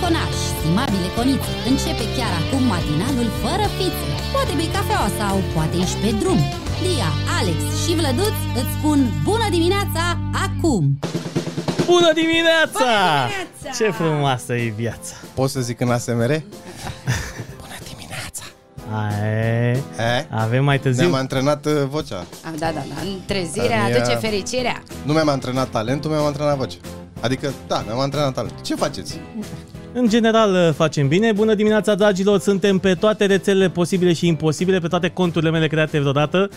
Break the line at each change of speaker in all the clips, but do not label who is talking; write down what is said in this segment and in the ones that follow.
conași, stimabile conițe, începe chiar acum matinalul fără fițe. Poate bei cafeaua sau poate ești pe drum. Dia, Alex și Vlăduț îți spun bună dimineața acum!
Bună dimineața!
Bună dimineața!
Ce frumoasă e viața!
Poți să zic în ASMR?
Ae,
E?
avem mai
Ne-am
târziu.
antrenat uh, vocea.
Ah, Da, da, da. Trezirea
Mie-
aduce fericirea.
Nu mi-am antrenat talentul, mi-am antrenat vocea. Adică, da, mi-am antrenat talentul. Ce faceți?
În general uh, facem bine. Bună dimineața, dragilor! Suntem pe toate rețelele posibile și imposibile, pe toate conturile mele create vreodată.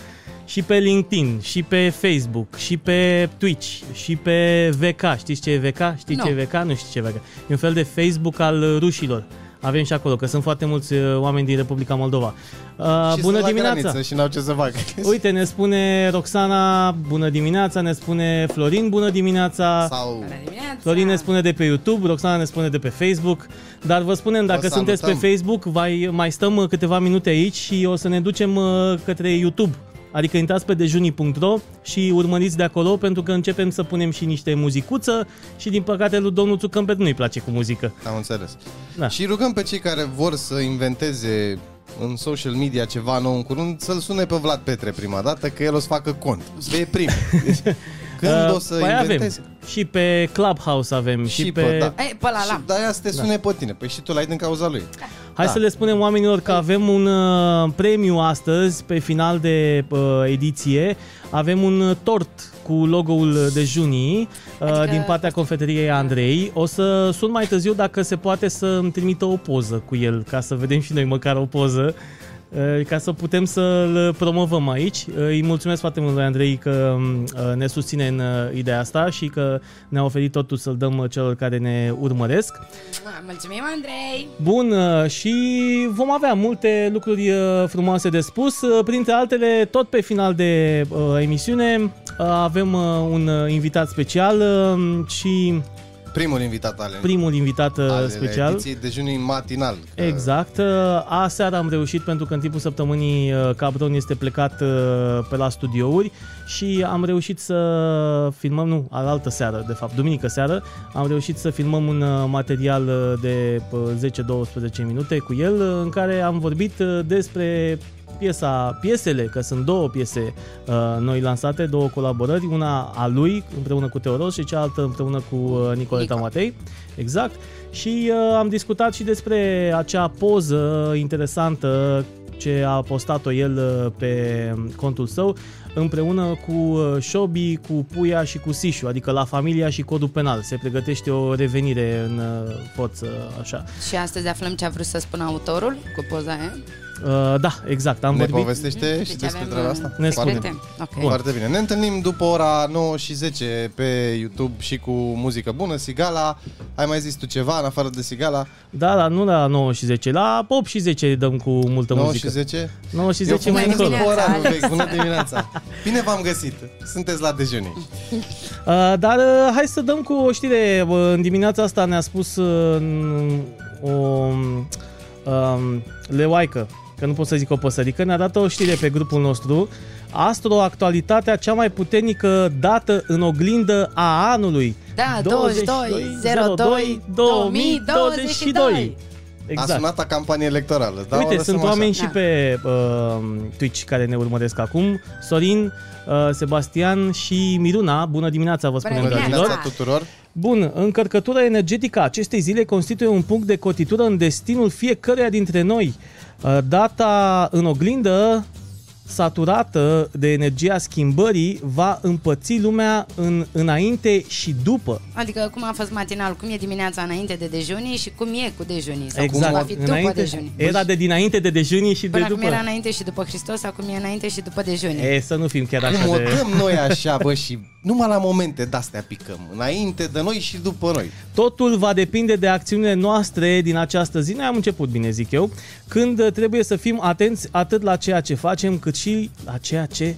Și pe LinkedIn, și pe Facebook, și pe Twitch, și pe VK. Știți ce e VK? Știi
Nu.
ce e VK? Nu știu ce e VK. E un fel de Facebook al uh, rușilor. Avem și acolo, că sunt foarte mulți uh, oameni din Republica Moldova. Uh, bună
și sunt La
dimineața!
graniță și n-au ce să facă.
Uite, ne spune Roxana, bună dimineața, ne spune Florin, bună dimineața.
Sau
Bună dimineața.
Florin ne spune de pe YouTube, Roxana ne spune de pe Facebook, dar vă spunem, dacă sunteți pe
salutăm.
Facebook, vai, mai stăm uh, câteva minute aici și o să ne ducem uh, către YouTube. Adică intrați pe dejunii.ro și urmăriți de acolo pentru că începem să punem și niște muzicuță și din păcate lui domnul Zuckerberg nu-i place cu muzică.
am înțeles.
Da.
Și rugăm pe cei care vor să inventeze în social media ceva nou în curând să-l sune pe Vlad Petre prima dată, că el o să facă cont. Să e prim. Deci, Când
Uh,
o să
păi avem
inventezi...
și pe Clubhouse avem și, pe... Da.
da.
Ei, pe la la.
Și de-aia să te sune pe tine. Păi și tu l-ai din cauza lui.
Hai
Da.
să le spunem oamenilor că avem un uh, premiu astăzi, pe final de uh, ediție. Avem un uh, tort cu logo-ul dejunii uh,
Adică-
din partea confeteriei Andrei. O să sun mai târziu dacă se poate să îmi trimită o poză cu el, ca să vedem și noi măcar o poză, uh, ca să putem să-l promovăm aici. Uh, Îi mulțumesc foarte mult lui Andrei că um, uh, ne susține în uh, ideea asta și că ne-a oferit totul să-l dăm uh, celor care ne urmăresc.
Ma, Mulțumim, Andrei.
Bun, uh, și vom avea multe lucruri uh, frumoase de spus. Uh, Printre altele, tot pe final de uh, emisiune, uh, avem uh, un uh, invitat special uh, și
Primul invitat ale
primul invitat uh,
ale
special.
ediției dejunii matinal. Că
Exact. Uh, Aseară am reușit pentru că în timpul săptămânii uh, Cabron este plecat uh, pe la studiouri și am reușit să filmăm, nu, alaltă seară, de fapt, duminică seară, am reușit să filmăm un uh, material uh, de uh, 10-12 minute cu el uh, în care am vorbit uh, despre piesa, piesele, că sunt două piese uh, noi lansate, două colaborări, una a lui împreună cu Teoros și cealaltă împreună cu uh, Nicoleta
Nico.
Matei. Exact. Și uh, am discutat și despre acea poză interesantă ce a postat-o el uh, pe contul său împreună cu uh, Șobi, cu Puia și cu Sișu, adică la familia și codul penal. Se pregătește o revenire în uh, forță, așa.
Și astăzi aflăm ce a vrut să spună autorul cu poza aia.
Uh, da, exact, am
Ne
vorbit.
povestește și despre treaba asta.
Ne
Foarte
spune.
bine.
Ok.
Foarte bine. Ne întâlnim după ora 9 și 10 pe YouTube și cu muzică bună. Sigala, ai mai zis tu ceva în afară de Sigala?
Da, la, nu la 9 și 10, la 8 și 10 dăm cu multă
9
muzică.
și 10?
9 și 10
Eu
mai
cum
dimineața,
încolo.
după orarul
Alex.
vechi. Bună dimineața! Bine v-am găsit! Sunteți la dejunii.
Uh, dar uh, hai să dăm cu o știre. Uh, În dimineața asta ne-a spus uh, n- o um, leoaică, că nu pot să zic o păsărică, ne-a dat o știre pe grupul nostru. Astro, actualitatea cea mai puternică dată în oglindă a anului.
Da, 22 2022.
A sunat a campanie electorală. Da, o
Exact. Uite,
lăsăm
sunt
așa.
oameni și
Da.
pe uh, Twitch care ne urmăresc acum. Sorin, uh, Sebastian și Miruna. Bună dimineața, vă spunem,
Bună
dragilor.
dimineața tuturor!
Bun, încărcătura energetică a acestei zile constituie un punct de cotitură în destinul fiecăruia dintre noi. Uh, Data în oglindă, saturată de energia schimbării, va împăți lumea în, înainte și după.
Adică cum a fost matinal, cum e dimineața înainte de dejunii și cum e cu dejunii. Sau
exact.
cum va fi după
înainte,
dejunii.
Era de dinainte de dejunii și
Până
de
acum
după.
era înainte și după Hristos, acum e înainte și după dejunii.
E, să nu fim chiar așa
Cum o
de...
dăm noi așa, bă, și numai la momente de-astea picăm. Înainte de noi și după noi.
Totul va depinde de acțiunile noastre din această zi. Noi am început bine, zic eu, când trebuie să fim atenți atât la ceea ce facem, cât și la ceea ce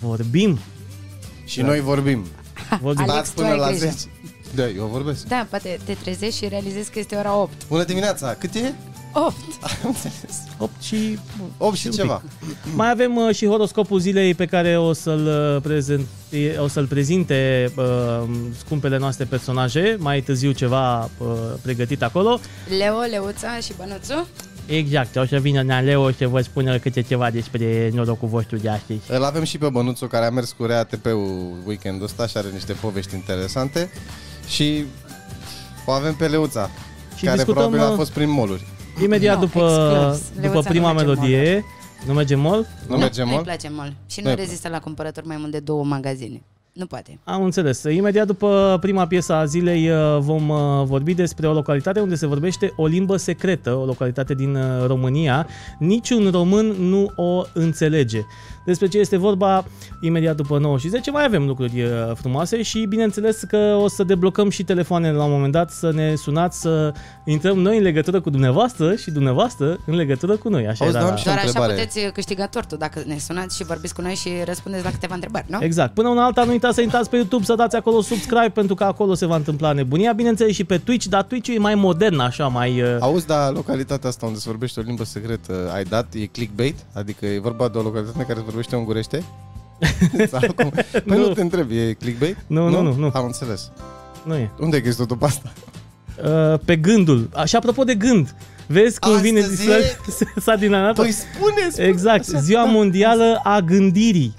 vorbim.
Și noi vorbim.
vorbim.
Alex,
Dați
tu
până
ai
la
grijă.
10. Da, eu vorbesc.
Da, poate te trezești și realizezi că este ora 8.
Bună dimineața! Cât e?
8.
Am înțeles.
8 și
8 și
un
ceva.
Mai avem uh, și horoscopul zilei pe care o să-l, uh, prezent, e- o să-l prezinte uh, scumpele noastre personaje, mai târziu ceva uh, pregătit acolo.
Leo, Leuța și Bănuțu.
Exact, o să vină Naleo și vă spună câte ceva despre norocul vostru de astăzi.
Îl avem și pe Bănuțu care a mers cu RATP-ul weekendul ăsta și are niște povești interesante și o avem pe Leuța,
Și
care
discutăm,
probabil a
uh,
fost prin moluri.
Imediat
No,
după,
exclus.
după
Leuța,
prima
nu mergem
melodie, nu mergem mol?
Nu mergem
nu-i
mol?
Da, place mol. Și
Nu-i
nu,
place.
rezistă la cumpărături mai mult de două magazine. Nu poate.
Am înțeles. Imediat după prima piesă a zilei uh, vom uh, vorbi despre o localitate unde se vorbește o limbă secretă, o localitate din uh, România. Niciun român nu o înțelege. Despre ce este vorba imediat după 9 și 10 mai avem lucruri uh, frumoase și bineînțeles că o să deblocăm și telefoanele la un moment dat să ne sunați să intrăm noi în legătură cu dumneavoastră și dumneavoastră în legătură cu noi. Așa
Auzi,
era.
dar am și o
Doar așa
întrebare.
puteți câștiga tortul dacă ne sunați și vorbiți cu noi și răspundeți la câteva întrebări,
Da.
nu?
Exact. Până una alta, nu uitați să intrați pe YouTube, să dați acolo subscribe, pentru că acolo se va întâmpla nebunia, bineînțeles, și pe Twitch, dar Twitch e mai modern, așa, mai... uh,
Auzi, dar localitatea asta unde se vorbește o limbă secretă, ai dat, e clickbait? Adică e vorba de o localitate în care se vorbește ungurește? Sau cum? Păi nu.
Nu.
te întreb, e clickbait?
Nu, nu, nu, nu.
Am înțeles.
Nu e.
Unde ai găsit după asta?
Uh, pe gândul. Așa, apropo de gând. Vezi cum vine
Astăzi
Sla-
e-
s-a din anată?
Păi spune, Da. spune
Exact. Ziua mondială a gândirii.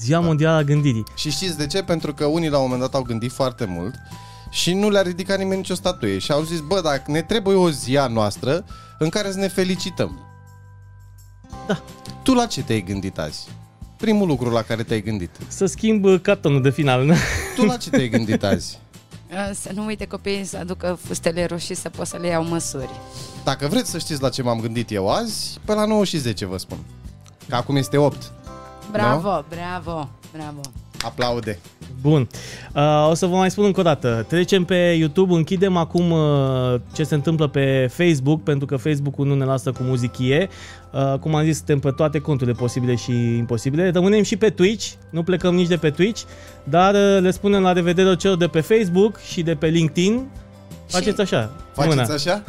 Ziua mondială a gândirii.
Și știți de ce? Pentru că unii la un moment dat au gândit foarte mult și nu le-a ridicat nimeni nicio statuie și au zis, bă, dacă ne trebuie o zi a noastră în care să ne felicităm.
Da.
Tu la ce te-ai gândit azi? Primul lucru la care te-ai gândit.
Să schimb uh, captonul de final. nu?
Tu la ce te-ai gândit azi?
Uh, Să nu uite copiii să aducă fustele roșii să pot să le iau măsuri.
Da?
Dacă vreți să știți la ce m-am gândit eu azi, pe la 9 și 10 vă spun. Că acum este 8.
Bravo, bravo, bravo.
Aplaude.
Bun. Uh, o să vă mai spun încă o dată. Trecem pe YouTube, închidem acum uh, ce se întâmplă pe Facebook, pentru că Facebook-ul nu ne lasă cu muzichie. Uh, cum am zis, suntem pe toate conturile posibile și imposibile. Rămânem și pe Twitch, nu plecăm nici de pe Twitch, dar uh, le spunem la revedere celor de pe Facebook și de pe LinkedIn. Faceți așa.
Faceți
mâna.
așa?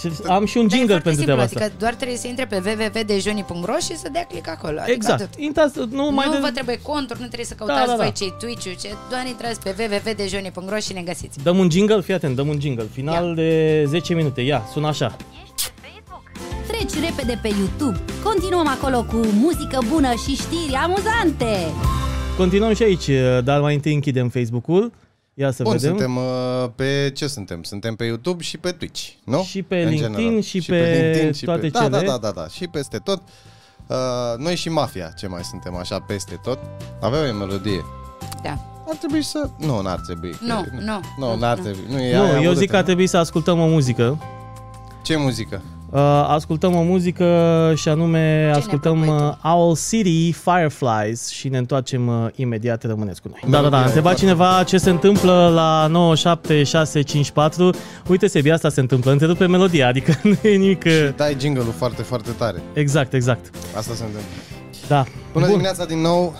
Și am și un
Dar e
jingle
foarte
pentru
simplu,
treaba asta.
adică doar trebuie să intre pe www.dejunii.ro și să dea click acolo. Adică
Exact.
atât.
Intrați, nu, mai
nu
de...
vă trebuie conturi, nu trebuie să căutați
da, da.
voi cei Twitch-ul, ce, doar intrați pe www.dejunii.ro și ne găsiți.
Dăm un jingle, fii atent, dăm un jingle. Final
Ia.
de 10 minute. Ia, sună așa.
Treci repede pe YouTube. Continuăm acolo cu muzică bună și știri amuzante.
Continuăm și aici, uh, dar mai întâi închidem Facebook-ul. Ia să
Bun,
vedem.
suntem uh, pe ce suntem? Suntem pe YouTube și pe Twitch, nu?
Și pe LinkedIn și pe toate
Da, da,
cele.
da, da, da, și peste tot. Uh, noi și Mafia, ce mai suntem așa peste tot. Avem o melodie.
Da.
Ar trebui să... Nu, n-ar trebui.
Nu,
cred.
nu,
Nu,
nu,
n-ar
nu.
trebui. Nu, e aia
Nu, eu
urâtă,
zic că ar
nu?
trebui să ascultăm o muzică.
Ce muzică?
Uh, ascultăm o muzică și anume
ne
ascultăm
propui tu?
uh, Owl City Fireflies și ne întoarcem uh, imediat, rămâneți cu noi. Da, da, da,
Melodia
întreba
e
cineva ce se întâmplă la 97654. Uite, Sebi, asta se întâmplă, întrerupe melodia, adică nu e nimic... uh,
Dai jingle-ul foarte, foarte tare.
Exact, exact.
Asta se întâmplă.
Da.
Bună
Bun.
dimineața din nou.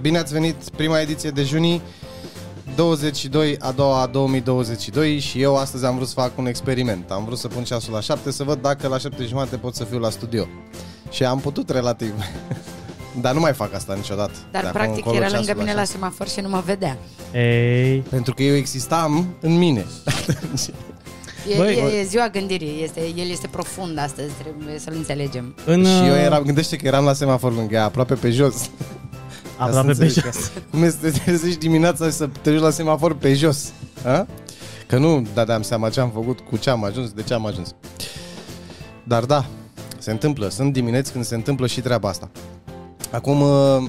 Bine ați venit. Prima ediție de junii. 22 a doua a 2022 și eu astăzi am vrut să fac un experiment. Am vrut să pun ceasul la 7 să văd dacă la 7 jumate pot să fiu la studio. Și am putut relativ. Dar nu mai fac asta niciodată.
Dar
De acum
practic
încolo
era
Da, ceasul
lângă mine la
7.
semafor și nu mă vedea.
Ei,
Pentru că eu existam în mine.
E,
Băi,
e,
băi.
e ziua gândirii, este, el este profund astăzi, trebuie să-l înțelegem.
în,
și eu
uh,
eram, gândește că eram la semafor lângă ea, aproape pe jos.
aproape pe
Ca să înțelegi
jos.
că- Cum este să te trezești dimineața și să te duci la semafor pe jos? A? Că nu dădeam seama ce am făcut, cu ce am ajuns, de ce am ajuns. Dar da, se întâmplă. Sunt dimineți când se întâmplă și treaba asta. Acum, uh,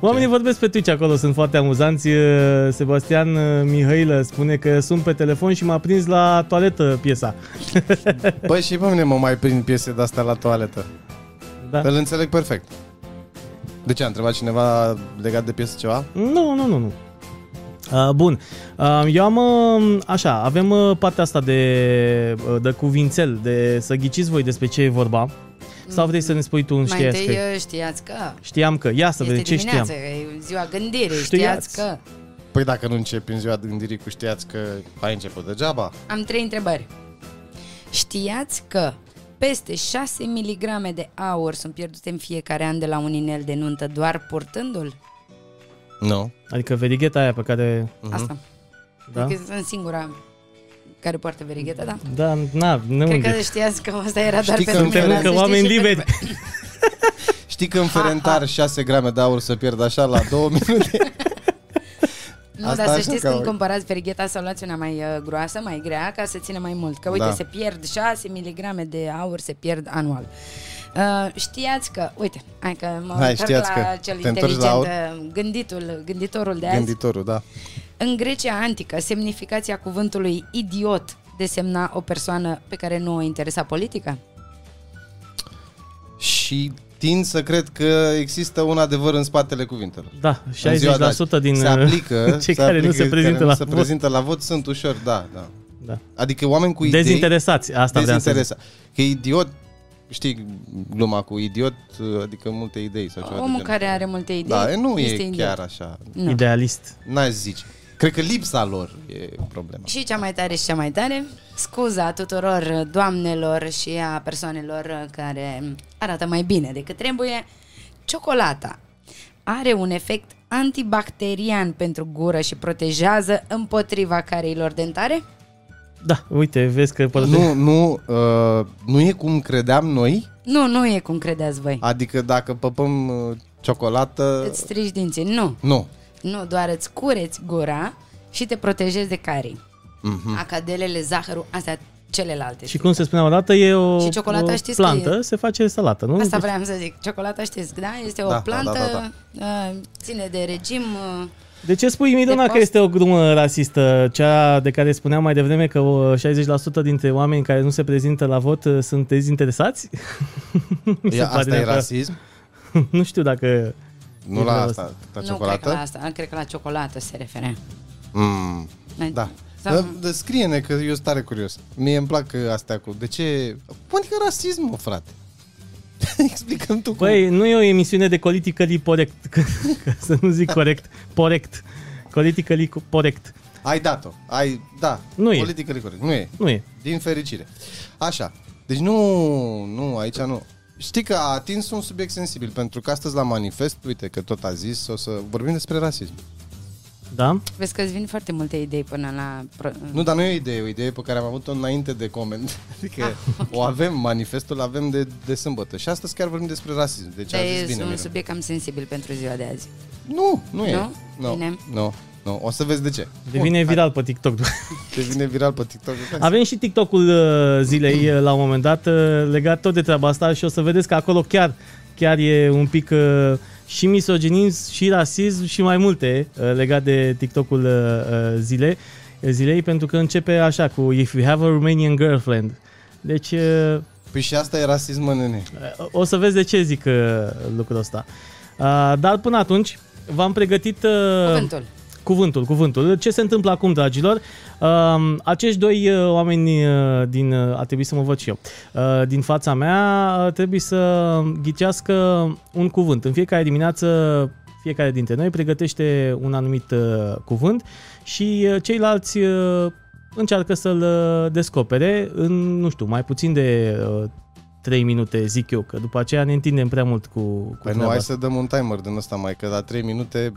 Oamenii vorbesc pe Twitch acolo, sunt foarte amuzanți. Sebastian Mihailă spune că sunt pe telefon și m-a prins la toaletă piesa.
băi, și pe mine mă mai prind piese de-astea la toaletă.
Da.
Îl înțeleg perfect. De ce? A întrebat cineva legat de piesă ceva?
Nu, nu, nu, nu. Uh, bun, uh, eu am, uh, așa, avem uh, partea asta de, uh, de cuvințel, de să ghiciți voi despre ce e vorba. Sau vrei să ne spui tu un
Mai
știați
întâi
că...
că... știați că
Știam că, ia să
este
vedem ce știam.
dimineață, e ziua gândirii, știați,
Știați.
știați că...
Păi dacă nu începi în ziua de gândirii cu știați că ai început degeaba.
Am trei întrebări. Știați că peste 6 mg de aur sunt pierdute în fiecare an de la un inel de nuntă doar purtându-l?
Nu. No.
Adică verigheta aia pe care...
Mhm.
Asta.
Da?
Adică sunt singura care poartă verigheta, da?
Da, na, ne
Cred
unde.
că știați că asta era doar
Știi că
pentru
suntem
mine,
încă
să știți
oameni
și pentru-
liberi.
Știi că în Ferentar 6 grame de aur se pierd așa la 2 minute?
Nu,
Asta
dar să
așa
știți
ca
când
o-
cumpărați perigheta să luați una mai uh, groasă, mai grea, ca să ține mai mult. Că uite,
Da.
se pierd 6 mg de aur, se pierd anual. Uh, știați că, uite, hai că mă
Hai,
întorc
știați
la
că
cel
te întorci la
inteligent, uh, gânditul, gânditorul de azi.
Gânditorul, da.
În Grecia antică, semnificația cuvântului idiot desemna o persoană pe care nu o interesa politica?
Și tind să cred că există un adevăr în spatele cuvintelor.
Da,
În ziua de
60% din
se aplică,
cei
se
care
aplică,
nu se prezintă
care
la
nu se
vot.
prezintă la vot sunt ușor, da, da.
Da.
Adică oameni cu idei
Dezinteresați, asta vreau să zic.
dezinteresa. Că idiot, știi gluma cu idiot, adică multe idei sau ceva de
Omul
genul.
care are multe idei
Da, e, nu
este
e
idiot.
chiar așa.
Nu.
Idealist.
N-aș zice. Cred că lipsa lor e problema.
Și cea mai tare și cea mai tare, scuza tuturor doamnelor și a persoanelor care arată mai bine decât trebuie, ciocolata are un efect antibacterian pentru gură și protejează împotriva careilor dentare?
Da, uite, vezi că nu.
Nu, nu, uh, nu e cum credeam noi,
Nu, nu e cum credeți voi.
adică dacă păpăm uh, ciocolată,
Îți strici dinții, nu.
nu.
Nu, doar îți cureți gura și te protejezi de carei.
Mhm.
Acadelele, zahărul, astea celelalte.
Și cum se spunea odată, e o,
Și ciocolata
o
știți că
plantă,
e-
se face salată, nu? Deci,
Asta vreau să zic. Ciocolata știți, da? Este o
Da, da,
plantă,
da, da,
uh, ține de regim. uh,
De ce spui, Midona,
De
că
post?
este o glumă rasistă? Cea de care spuneam mai devreme că o 60% dintre oameni care nu se prezintă la vot uh, sunt dezinteresați? Mi se
E,
pare
asta e
neapărat.
rasism,
nu știu dacă...
nu la asta, la
Nu cred că la
ciocolată.
asta, cred că la ciocolată se referea.
Mm,
Mai-
Da.
Sau-
Sau... Da, scrie-ne că eu sunt tare curios. Mie îmi plac uh, astea cu... De ce... Cum adică rasism, mă, frate? Explicăm tu cum...
Păi, nu e o emisiune de politically corect, că- ca să nu zic corect, corect. Politically corect.
Ai dat-o. Ai... Da.
Nu e.
Politică corect. Nu e.
Nu e.
Din fericire. Așa. Deci nu... Nu, aici nu. Știi că a atins un subiect sensibil, pentru că astăzi la manifest, uite că tot a zis, o să vorbim despre rasism.
Da?
Vezi că îți vin foarte multe idei până la... pro-
Nu, dar nu e o idee, e o idee pe care am avut-o înainte de coment. Adică
Ah,
o avem, manifestul avem de, de sâmbătă. Și astăzi chiar vorbim despre rasism. Deci
Dar
a zis
Păi, e
bine.
un
Miriam.
subiect cam sensibil pentru ziua de azi.
Nu, nu e.
Nu?
Nu.
Bine.
Nu. Nu. O să vezi de ce.
Devine viral pe TikTok.
Devine viral pe TikTok.
Avem și TikTok-ul uh, zilei uh, la un moment dat uh, legat tot de treaba asta și o să vedeți că acolo chiar, chiar e un pic uh, și misoginism, și rasism și mai multe uh, legat de TikTok-ul uh, uh, zile, zilei pentru că începe așa cu If you have a Romanian girlfriend. Deci uh,
Păi și asta e rasism, mă, nene.
o să vezi de ce zic uh, lucrul ăsta. Uh, Dar până atunci v-am pregătit... uh,
Cuvântul.
Cuvântul, cuvântul. Ce se întâmplă acum, dragilor? Um, Acești doi uh, oameni uh, din... uh, A trebuit să mă văd și eu. Uh, Din fața mea uh, trebuie să ghicească un cuvânt. În fiecare dimineață fiecare dintre noi pregătește un anumit uh, cuvânt și uh, ceilalți uh, încearcă să-l uh, descopere în, nu știu, mai puțin de uh, 3 minute, zic eu, că după aceea ne întindem prea mult cu, cu
Păi nu,
treaba
hai
asta.
să dăm un timer din ăsta, mai că la 3 minute...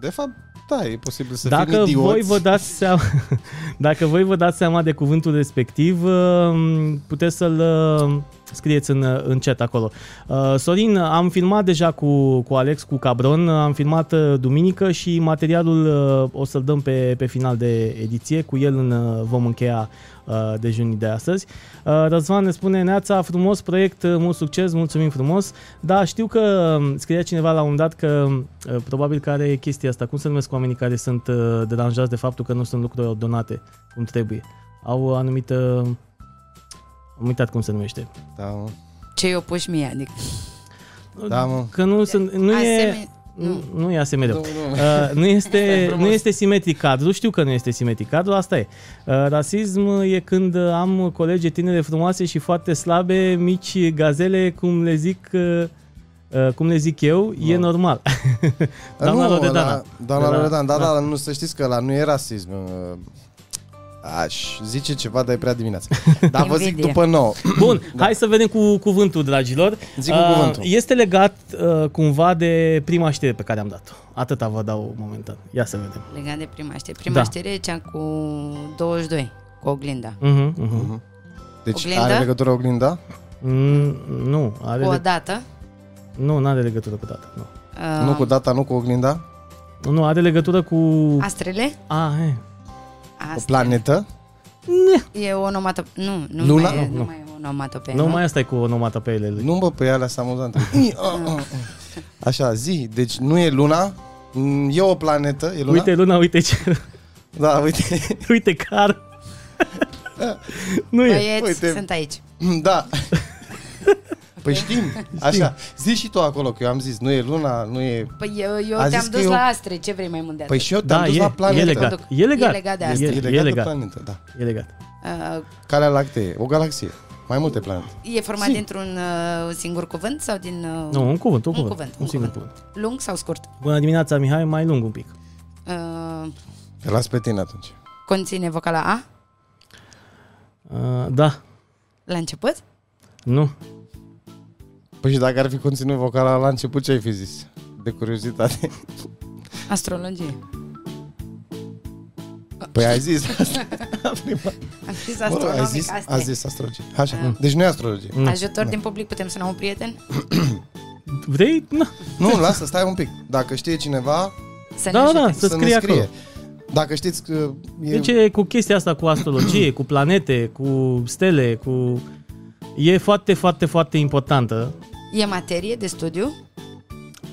De fapt, da, e posibil să fim
Dacă
idioți.
voi vă dați seama, dacă voi vă dați seama de cuvântul respectiv, um, puteți să-l um, scrieți în, în chat acolo. Uh, Sorin, am filmat deja cu, cu Alex, cu Cabron, am filmat uh, duminică și materialul uh, o să-l dăm pe, pe final de ediție, cu el în, uh, vom încheia uh, dejunii de astăzi. Uh, Răzvan ne spune, Neața, frumos proiect, uh, mult succes, mulțumim frumos. Da, știu că um, scria cineva la un dat că uh, probabil că are chestia asta. Cum se numesc oamenii care sunt uh, deranjați de faptul că nu sunt lucruri ordonate cum trebuie? Au o anumită... Am uitat cum se numește.
Da, mă.
Ce-i opuși mie, adică...
Da, mă.
Că nu, sunt, nu e...
Aseme-
Nu, nu e asemenea.
Nu, nu.
Uh, nu,
Asta e
este,
frumos.
nu este simetric cadru, știu că nu este simetric cadru, asta e. Uh, rasism e când uh, am colege tinere frumoase și foarte slabe, mici gazele, cum le zic, uh, uh, cum le zic eu, e normal. Doamna
Nu,
Da, Loredana. da.
la- da, Doamna
De la-
Loredana, da, da, nu, să știți că la nu e rasism. uh, aș zice ceva, dar e prea dimineață. Dar vă zic
Invidie.
după 9.
Bun, da. hai să vedem cu cuvântul, dragilor.
Zi cu
Uh,
cuvântul.
Este legat uh, cumva de prima știre pe care am dat-o. Atâta vă dau momentan. Ia să vedem.
Legat de prima știre. Prima
Da.
da. știre e cea cu 22, cu oglinda.
Uh-huh,
Mhm,
uh-huh.
Deci
Oglinda?
are legătură oglinda?
Mm, nu, are
Cu o da.
leg-
dată.
nu are legătură cu data. Nu.
Uh,
Nu cu data, nu cu oglinda?
nu, are legătură cu...
Astrele?
A, e.
Cu
Astrele.
planetă?
E onomatop... Nu, nu
Luna?
mai e,
Nu,
nu.
nu.
mai e onomatopeie.
Nu mai asta e cu onomatopeile lui.
Nu mă, pe alea sunt amuzante. oh, Așa, zi, deci nu e luna, m, e o planetă, e luna?
Uite luna, uite ce...
Da, uite.
uite car. nu e.
Băieți,
Uite.
Păi sunt aici.
Da. Păi știm, așa. Zi și tu acolo, că eu am zis, nu e luna, nu e...
Păi eu, eu
A
te-am
zis că
dus
eu-
la astre, ce vrei mai mult de
Păi
atât?
și eu te-am
Da,
dus
e,
la planetă.
e legat. E legat.
E legat de
E,
asta.
Este
e
legat,
legat.
de planetă, da.
E legat.
Uh,
Calea Lactee, o galaxie, mai multe planete.
e format dintr-un uh, singur cuvânt sau din... Uh,
Nu, un cuvânt, un
un
cuvânt.
cuvânt,
un
un
singur
cuvânt.
cuvânt.
Lung sau scurt?
Bună dimineața, Mihai, mai lung un pic.
Uh,
Te las pe tine atunci.
conține vocala A
Uh, da,
la început?
nu.
Păi și dacă ar fi conținut vocal la început, ce ai fi zis? De curiozitate.
Astrologie.
Păi ai zis asta.
Am zis
Bă, ai
astronomic,
zis,
astre.
a zis astrologie.
Mm.
Așa. Deci nu e astrologie.
Nu.
Ajutor din public, putem să un prieten?
Vrei? Na.
Nu, lasă, stai un pic. Dacă știe cineva,
Să
Da,
ne
da,
ajute.
să
să
scrie
ne scrie.
acolo.
Dacă știți că e...
Deci e cu chestia asta cu astrologie, cu planete, cu stele, cu... E foarte, foarte, foarte importantă.
E materie de studiu?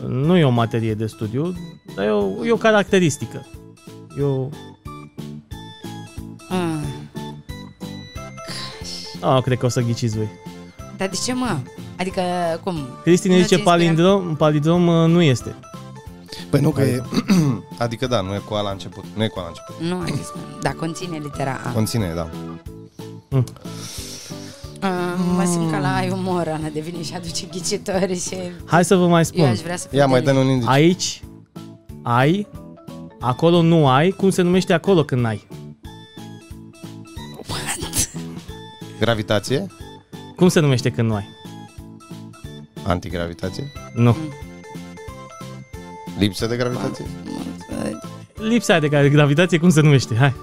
Nu e o materie de studiu, dar e o, e o caracteristică. E o...
Ah,
A, cred că o să ghiciți voi.
dar de ce, mă? Adică, cum?
Cristina
Nu
zice
ți inspiră?
palindrom, palindrom uh, nu este.
Păi nu că e... adică da, nu e cu A la început. Nu e cu A la început.
Nu, am zis, mă. da, conține litera A.
Conține, da.
Ah, mă simt ca la ai umor, Ana devine și aduce ghicitori și
Hai să vă mai
eu
spun.
aș vrea Deci- să fiu
Ia mai dă
inteligent.
un indici.
Aici ai, acolo nu ai, cum se numește acolo când ai?
Gravitație?
Cum se numește când nu ai?
Antigravitație?
Nu.
Lipsă de gravitație?
Uh,
Lipsa de gra- gravitație cum se numește? Hai.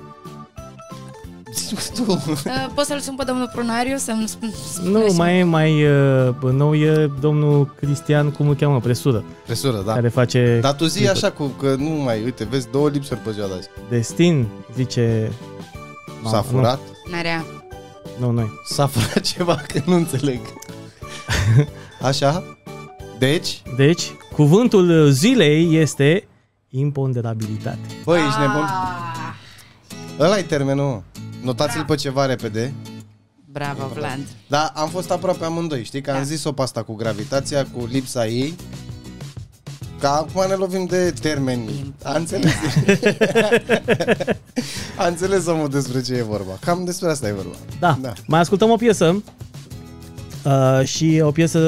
Zici tu.
Ah, Poți să-l sun pe domnul Prunariu să-mi spun?
Nu, mai e mai uh, nou e domnul Cristian, cum îl cheamă, Presură,
Presură, da.
care face
Dar tu zi așa cu că nu mai, uite, vezi două lipsuri pe ziua de azi.
destin, zice...
S-a
Mamă,
furat?
Narea.
Nu, nu, noi.
S-a furat ceva, că nu înțeleg. Așa? Deci?
Deci, cuvântul uh, zilei este imponderabilitate.
Băi, ești nebun?
Ah,
ăla e termenul. mă.
Da.
Notați-l pe ceva repede.
Bravo, Vlad.
Dar am fost aproape amândoi, știi? Că
Da.
am zis-o pe asta cu gravitația, cu lipsa ei. Ca acum ne lovim de termeni. A înțeles. A înțeles omul despre ce e vorba. Cam despre asta e vorba.
Da. da.
Da.
Mai ascultăm o piesă uh, și o piesă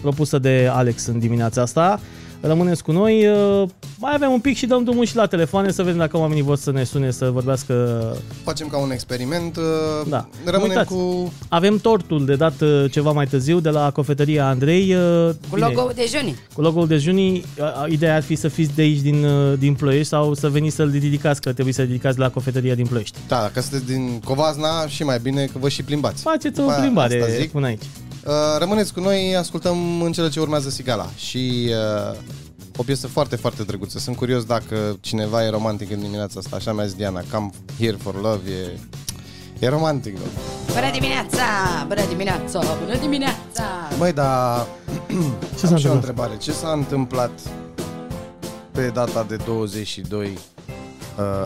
propusă de Alex în dimineața asta. Rămâneți cu noi, uh, mai avem un pic și dăm drumul și la telefoane să vedem dacă oamenii vor să ne sune să vorbească.
Facem ca un experiment. uh,
Da.
Rămânem
Uitați.
cu...
Avem tortul de dat uh, ceva mai târziu de la cofetăria Andrei. uh,
Cu
bine,
logo de Juni.
cu logo-ul dejunii, uh, ideea ar fi să fiți de aici din, uh, din Ploiești sau să veniți să-l ridicați, că trebuie să ridicați la cofetăria din Ploiești.
Da, dacă sunteți din Covazna și mai bine că vă și plimbați.
Faceți o
După aia, asta
plimbare
zic.
până aici.
Uh, Rămâneți cu noi, ascultăm în cele ce urmează Sigala și uh, o piesă foarte, foarte drăguță. Sunt curios dacă cineva e romantic în dimineața asta, așa mi-a zis Diana, Come Here for Love e, e romantic. Bă.
Bună dimineața! Bună dimineața! Bună dimineața!
Băi, dar
Ce
am
s-a
și o
întâmplat?
întrebare. Ce s-a întâmplat pe data de 22 uh,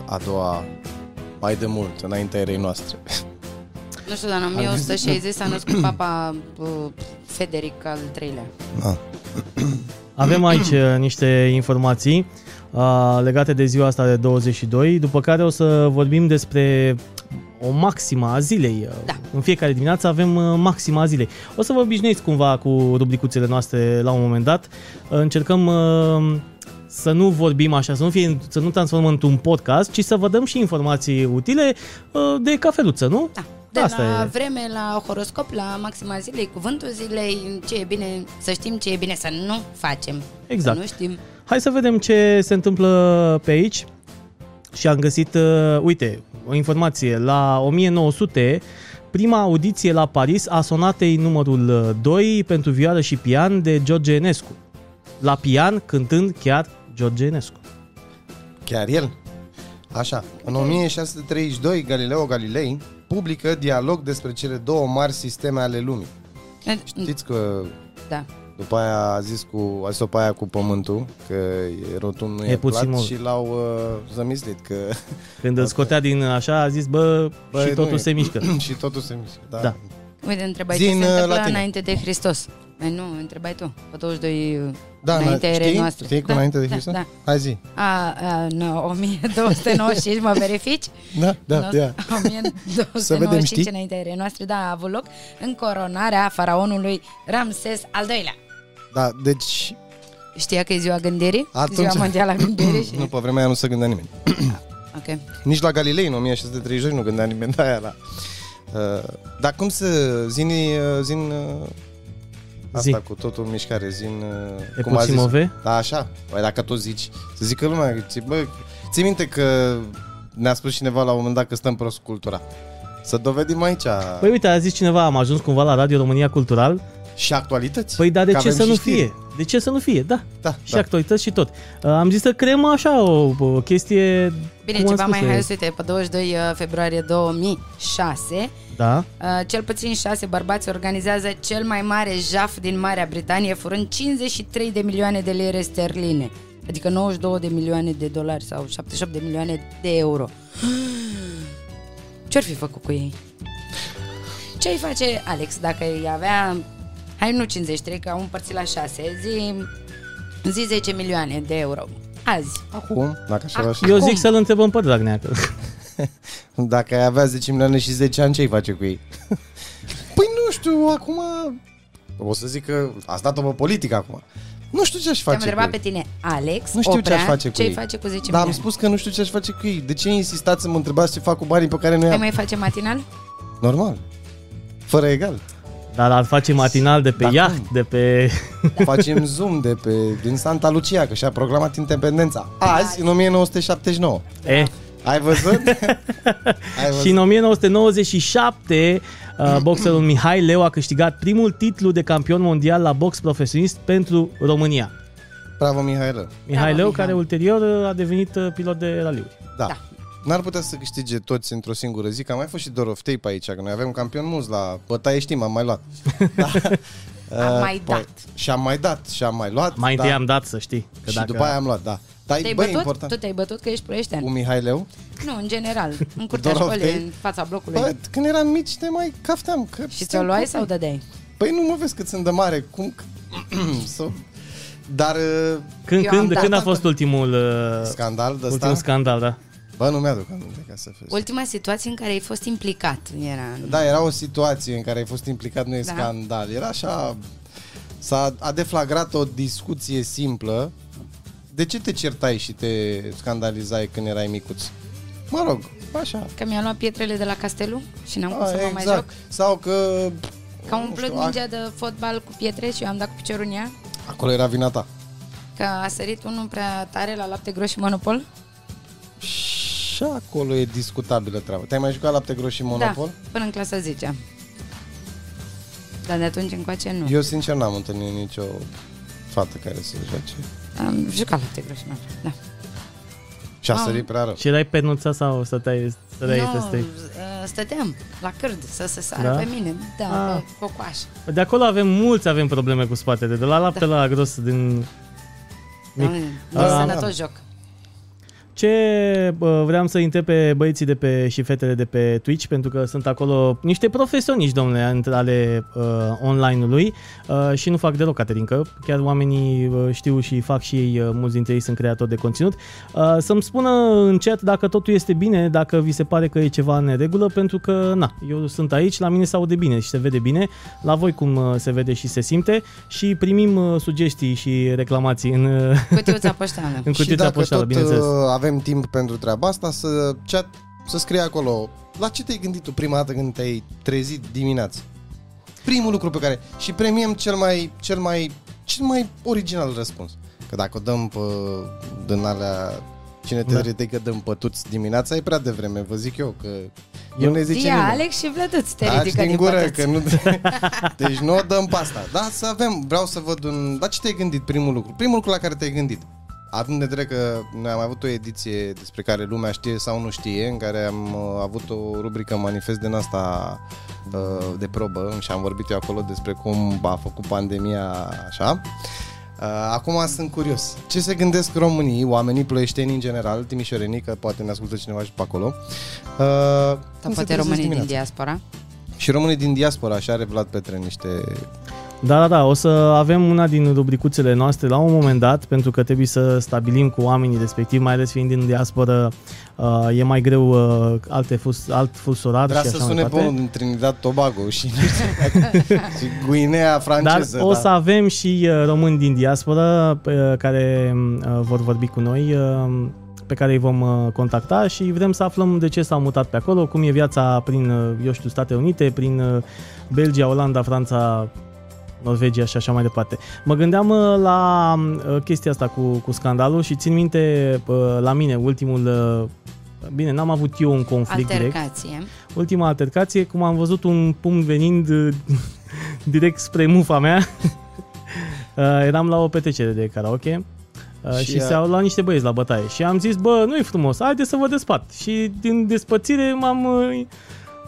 a doua mai de mult, înaintea erei noastre?
Nu știu, dar în 1160 s-a născut papa uh, Federic al III-lea.
Ah.
Avem aici uh, niște informații uh, legate de ziua asta de 22, după care o să vorbim despre o maximă a zilei. Uh,
Da.
În fiecare dimineață avem uh, maxima a zilei. O să vă obișnuiți cumva cu rubricuțele noastre la un moment dat. Uh, Încercăm uh, să nu vorbim așa, să nu, fie, să nu transformăm într-un podcast, ci să vă dăm și informații utile uh, de cafeluță, nu?
Da. De
Asta
la
e.
vreme, la horoscop, la maxima zilei, cuvântul zilei, ce e bine, să știm ce e bine să nu facem.
Exact.
Să nu știm.
Hai să vedem ce se întâmplă pe aici. Și am găsit, uh, uite, o informație. La 1900, prima audiție la Paris a sonatei numărul 2 pentru vioară și pian de George Enescu. La pian cântând chiar George Enescu.
Chiar el? Așa, în 1632 Galileo Galilei publică dialog despre cele două mari sisteme ale lumii. Știți că
Da.
după aia a zis cu, a zis pe aia cu pământul, că e rotund, nu e,
E puțin
plat
mult.
și l-au uh, zămislit, că
Când îl scotea din așa, a zis, bă,
Bă,
bă și
nu
totul
e.
se mișcă.
și totul se mișcă. Da.
Da.
Uite, întrebai
Zi
ce se
în,
uh,
întâmpla
latină.
înainte de Hristos. Ai, nu, întrebai tu. Pe 22
da
înainte
na-
erei
știi?
noastre.
Știi cu
da,
înainte de
da,
Hristos?
Da,
Hai zi.
A, a, în 1295, mă verifici?
Da, da,
În
da.
1295
știi?
înainte erei noastre, da, a avut loc în coronarea faraonului Ramses al doilea.
Da, deci
Știa că e ziua gândirii?
Atunci-
Ziua mondială a gândirii și...
nu pe vremea aia nu se gândea nimeni.
Ok.
Nici la Galilei în 1632 nu gândea nimeni de aia la... Uh, dar cum să zini, uh, zin uh, asta
Zi.
cu totul în mișcare, zin uh,
E
cum a
puțin
zis.
move?
Da, așa. Păi dacă tu zici, să zică lumea, că ți, bă, ții minte că ne-a spus cineva la un moment dat că stăm prost cu cultura. Să dovedim aici
Păi uite, a zis cineva, am ajuns cumva la Radio România Cultural.
și actualități.
Păi da, de
că
ce
avem
să
și
nu
știri.
fie? De ce să nu fie? Da.
Da,
Și
da.
da. actualități și tot. Uh, Am zis să creăm așa o, o chestie...
Bine,
cum am
ceva
spus,
mai
e-
hai, uite, pe 22 uh, februarie 2006,
Da.
uh, cel puțin șase bărbați organizează cel mai mare jaf din Marea Britanie, furând 53 de milioane de lire sterline, adică 92 de milioane de dolari sau 78 de milioane de euro. Ce-ar fi făcut cu ei? Ce-ai face Alex dacă îi avea, hai nu 53, că au împărțit la 6, zi, zi 10 milioane de euro. Azi.
Acum, dacă așa
Acum.
aș...
Eu
Cum?
zic să-l întrebăm pe Dragnea. că-
Dacă ai avea 10 milioane și 10 ani, ce-ai face cu ei? păi nu știu, acum... O să zic că a stat-o pe politică acum. Nu știu ce-aș face
Te-am întrebat
cu
pe
ei.
tine, Alex,
Nu știu
Oprea,
ce-aș face cu
ce-ai
ei.
face cu 10
Dar am
milioane?
spus că nu știu ce-aș face cu ei. De ce insistați să mă întrebați ce fac cu banii pe care nu
Ai
i-am?
mai face matinal?
Normal. Fără egal.
Dar ar face matinal de pe
Da,
da, iaht, de pe...
Facem zoom de pe, din Santa Lucia, că și-a proclamat independența. Azi, în 1979.
Eh.
Ai văzut? Da.
Și
Ai văzut?
în 1997, uh, boxerul Mihai Leu a câștigat primul titlu de campion mondial la box profesionist pentru România.
Bravo, Mihailă.
Mihai
Bravo,
Leu,
Mihai.
care ulterior uh, a devenit uh, pilot de raliuri.
Da.
Da.
da. N-ar putea să câștige toți într-o singură zi, că a mai fost și Doroftei pe aici, că noi avem campion mulți la bătaie, știm, am mai luat. Da.
Am mai
Păi,
dat.
Și am mai dat, și am mai luat.
Mai
da.
întâi am dat, să știi. Că
Și
dacă...
după aia am luat, da. Dar e
Te-ai
bă, e
bătut?
important.
Tu te-ai bătut că ești proieștean.
Cu Mihai Leu?
Nu, în general, în curtea
Doar
școlii,
ok.
în fața blocului.
Bă, când eram mici ne mai cafteam. Că
și ți-o luai sau dădeai?
Păi nu mă vezi cât sunt de mare. Cum? Sau... Dar uh,
Când,
Eu am
când,
dat
când a
toată-
fost ultimul, uh,
scandal de
ultimul
ăsta?
scandal, da?
Bă, nu mi-aduc aminte ca să fiu.
Ultima situație în care ai fost implicat era... în-
Da, era o situație în care ai fost implicat, nu e
Da.
da. scandal. Era așa... S-a a deflagrat o discuție simplă. De ce te certai și te scandalizai când erai micuț? Mă rog, așa.
Că mi-a luat pietrele de la castelul și n-am cum
A,
să mă mai
exact.
joc.
Sau că...
Că am
nu
umplut
știu, a-
mingea de fotbal cu pietre și eu am dat cu piciorul în ea.
Acolo era vina ta.
Că a sărit unul prea tare la lapte gros și monopol.
Și acolo e discutabilă treaba. Te-ai mai jucat lapte gros și monopol?
Da, până în clasa 10 Dar de atunci încoace nu.
Eu sincer n-am întâlnit nicio fată care să joace.
Am jucat lapte gros și monopol, da.
Și a
Am.
sărit prea rău.
Și erai penunțat sau stăteai, stăteai no.
nu,
stăteai?
ă, stăteam la cârd să se sară
Da?
pe mine. Da,
Ah.
pe cocoaș.
De acolo avem mulți avem probleme cu spatele, de la lapte la gros din... Mic.
Doamne,
Ah,
sănătos joc.
Ce bă, vreau să întreb pe băieții de pe și fetele de pe Twitch, pentru că sunt acolo niște profesioniști, domnule, între ale uh, online-ului uh, și nu fac deloc, Caterincă. Chiar oamenii uh, știu și fac și ei, uh, mulți dintre ei sunt creatori de conținut. Uh, să-mi spună în chat dacă totul este bine, dacă vi se pare că e ceva în regulă, pentru că, na, eu sunt aici, la mine se aude bine și se vede bine, la voi cum uh, se vede și se simte și primim uh, sugestii și reclamații în, uh,
Cutiuța poștală.
în
și
cutiuța
dacă
poștală,
tot
bineînțeles.
uh, avem timp pentru treaba asta, să chat, să scrie acolo. La ce te-ai gândit tu prima dată când te-ai trezit dimineața? Primul lucru pe care și premiem cel mai cel mai cel mai original răspuns. Că dacă o dăm pe din alea cine te
Da.
da. că dăm pătuți dimineața, e prea devreme, vă zic eu, că eu,
Eu-
nu ne zice
Dia,
nimeni.
Alex și Vlăduț te
Taci
ridică
din
din
gură,
pătăți.
că nu... deci nu o dăm pe asta. Da, să avem, vreau să văd un... La ce te-ai gândit primul lucru? Primul lucru la care te-ai gândit. Având de drept că noi am avut o ediție despre care lumea știe sau nu știe, în care am uh, avut o rubrică manifest din asta uh, de probă și am vorbit eu acolo despre cum a făcut pandemia așa. Uh, Acum sunt curios. Ce se gândesc românii, oamenii ploieșteni în general, timișorenii, că poate ne ascultă cineva și pe acolo. Uh,
Dar
cum se
poate
trezesc
românii din
dimineața?
diaspora.
Și românii din diaspora, așa are Vlad Petre niște...
Da, da, da, o să avem una din rubricuțele noastre la un moment dat, pentru că trebuie să stabilim cu oamenii respectiv, mai ales fiind din diasporă, uh, e mai greu uh, alte fus, alt fus orar
Trebuia
și
să
așa
sune
mai
pe unul
departe.
din Trinidad Tobago și, și Guinea
Dar
franceză.
o
da.
să avem și uh, români din diasporă pe- care uh, vor vorbi cu noi, uh, pe care îi vom uh, contacta și vrem să aflăm de ce s-au mutat pe acolo, cum e viața prin, uh, eu știu, Statele Unite, prin uh, Belgia, Olanda, Franța, Norvegia și așa mai departe. Mă gândeam uh, la uh, chestia asta cu, cu scandalul și țin minte uh, la mine ultimul... uh, Bine, n-am avut eu un conflict direct
Altercație.
ultima altercație, cum am văzut un pumn venind uh, direct spre mufa mea. Uh, Eram la o petrecere de karaoke uh,
Și,
și, și
uh,
s-au luat niște băieți la bătaie și am zis, bă, nu e frumos, haide să vă despart. Și din despățire m-am... uh,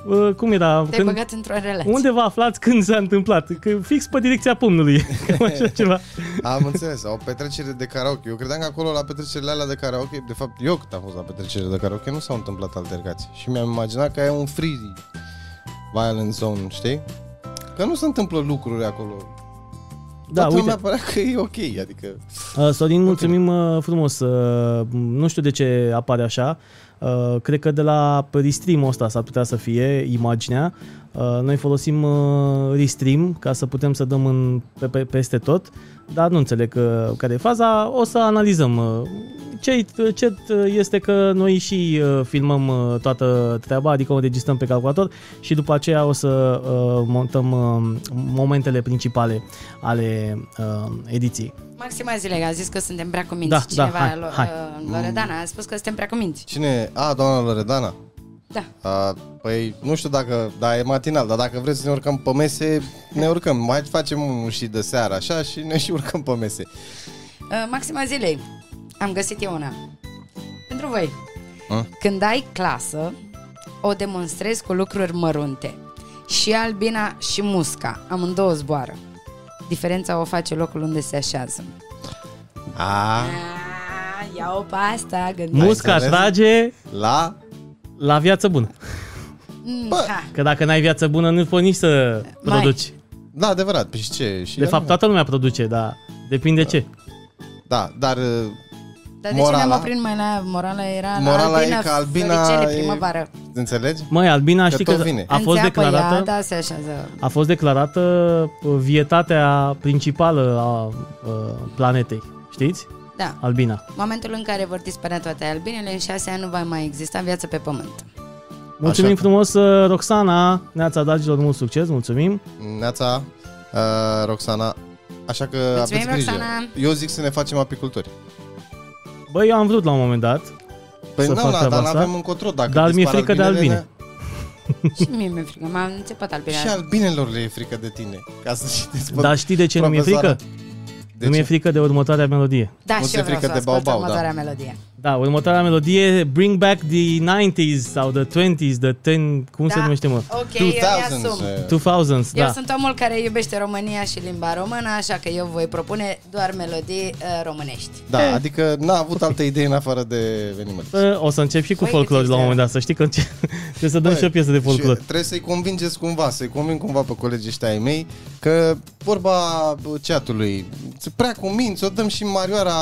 uh, Cum era?
Te-ai băgat într-o relație.
unde vă aflați când s-a întâmplat? Că fix pe direcția pumnului. Cam așa ceva.
Am înțeles, o petrecere de karaoke. Eu credeam că acolo la petrecerile alea de karaoke, de fapt eu cât am fost la petrecerile de karaoke, nu s-au întâmplat altercații. Și mi-am imaginat că e un free violent zone, știi? Că nu se întâmplă lucruri acolo.
Da,
Toată
uite.
lumea părea că e ok, adică...
Uh, Sorin, mulțumim uh, frumos. Uh, Nu știu de ce apare așa. Uh, Cred că de la Restream ăsta s-ar putea să fie imaginea. Uh, Noi folosim uh, Restream ca să putem să dăm în, pe, pe, peste tot, dar nu înțeleg că, care e faza. O să analizăm. uh, Ce, ce uh, este că noi și uh, filmăm uh, toată treaba, adică o registrăm pe calculator și după aceea o să uh, montăm uh, momentele principale ale uh, ediției.
Maxima zile a zis că suntem prea cuminți.
Da, da,
Cineva,
hai,
Lo-
hai.
uh, Loredana, a spus că suntem prea cuminți.
Cine? A, doamna Loredana?
Da.
A, păi, nu știu dacă, da, e matinal, dar dacă vreți să ne urcăm pe mese, ne urcăm. Mai facem un și de seară, așa, și ne și urcăm pe mese.
Uh, Maxima zilei. Am găsit eu una. Pentru voi.
A?
Când ai clasă, o demonstrezi cu lucruri mărunte. Și Albina și Musca, amândouă zboară. Diferența o face locul unde se așează.
A,
Ah, Ia-o pe asta, gândiți.
Musca
înțeles?
trage
la...
la viață bună.
Mm,
Bă,
ha.
Că dacă n-ai viață bună, nu poți nici să
Mai.
produci.
Da, adevărat, păi și ce? Și
De fapt, toată lumea produce, dar depinde ce.
Da, dar... uh,
Dar de ce ne-am
Morala?
oprit mai la morala era
Morala
la albina,
e că albina
floricele,
e-
primăvară.
Înțelegi?
Măi, Albina,
Că
știi
tot
că
vine.
a fost
Înțeapă
declarată...
Ea, da, se așează.
A fost declarată uh, vietatea principală a uh, planetei, știți?
Da.
Albina.
Momentul în care vor dispărea toate albinele, în șase ani nu va mai exista viață pe pământ.
Mulțumim
Așa.
frumos, uh, Roxana, neața dragilor, mult succes, mulțumim.
Neața, uh, Roxana... Așa că
Mulțumim,
aveți grijă.
Roxana.
Eu zic să ne facem apicultori.
Băi, eu am vrut la un moment dat,
Păi
Să
nu,
fac
da,
treaba
dar
asta.
avem încotro. Dacă
Dar mi-e
dispar
frică de
albinele,
albine.
Și mie mi-e frică, m-am înțepat albinele.
Și albinelor le e frică de tine. Ca să știți, bă,
dar știi de ce nu mi-e
profesoara.
frică?
De
nu mi-e
ce?
frică de următoarea melodie.
Da,
Nu
și
ți-e
eu vreau
frică
să
de
ascult
baobau, da.
următoarea melodie.
Da, următoarea melodie, Bring Back the 90s sau the 20s, the 10, cum se numește, mă?
Da? Ok,
2000s,
eu mi-asum.
eh,
2000s,
Eu
da.
sunt omul care iubește România și limba română, așa că eu voi propune doar melodii uh, românești.
Da, adică n-a avut alte idei în afară de venimări.
Bă, O Eh. să încep și cu
Băi,
folclor
cât
la un
este
moment dat, să știi că înce- trebuie să dăm
Băi,
și o piesă de
și
folclor.
Trebuie să-i convingeți cumva, să-i conving cumva pe colegii ăștia ai mei că vorba chatului, prea cu minți, o dăm și Marioara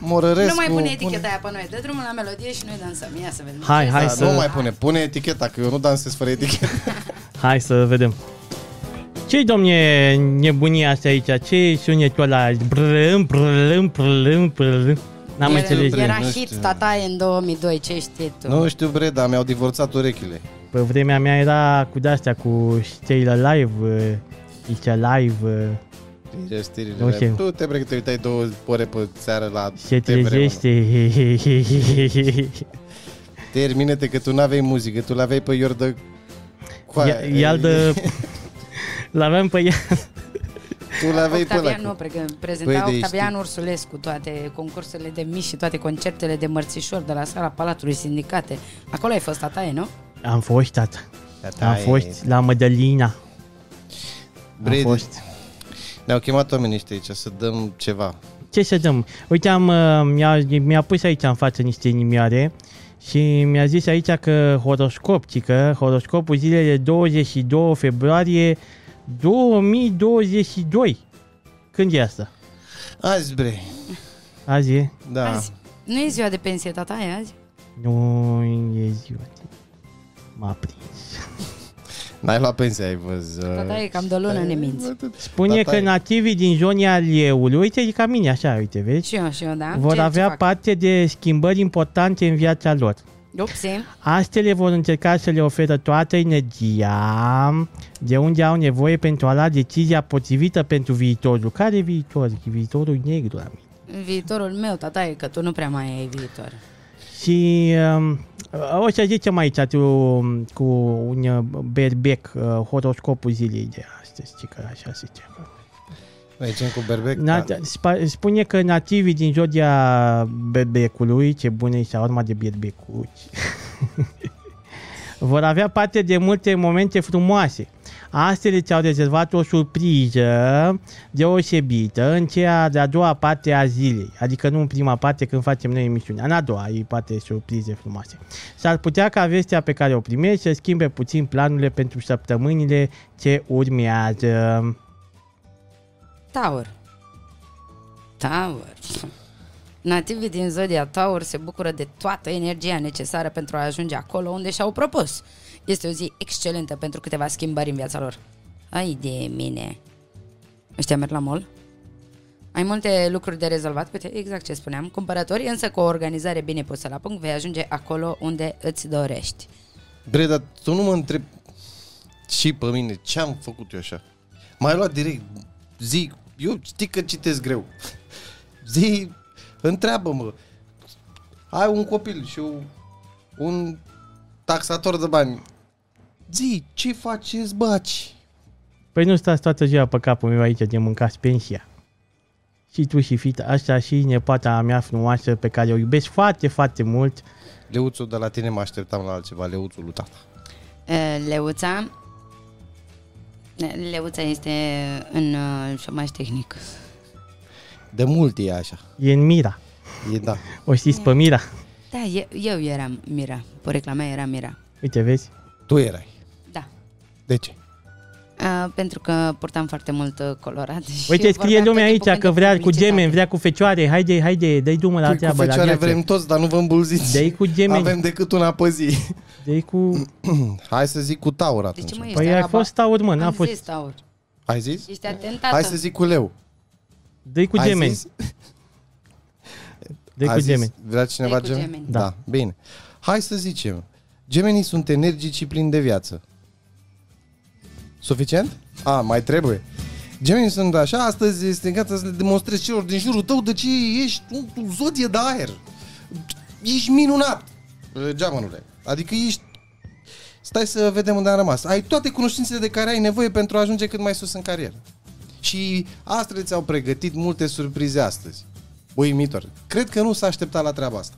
Morărescu.
nu mai pune eticheta aia pe noi. Dă drumul la melodie și noi dansăm. Ia să vedem.
Hai,
Ce
hai
Da,
să-
Nu mai pune, pune eticheta, că eu nu dansez fără etichetă.
Hai să vedem. Ce-i, domne, nebunia asta aici? Ce sunetul ăla? Brâm, brâm, brâm, brâm. N-am
era,
înțeles.
brâm.
Era
Nu
hit
știu.
tataie în 2002, ce știi tu?
uh, nu știu, bre, dar mi-au divorțat urechile.
Pe vremea mea era cu de-astea, cu Stay Alive, uh, It's Alive, uh,
Deci Știrile.
Ok.
Okay. Tu te bre că te uitai două ore pe seară la
se
TVR1.
trezește.
Termine-te că tu n-aveai muzică, tu l-aveai pe Iordă Păi,
Ia- Ial de... L-aveam pe ea.
Tu l-aveai pe
Octavian
ăla.
nu,
cu-
pre- prezenta
Păi, de
Octavian
știi.
Ursulescu toate concursurile de mici și toate concertele de mărțișori de la sala Palatului Sindicate. Acolo ai fost tataie, nu?
Am fost, tata.
Tata,
Am
Da, e-
fost la Mădălina. Am
Bre,
fost.
Ne-au chemat oamenii ăștia aici să dăm ceva.
Ce să dăm? Uite, am, uh, mi-a, mi-a pus aici în față niște inimioare și mi-a zis aici că horoscop, că horoscopul zilei de 22 februarie 2022. Când e asta?
Azi, bre.
Azi e?
Da.
Azi. Nu e ziua de pensie tataie azi?
Nu e ziua. de- M-a prins.
N-ai luat pensia, ai văzut.
Păi,
Tataie e cam de o lună ne minți.
Spune
Tata
că
e.
nativii din zona Leului, uite, e ca mine așa, uite, vezi?
Și eu, și eu, da?
Vor
ce,
avea
ce fac?
parte de schimbări importante în viața lor.
Upsi.
Astele vor încerca să le oferă toată energia de unde au nevoie pentru a lua decizia potrivită pentru viitorul. Care e viitor? Viitorul negru la mine.
Viitorul meu, tataie, că tu nu prea mai ai viitor.
Și um, o să zicem aici tu, cu un uh, berbec uh, horoscopul zilei de astăzi, ci că așa se cheamă.
Mergem cu berbec.
Na,
Da.
spa- spune că nativii din zodia berbecului, ce bună e urma de berbecuci, vor avea parte de multe momente frumoase. Astăzi ți-au rezervat o surpriză deosebită în cea de-a doua parte a zilei, adică nu în prima parte când facem noi emisiunea, în a doua e parte surprize frumoase. S-ar putea ca vestea pe care o primești să schimbe puțin planurile pentru săptămânile ce urmează.
Taur. Taur. Nativii din zodia Taur se bucură de toată energia necesară pentru a ajunge acolo unde și-au propus. Este o zi excelentă pentru câteva schimbări în viața lor. Ai de mine. Ăștia merg la mall? Ai multe lucruri de rezolvat, uite, exact ce spuneam. Cumpărători, însă cu o organizare bine pusă la punct, vei ajunge acolo unde îți dorești.
Bre, dar tu nu mă întreb și pe mine ce am făcut eu așa. M-ai luat direct. Zi, eu știi că citesc greu. Zi, întreabă-mă. Ai un copil și un- un taxator de bani. Zi, ce faceți, baci?
Păi nu stați toată ziua pe capul meu aici de mâncați pensia. Și tu și fita asta și nepoata mea frumoasă pe care o iubesc foarte, foarte mult.
Leuțu, de la tine mă așteptam la altceva, Leuțu lui tata.
Uh, Leuța Leuța este în uh, șomaj tehnic.
De mult e așa.
E în Mira.
E da.
O știți pe Mira?
Da, eu, eu eram Mira. Porecla mea era Mira.
Uite, vezi?
Tu erai.
Da.
De ce?
Uh, pentru că purtam foarte mult uh, colorat. și
Uite, scrie
vorbeam tot
lumea
timpul
aici
când
că
e
vrea cu
publicitate.
gemeni, vrea cu fecioare. Haide, haide, dai drumul la
Păi cu
treabă, Da, la
fecioare
viață.
vrem toți, dar nu vă îmbulziți.
Dă-i cu gemeni,
Avem Mm. decât una pe zi.
dă-i cu...
Hai să zic cu Taur
De
atunci.
Deci ce mă ești
Păi ai
araba?
fost taur, mă, n-a
Am
fost...
zis, taur.
Ai zis?
Ești atentat.
Hai să zic cu Leu.
Dă-i cu
Ai
gemeni,
zis?
dă-i
Ai
cu
zis?
gemeni.
Vrea cineva
Dă-i cu
gemeni?
gemeni.
Da.
Da.
da. Bine. Hai să zicem. Gemenii sunt energici și plini de viață. Suficient? A, mai trebuie. Gemenii sunt așa, astăzi este gata să le demonstrezi celor din jurul tău de ce ești un, un zodie de aer. Ești minunat, uh, geamănule. Adică ești... Stai să vedem unde am rămas. Ai toate cunoștințele de care ai nevoie pentru a ajunge cât mai sus în carieră. Și astăzi ți-au pregătit multe surprize astăzi. uimitor. Cred că nu s-a așteptat la treaba asta.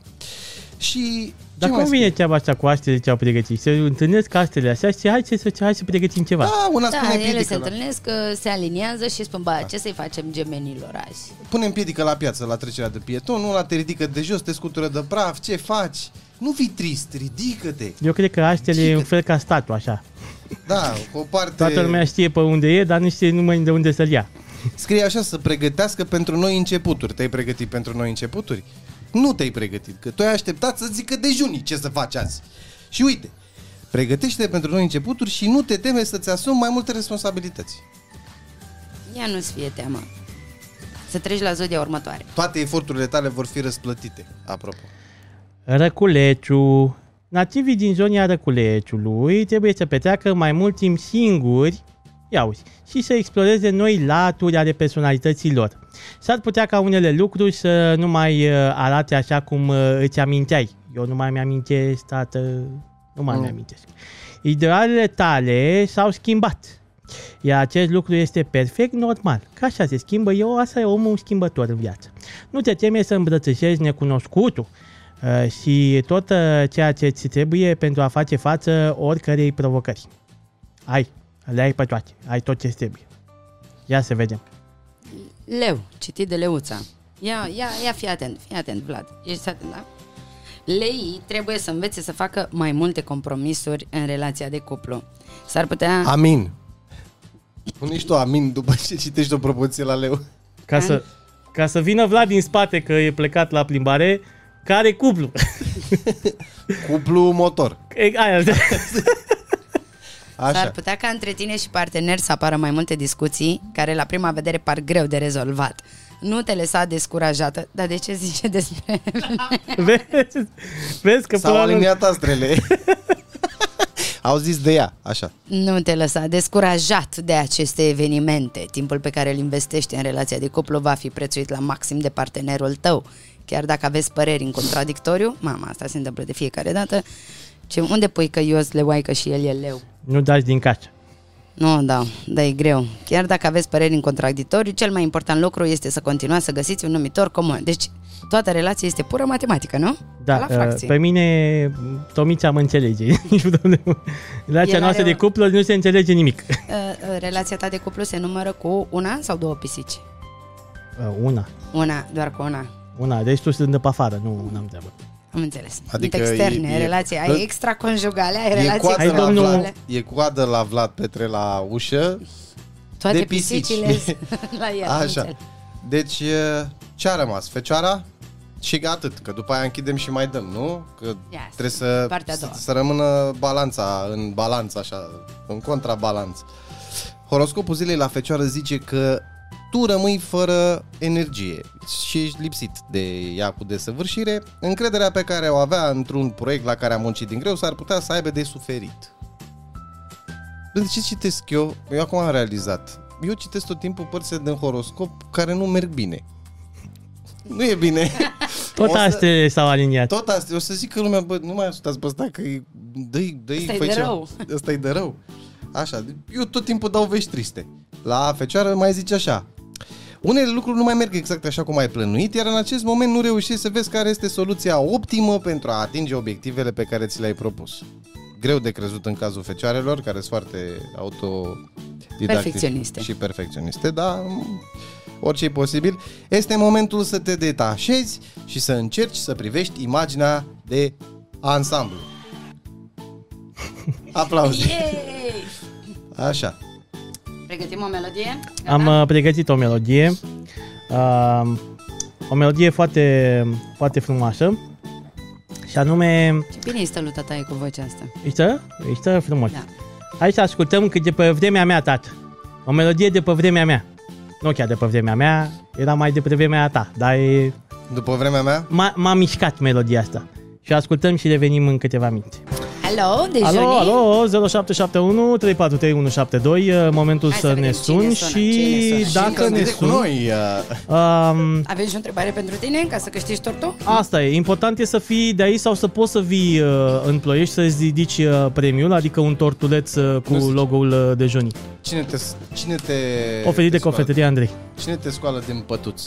Și...
Dar
ce
cum
mai
vine treaba asta cu astele ce au pregătit? Se întâlnesc astele așa și hai să, să, hai să pregătim ceva.
Da, una
Da,
spune
ele
piedică.
se
la-
întâlnesc, uh, se aliniază și spun, ba, ce să-i facem gemenilor azi?
Punem piedică la piață, la trecerea de pieton, una te ridică de jos, te scutură de praf, ce faci? Nu fii trist, ridică-te.
Eu cred că astele e
Gică.
un fel ca statul, așa.
Da, cu o parte...
Toată lumea știe pe unde e, dar nu știe numai de unde să-l ia.
Scrie așa, să pregătească pentru noi începuturi. Te-ai pregătit pentru noi începuturi? Nu te-ai pregătit, că tu ai așteptat să zică dejunii ce să faci azi. Și uite, pregătește pentru noi începuturi și nu te teme să-ți asumi mai multe responsabilități.
Ia nu-ți fie teamă. Să treci la zodia următoare.
Toate eforturile tale vor fi răsplătite, apropo.
Răculeciu. Nativii din zona Răculeciului trebuie să petreacă mai mult timp singuri ia uzi, și să exploreze noi laturi ale personalității lor. S-ar putea ca unele lucruri să nu mai uh, arate așa cum uh, îți aminteai. Eu nu mai mi-amintesc, tată, nu mai
Mm.
mi-amintesc. Idealele tale s-au schimbat. Iar acest lucru este perfect normal. Ca așa se schimbă eu, asta e omul schimbător în viață. Nu te teme să îmbrățișezi necunoscutul uh, și tot uh, ceea ce ți trebuie pentru a face față oricărei provocări. Ai, le ai pe toate, ai tot ce ți trebuie. Ia să vedem.
Leu, citit de Leuța. Ia, ia, ia fi atent, fii atent, Vlad. Ești atent, da? Leii trebuie să învețe să facă mai multe compromisuri în relația de cuplu. S-ar putea...
Amin. Pune și tu amin după ce citești o propoziție la leu.
Ca să, ca să vină Vlad din spate că e plecat la plimbare, care cuplu?
Cuplu motor.
E, Aia,
Așa.
S-ar putea ca între tine și partener să apară mai multe discuții care la prima vedere par greu de rezolvat. Nu te lăsa descurajată, dar de ce zice despre...
vezi, vezi că
S-au
până la urmă-
aliniat astrele. Au zis de ea, așa.
nu te lăsa descurajat de aceste evenimente. Timpul pe care îl investești în relația de cuplu va fi prețuit la maxim de partenerul tău. Chiar dacă aveți păreri în contradictoriu, mama, asta se întâmplă de fiecare dată, ce, unde pui că eu sunt leoaică și el e leu?
nu dați din casă.
Nu, da, dar e greu. Chiar dacă aveți păreri în contradictoriu, cel mai important lucru este să continuați să găsiți un numitor comun. Deci, toată relația este pură matematică, nu? Ca
Da,
la fracții.
pe mine Tomița mă înțelege. Niciun domnul. Relația
El
noastră
are
de
o-
cuplu nu se înțelege nimic.
Uh, uh, Relația ta de cuplu se numără cu una sau două pisici?
Uh, Una,
Una, doar cu una.
una, deci tu sunt de pe afară, nu am treabă.
Am înțeles.
Adică
Adică externe,
e- e-
e, relații,
Îl-
ai extraconjugale, ai
E
relații
coadă,
Hai,
la
domnul-
Vlad, e coadă la Vlad Petre la ușă.
Toate
de pisici.
pisicile sunt la el.
Așa.
înțeleg.
Deci, e, ce a rămas? Fecioara? Și că atât, că după aia închidem și mai dăm, nu? Că
Ia,
trebuie să,
partea a
să,
doua.
să rămână balanța în balanță, așa, în contrabalanț. Horoscopul zilei la fecioară zice că tu rămâi fără energie și ești lipsit de ea cu desăvârșire, încrederea pe care o avea într-un proiect la care a muncit din greu s-ar putea să aibă de suferit. Păi De ce citesc eu? Eu acum am realizat. Eu citesc tot timpul părțile din horoscop care nu merg bine. Nu e bine.
Tot
O să-
astele s-au aliniat.
Tot asta, o să zic că lumea, bă, nu mai ascultați pe ăsta, că e- dă-i, dă-i,
Ăsta e
fă-i
de
ceva.
rău.
Ăsta e de rău. Așa, eu tot timpul dau vești triste. La fecioară mai zice așa, unele lucruri nu mai merg exact așa cum ai plănuit, iar în acest moment nu reușești să vezi care este soluția optimă pentru a atinge obiectivele pe care ți le-ai propus. Greu de crezut în cazul fecioarelor, care sunt foarte
Perfecționiste.
autodidactice și perfecționiste, dar m, orice e posibil. Este momentul să te detașezi și să încerci să privești imaginea de ansamblu. Aplauze.
Yay!
Așa.
Pregătim o melodie? Gata?
Am
Da.
uh, pregătit o melodie. Uh, o melodie foarte, foarte frumoasă. Și anume...
Ce bine este luta ta e cu vocea asta.
Ești, ești frumos.
Da.
Hai să ascultăm cât de pe vremea mea, tată. O melodie de pe vremea mea. Nu chiar de pe vremea mea, era mai de pe vremea ta, dar e...
După vremea mea,
m-a, m-a mișcat melodia asta. Și ascultăm și revenim în câteva minute.
Hello, de
Alo,
Juni.
alo, 0771 343172, e uh, momentul
Hai
să, ne
să vedem cine
suni
sună,
și
cine sună.
dacă
Cine
ne
sunteți cu
suni...
noi. uh,
Um,
Avem și o întrebare pentru tine ca să câștigi tortul?
Asta e, important e să fii de aici sau să poți să vii uh, în ploiești să-ți ridici uh, premiul, adică un tortuleț uh, cu
Nu zice.
logo-ul uh, de Johnny.
Cine te, cine te
Oferit
te
de
scoală?
cofetăria Andrei.
Cine te scoală din pătuț?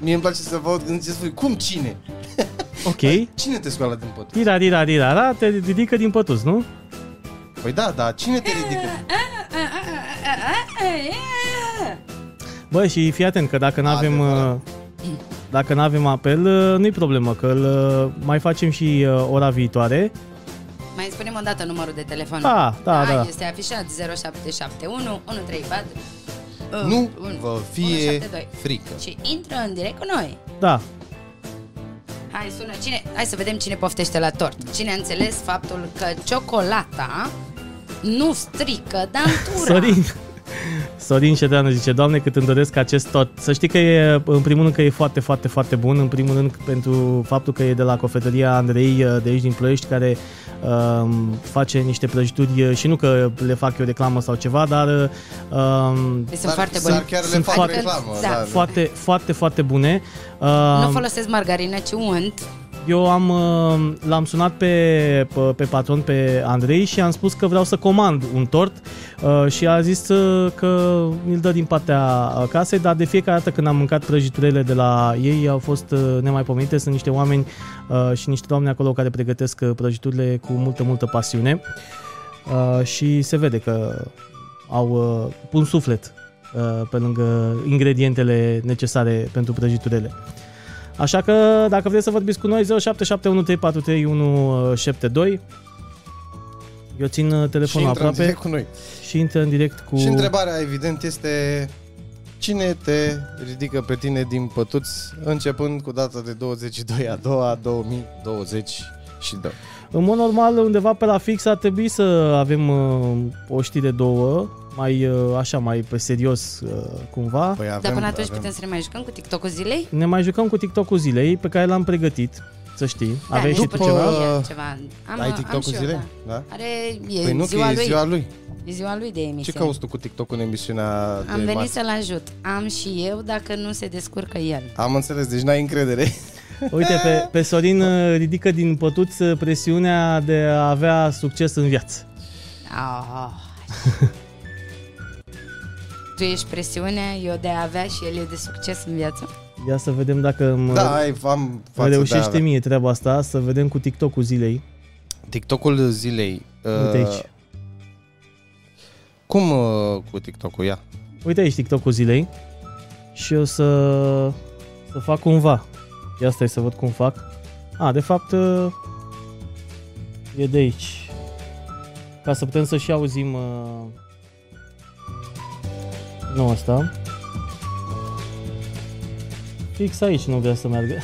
mie îmi place să văd când ziceți voi, cum cine? Păi,
Ok.
Cine te scoală din pătut?
Tira, tira, tira, ra, te ridică din pătuț, nu?
Păi da, da, cine te ridică?
Bă, și fii atent că dacă nu avem
Adevărat.
dacă nu avem apel, uh, nu-i problemă, că îl uh, mai facem și uh, ora viitoare.
Mai spunem o dată numărul de telefon.
Da, da, da.
Este afișat 0771 134 uh,
Nu
un-
vă fie
172.
frică.
Și intră în direct cu noi.
Da,
Hai, sună cine... Hai să vedem cine poftește la tort. Cine a înțeles faptul că ciocolata nu strică dantura.
Sorin. Sorin Ședeanu zice, Doamne, cât îmi doresc acest tot. Să știi că e, în primul rând, că e foarte, foarte, foarte bun. În primul rând, pentru faptul că e de la cofetăria Andrei uh, de aici din Ploiești, care um, face niște prăjituri uh, și nu că le fac eu reclamă sau ceva, dar um,
Sunt
Dar-
foarte
dar
buni.
chiar le
Sunt
fac
foarte-
reclamă. Da.
Da.
da.
foarte, foarte, foarte bune. Uh,
Nu folosesc margarină, ci unt.
Eu am, uh, l-am sunat pe, pe, pe patron, pe Andrei și am spus că vreau să comand un tort uh, și a zis uh, că mi-l dă din partea uh, casei, dar de fiecare dată când am mâncat prăjiturele de la ei au fost uh, nemaipomenite, sunt niște oameni uh, și niște doamne acolo care pregătesc uh, prăjiturile cu multă, multă pasiune uh, și se vede că au uh, pun suflet uh, pe lângă ingredientele necesare pentru prăjiturele. Așa că dacă vreți să vorbiți cu noi 0771343172 eu țin uh,
Și
telefonul
intră în
aproape
direct cu noi.
și intră în direct cu...
Și întrebarea, evident, este cine te ridică pe tine din pătuți începând cu data de 22 a 2 a 2022.
În mod normal, undeva pe la fix ar trebui să avem uh, o știre două, mai uh, așa, mai pe serios uh, cumva.
Păi avem,
Dar până atunci
avem.
putem să ne mai jucăm cu TikTok-ul zilei?
Ne mai jucăm cu TikTok-ul zilei pe care l-am pregătit, să știi. Aveai
da,
și
după
tu ceva?
el ceva. Am,
Ai
am
TikTok-ul
și eu,
zilei?
Da.
Da?
Are, e
Păi nu, că
ziua
e
lui.
ziua lui.
E ziua lui de
Ce
emisiune.
cauți tu cu TikTok în emisiunea de
Am venit
marți?
să-l ajut. Am și eu dacă nu se descurcă el.
Am înțeles, deci n-ai încredere. Da.
Uite, pe, pe Sorin uh, ridică din pătuț uh, presiunea de a avea succes în viață.
Oh. tu ești presiunea, eu de a avea și el e de succes în viață.
Ia să vedem dacă îmi
Da, ai, am față
reușește
de
mie treaba asta, să vedem cu TikTok-ul zilei.
TikTok-ul zilei.
Uite
uh,
aici.
Cum uh, cu TikTok-ul? Ia.
Uite aici TikTok-ul zilei și eu să, să fac cumva. Ia stai să văd cum fac. A, de fapt uh, e de aici. Ca să putem să și auzim uh, nu asta. Fix aici nu vrea să meargă.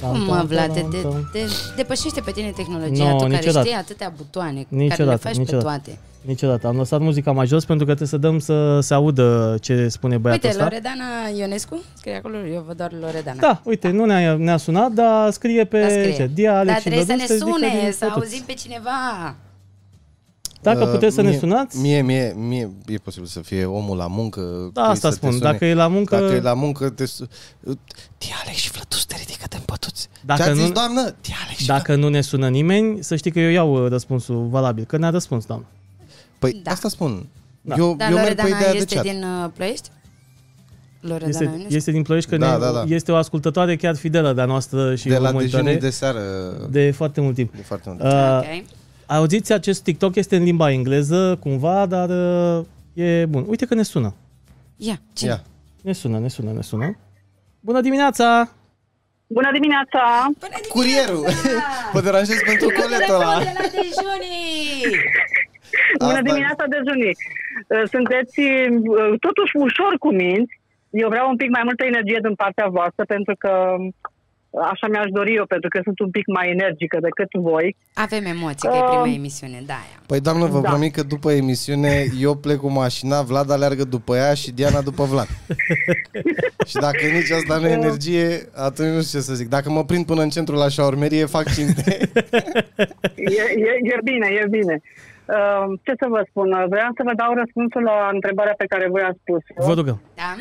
Tam,
Cum,
tam,
mă, Vlad,
tam,
te,
tam.
te depășește pe tine tehnologia,
No,
tu care
niciodată.
știi atâtea butoane, care le
Niciodată,
faci
niciodată.
pe toate.
Niciodată. Am lăsat muzica mai jos pentru că trebuie să dăm să se audă ce spune băiatul
Uite,
ăsta.
Loredana Ionescu, scrie acolo, eu văd doar Loredana.
Da, uite, nu ne-a, ne-a sunat, dar scrie pe
Dar
ce?
Da, scrie.
Dia Alex
Dar
și
trebuie să
Vlăduț
ne
ridică din
sune, să
pătuț.
auzim pe cineva.
Dacă
Uh,
puteți să ne
mie-
sunați,
Mie, mie, mie e posibil să fie omul la muncă.
da, asta
să te
spun.
sune.
Dacă e la muncă,
Dacă e la muncă, te... su- Dialex și Flătus te ridică de pătuți.
Dacă
Ce-a zis,
nu-
doamnă? Dialex și Flătus.
dacă nu ne sună nimeni, să știi că eu iau uh, răspunsul valabil, că ne-a răspuns, doamnă.
Păi
Da.
asta spun.
Da.
Eu,
Dar
eu merg pe
Loredana
ideea de
este
chat.
din uh, Ploiești? Loredana
Este,
Ionescu?
este din Ploiești, că
Da,
ne,
da, da.
este o ascultătoare chiar fidelă de-a noastră și
De
o
la
urmăritoare
dejunii de seară. De...
de foarte mult timp.
de foarte mult.
Uh,
Ok.
Auziți, acest TikTok este în limba engleză, cumva, dar uh, e bun. Uite că ne sună.
Ia, cine?
Ia.
Ne sună, ne sună, ne sună. Bună dimineața!
Bună dimineața!
Curierul! Vă deranjez pentru coletul ăla.
Adică De la dejunii!
Bună
Asta-
dimineața, dejunii! Uh, Sunteți uh, totuși ușor cu minți. Eu vreau un pic mai multă energie din partea voastră, pentru că uh, așa mi-aș dori eu, pentru că sunt un pic mai energică decât voi.
Avem emoții, că e prima
Um,
emisiune, da, aia.
Păi doamnă, vă
Da.
promit că după emisiune eu plec cu mașina, Vlad aleargă după ea și Diana după Vlad. și dacă nici asta nu e energie, atunci nu știu ce să zic. Dacă mă prind până în centru la șaurmerie, fac cinste.
E, e, e bine, e bine. Uh, Ce să vă spun? Uh, Vreau să vă dau răspunsul la întrebarea pe care voi ați spus.
Vă rugăm.
Da?
Uh,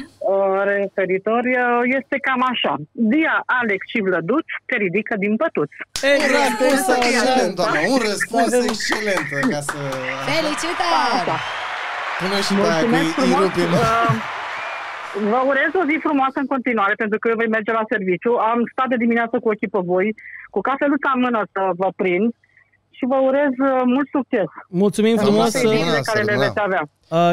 referitor uh, este cam așa. Dia, Alex și Vlăduț te ridică din pătuți.
Un răspuns excelent, doamnă, un răspuns excelent ca să
Felicitări!
punem și pe
Da,
aia
Mulțumesc
cu
frumos! Da.
irupim.
Uh, Vă urez o zi frumoasă în continuare, pentru că eu voi merge la serviciu. Am stat de dimineață cu ochii pe voi, cu cafeluța în mână să vă prind și vă urez uh, mult succes.
Mulțumim
În
frumos
toate
să-
uh,
ideile
Să
care le
rămână.
veți avea.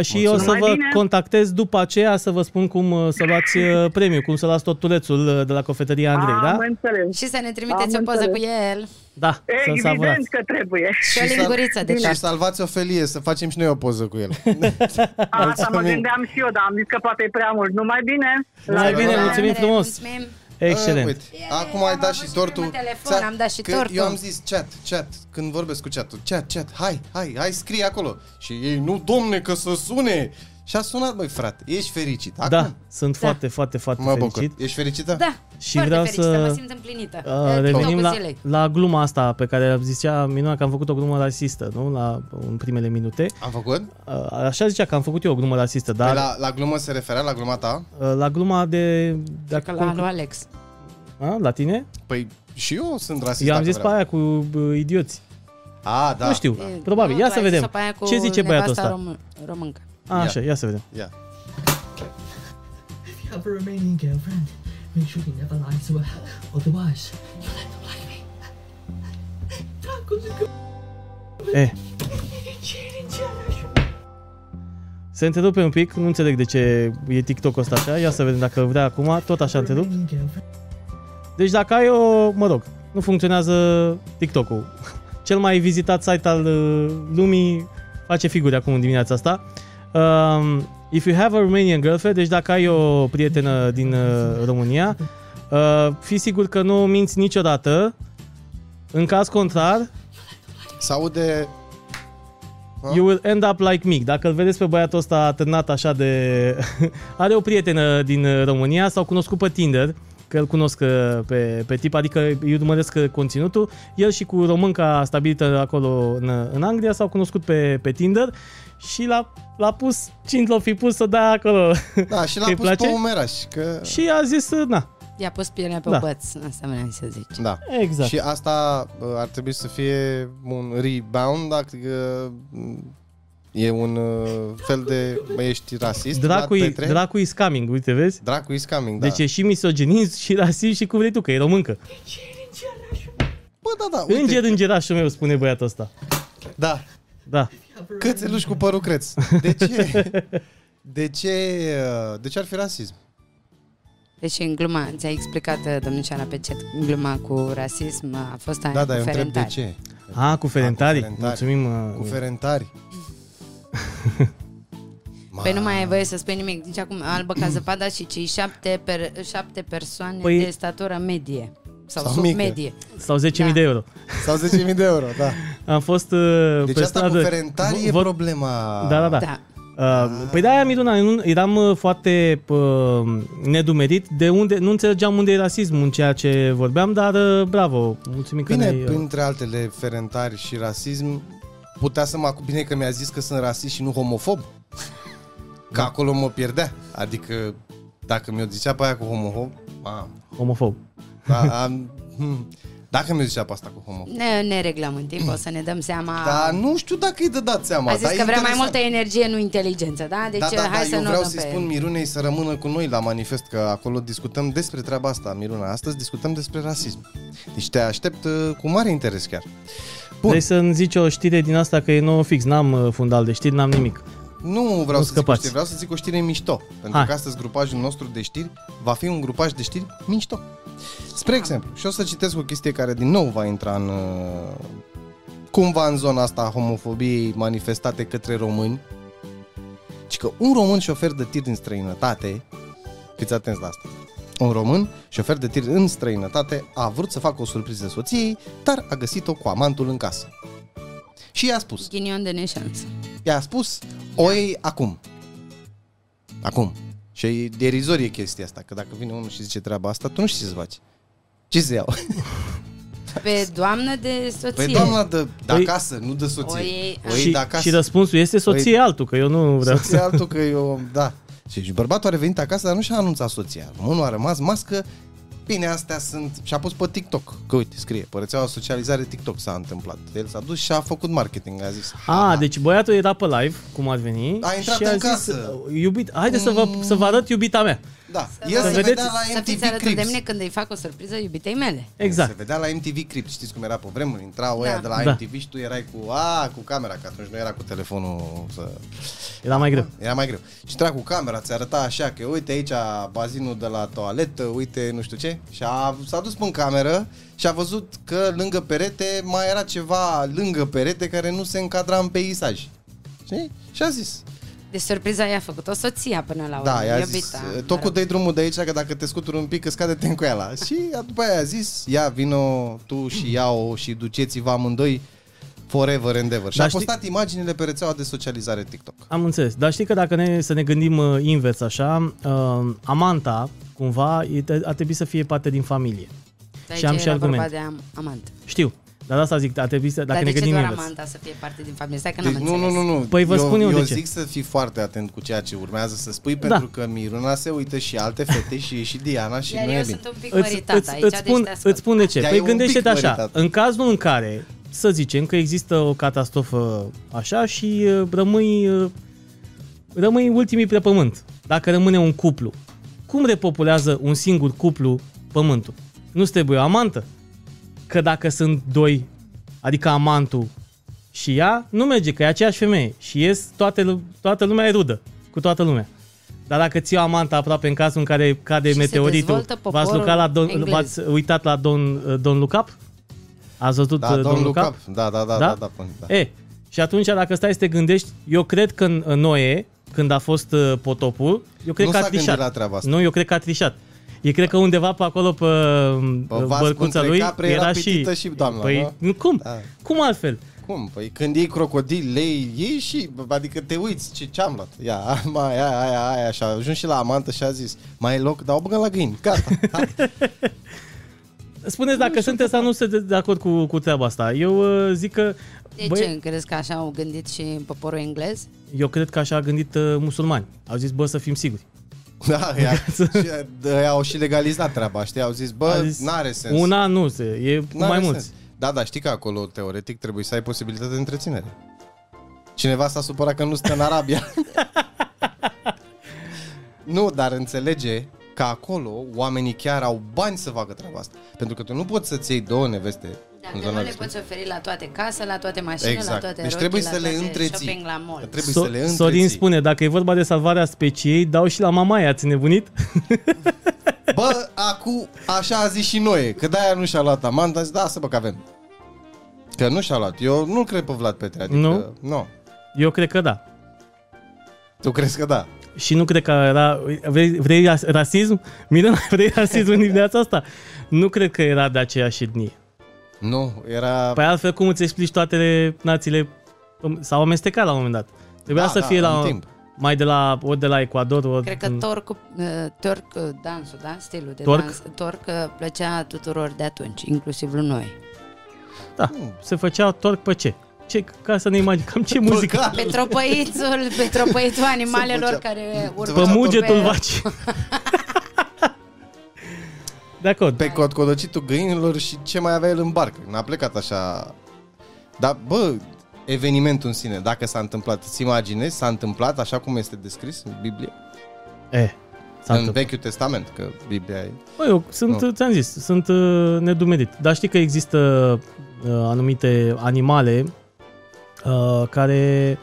și eu o să
Numai
vă
bine.
contactez după aceea să vă spun cum uh, să luați uh, premiu, cum să luați tortulețul uh, de la cofetăria Andrei,
Am
da?
înțeles.
Și să ne trimiteți
Am
o poză cu
înțeles.
el
Da, să
Evident
savurați.
că trebuie.
și o
Și să-
linguriță de
Și
tot.
salvați o felie, să facem și noi o poză cu el.
Asta mă
Mulțumim.
gândeam și eu, dar am zis că poate e prea mult. Numai bine!
Mai bine,
bine, revedere,
mulțumim frumos!
Mulțumim.
Excelent!
Ah, uite,
Yay,
Acum ai
am
dat
avut
și
și
tortul.
primul telefon, am dat și
că
tortul.
Eu am zis chat, chat. Când vorbesc cu chatul, chat, chat, hai, hai, hai, scrie acolo. Și ei, nu domne, că să sune. Și a sunat, băi frate, ești fericit. Acum
Da, sunt foarte, foarte, foarte
mă bucur.
fericit.
Ești fericită?
Da,
Și
foarte
vreau
fericită,
să-
mă simt împlinită.
Uh,
Uh,
revenim la,
zilei.
la gluma asta pe care zicea Minuna că am făcut o glumă rasistă, nu? La, în primele minute.
Am făcut?
Uh, așa zicea că am făcut eu o glumă rasistă,
Dar...
dar la,
Păi La, la glumă se referea, la gluma ta?
la gluma de... de
Că
acum,
la lui Alex.
a, la tine?
Păi și eu sunt rasist.
Eu am
dacă
zis pe
vreau.
aia cu uh, idioți.
A, da.
Da, nu știu,
E,
da. probabil.
nu,
Ia
tu
să
ai
vedem.
zis-o pe aia cu
Ce zice băiatul
nevasta
ăsta?
Român, româncă.
A, așa, ia să vedem.
Ia.
If you have a Romanian girlfriend, make sure you never lie to her, otherwise you'll end up like me. Tacos and go
Eh,
cheating cherish.
se întrerupe un pic, nu înțeleg de ce e TikTok-ul ăsta așa. Ia să vedem dacă vrea acum, tot așa întrerup.
Romanian girlfriend.
Deci dacă ai o, mă rog, nu funcționează TikTok-ul. Cel mai vizitat site al uh, lumii face figuri acum în dimineața asta. Um, if you have a Romanian girlfriend, deci dacă ai o prietenă din uh, România, uh, fii sigur că nu minți niciodată. În caz contrar,
Se aude...
You will end up like me. Dacă îl vedeți pe băiatul ăsta atârnat așa de... Are o prietenă din uh, România, s-au cunoscut pe Tinder, că îl cunosc uh, pe, pe tip, adică îi urmăresc uh, conținutul. El și cu românca stabilită acolo în, în Anglia s-au cunoscut pe, pe Tinder și l-a, l-a pus, cine l-a fi pus să dea acolo.
Da, și l-a
Îi
pus
place?
pe umeraș, că...
și a zis, uh, na,
I-a pus pielea pe
Da.
da. băț, asta mi să zic.
Da.
exact.
Și asta bă, ar trebui să fie un rebound, dacă m, e un uh, fel de bă, ești rasist. la
Dracu-i,
Petre?
dracu-i scamming, uite, vezi?
Dracu is coming, da.
Da. Deci e și misoginist și rasist și cum vrei tu, că e româncă.
Cheating cherish.
Bă, da, da, uite.
Uite. Înger îngerașul meu, spune băiatul ăsta.
Da.
Da.
Cățeluș cu părul creț. De ce? De ce, uh, de ce ar fi rasism?
Deci în gluma, ți-a explicat uh, domnișoara pe chat, gluma cu rasism a fost aia
Da,
cu
da, eu întreb de
Ferentari.
ce.
A, Ah, cu ferentari.
ferentari.
Mulțumim. uh,
Ah, Cu ferentari. Ma,
Păi nu mai ai voie să spui nimic. Deci acum albă ca zăpada și cei șapte, per, șapte persoane
Păi-
păi... de statură medie. Sau,
Sau
sub
mică.
medie.
Sau 10.000
Da.
de euro.
Sau 10.000 de euro, da.
Am fost uh,
Deci
pe
asta cu
stradă.
ferentari e
Vă-
problema.
Da, da, da.
Da.
Uh, păi de-aia, Miruna, nu- eram uh, foarte uh, nedumerit de unde, nu înțelegeam unde e rasismul în ceea ce vorbeam, dar uh, bravo, mulțumim că
Bine,
ne-ai... uh,
printre altele, ferentari și rasism, putea să mă acu- bine că mi-a zis că sunt rasist și nu homofob.
Da.
Că acolo mă pierdea. Adică, dacă mi-o zicea pe aia cu homofob, am,
Homofob.
da, am, hmm, dacă mi-o zicea pe asta cu homofob.
Ne, ne reglăm în timp, o să ne dăm seama.
Dar nu știu dacă îi de dat seama.
Da. A zis
Da, dar
că
e
vrea mai
interesant.
multă energie, nu inteligență, da? Deci
da, da,
hai
da,
să
eu
nu
vreau
dăm
să-i
pe-
spun Mirunei să rămână cu noi la manifest, că acolo discutăm despre treaba asta, Miruna. Astăzi discutăm despre rasism. Deci te aștept uh, cu mare interes chiar. Bun.
Vrei să-mi zici o știre din asta că e nouă fix, n-am uh, fundal de știri, n-am nimic.
Nu vreau
Nu
să zic o
scăpați.
știre, vreau să zic o știre mișto. Pentru
Hai.
că astăzi grupajul nostru de știri va fi un grupaj de știri mișto. Spre exemplu, și o să citesc o chestie care din nou va intra în uh, cumva în zona asta a homofobiei manifestate către români. Ci că un român șofer de tir din străinătate, fiți atenți la asta, un român șofer de tir în străinătate a vrut să facă o surpriză soției, dar a găsit-o cu amantul în casă. Și i-a spus,
Ghinion de neșansă.
i-a spus, o iei acum. Acum. Și e derizorie chestia asta, că dacă vine unul și zice treaba asta, tu nu știi ce să faci. Ce să iau?
Pe doamnă de soție.
Da. Păi doamna dă de
Păi-
acasă, nu de soție.
O iei-
O iei
și,
de acasă.
și răspunsul este soție
Păi-
altul, că eu nu vreau
soția
să...
altul că eu, da. Și bărbatul a revenit acasă, dar nu și-a anunțat soția. Românul a rămas mască Bine, astea sunt... Și a pus pe TikTok, că uite, scrie, pe rețeaua socializare TikTok s-a întâmplat. El s-a dus și a făcut marketing, a zis.
A, deci băiatul era pe live, cum ar veni,
A intrat
și
în
a zis,
casă.
iubit, haide să vă, să vă arăt iubita mea.
Da, el
vă-
se vedea
vedeți-
la
Să fiți
MTV
alături de
Crips.
mine când îi fac o surpriză iubitei mele.
Exact.
Se vedea la MTV Crip, știți cum era pe vremuri, intrau ăia
Da.
de la
Da.
MTV și tu erai cu, a, cu camera, că atunci nu era cu telefonul să...
Era mai greu.
Era mai greu. Și intra cu camera, ți arăta așa că uite aici bazinul de la toaletă, uite nu știu ce. Și a, s-a dus în cameră și a văzut că lângă perete mai era ceva lângă perete care nu se încadra în peisaj. Știi? Și a zis.
Deci surpriza i-a făcut-o soția până la urmă.
Da, i-a zis,
iubita.
tocul dă drumul de aici, că dacă te scuturi un pic, îți cade tencuiala. Și după aia a zis, ia, vino tu și iau și duceți-vă amândoi forever and ever. Și
Dar
a
știi-
postat imaginile pe rețeaua de socializare TikTok.
Am înțeles. Dar știi că dacă ne, să ne gândim uh, invers așa, uh, Amanta, cumva, e- te- ar trebui să fie parte din familie.
De aici
și am
deci era
și argument.
vorba de am, amant.
Știu. Dar asta zic, ar trebui să, dacă
Dar
ne
de ce
gândim
doar
invers.
amanta să fie parte din familie? Stai că n-am
Deci, nu,
înțeles.
nu, nu, nu.
Păi vă
eu,
spun eu de ce. Da.
zic să fii foarte atent cu ceea ce urmează să spui, pentru că Miruna se uită și alte fete și e și Diana și
Iar
nu e
eu
bine.
sunt un pic măritată aici,
îți,
deci
spun,
te ascult.
îți spun de ce.
Dar e
Păi
un pic
gândește-te așa,
măritat.
în cazul în care, să zicem că există o catastrofă așa și uh, rămâi, uh, rămâi ultimii pe pământ, dacă rămâne un cuplu, cum repopulează un singur cuplu pământul? Nu-ți trebuie o amantă? Că dacă sunt doi, adică amantul și ea, nu merge, că e aceeași femeie și ies, toate, lu- toată lumea e rudă cu toată lumea. Dar dacă ți-o amanta aproape în cazul în care cade
Și se
meteoritul,
dezvoltă
v-ați,
poporul
lucrat la Don,
englez.
v-ați uitat la Don, Don Lucap? Ați văzut
Da,
uh, Don
domnul, domnul
Lucap?
Cap. Da, da, da, da,
Da?
da, da, până- da.
E, și atunci dacă stai să te gândești, eu cred că în în Noe, când a fost uh, potopul, eu cred
Nu
că a
s-a gândit
trișat.
la treaba asta.
Nu, eu cred că a trișat. E cred că undeva pe acolo pe,
Pe vas
bărcuța
între
lui
capre era
era
pitită
și...
și doamna,
păi,
da?
cum?
Da.
Cum altfel?
Cum? Păi când iei crocodil, le iei și, adică te uiți ce, ce-am luat. Ia, mai, aia, aia, aia, și a ajuns și la amantă și a zis, mai e loc, dar o băgăm la găini, gata. Hai.
Spuneți dacă sunteți sau nu sunteți de acord cu, cu treaba asta. Eu uh, zic că...
De
băi,
ce? Crezi că așa au gândit și poporul englez?
Eu cred că așa a gândit uh, musulmani. Au zis, bă, să fim siguri.
da, ia, și, aia au și legalizat treaba, știi, au zis, bă,
a zis,
n-are sens.
Una nu se, e cu
N-are
mai
sens.
mulți.
Da, da, știi că acolo, teoretic, trebuie să ai posibilitate de întreținere. Cineva s-a supărat că nu stă în Arabia. nu, dar înțelege că acolo oamenii chiar au bani să facă treaba asta. Pentru că tu nu poți să-ți iei două neveste în
Dacă
zona
Da, nu le
respectivă.
poți oferi la toate casă, la toate mașini, la
Exact.
toate
deci
rochi,
trebuie
la
să le
toate
întreții.
shopping la mall.
Trebuie
So-
să le întreții.
Sorin spune, dacă e vorba de salvarea speciei, dau și la mamaia, ați nebunit?
Bă, acu, așa a zis și noi, că de-aia nu și-a luat amanda, zis, da, să bă, că avem. Că nu și-a luat. Eu nu cred pe Vlad Petre, adică,
Nu?
nu.
Eu cred că da.
Tu crezi că da?
Și nu cred că era... Vrei, vrei ras- rasism? Miruna, vrei rasism în viața asta? Nu cred că era de aceeași etnie.
Nu, era...
Păi altfel cum îți explici toate națiile um, s-au amestecat la un moment dat. Trebuia
Da,
să
da,
fie la,
în timp.
mai de la, ori de la Ecuador, ori
Cred că
în-
torc, uh, torc uh, dansul, da? Stilul de
Mm. Torc?
dans. Torc uh, plăcea tuturor de atunci, inclusiv lui noi.
Da, se făcea torc pe ce? ce? Ca să ne imaginăm cam ce muzică.
Băcalul.
Petropăițul, petropăitul animalelor
făcea-
care
Pe
urmau
Făcea
mugetul vaci. De acord.
pe cotcodăcitul găinilor și ce mai avea el în barcă. N-a plecat așa... Dar, bă, evenimentul în sine, dacă s-a întâmplat, îți imaginezi, s-a întâmplat așa cum este descris în Biblie?
E, s-a
în
întâmplat.
Vechiul Testament, că Biblia e...
Bă, eu sunt,
Nu.
ți-am zis, sunt uh, nedumerit. Dar știi că există uh, anumite animale uh, care,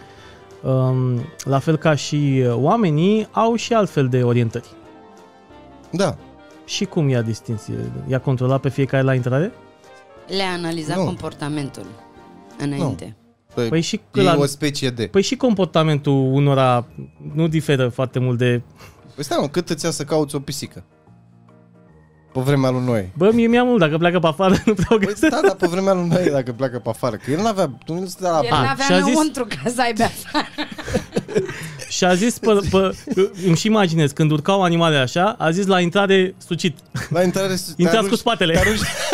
um, la fel ca și uh, oamenii, au și altfel de orientări.
Da.
Și cum ia distinție? I-a controlat pe fiecare la intrare?
Le-a analizat
Nu.
comportamentul înainte.
Păi,
Păi și
e
la-
o specie de...
Păi și comportamentul unora nu diferă foarte mult de...
Păi stai mă, cât îți ia să cauți o pisică? Pe vremea lui Noe.
Bă, mie mi-a mult, dacă pleacă pe afară nu prea o
Păi
găsesc.
da, dar pe vremea lui Noe dacă pleacă pe afară. Că el n-avea... da, Nu el stătea la...
El
A,
n-avea
și-a zis-
înăuntru ca să aibă afară.
Și a zis, pe, pe, îmi și imaginez, când urcau animale așa, a zis la intrare sucit.
La intrare... te
Intrați
arunci-
cu spatele.
te arunci-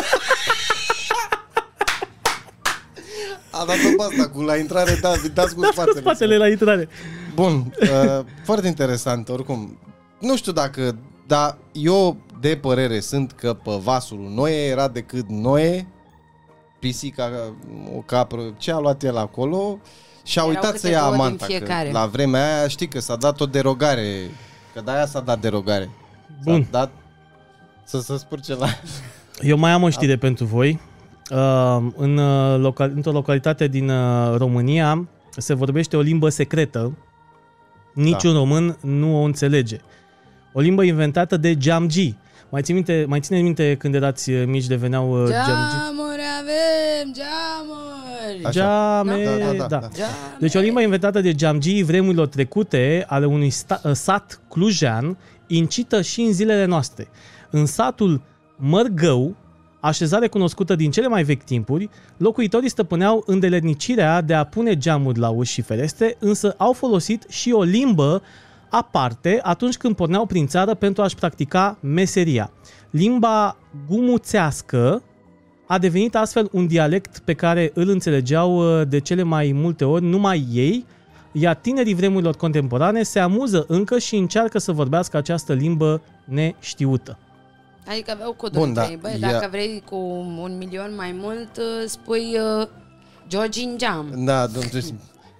A dat-o pe asta cu la intrare, da, dați cu spatele.
Spatele la intrare.
Bun, uh, foarte interesant, oricum. Nu știu dacă, dar eu de părere sunt că pe vasul lui Noe era decât Noe, pisica, o capră, ce a luat el acolo și a
Erau
uitat
câte
să ia
două din
amanta. că
fiecare.
La vremea aia știi că s-a dat o derogare, că de aia s-a dat derogare.
Bun.
S-a dat să se spurce la...
Eu mai am o știre pentru voi. Uh, în, uh, local, într-o localitate din uh, România se vorbește o limbă secretă.
Da.
Niciun român nu o înțelege. O limbă inventată de geamgii. Mai, ții minte, mai ține minte când erați uh, mici de veneau uh, geamgii?
Geamuri avem, geamuri!
Așa.
Geame,
Da, da, da, da.
Geamuri.
Deci o limbă inventată de geamgii vremurilor trecute ale unui sta- ă, sat clujean incită și în zilele noastre. În satul Mărgău, așezare cunoscută din cele mai vechi timpuri, locuitorii stăpâneau îndeletnicirea de a pune geamuri la uși și ferestre, însă au folosit și o limbă aparte atunci când porneau prin țară pentru a-și practica meseria. Limba gumuțească, a devenit astfel un dialect pe care îl înțelegeau uh, de cele mai multe ori numai ei, iar tinerii vremurilor contemporane se amuză încă și încearcă să vorbească această limbă neștiută.
Adică aveau codul
Bun,
Bun,
da,
da. Băi,
ia-
dacă vrei cu un milion mai mult, uh, spui uh, George in geam.
Da, domnul, deci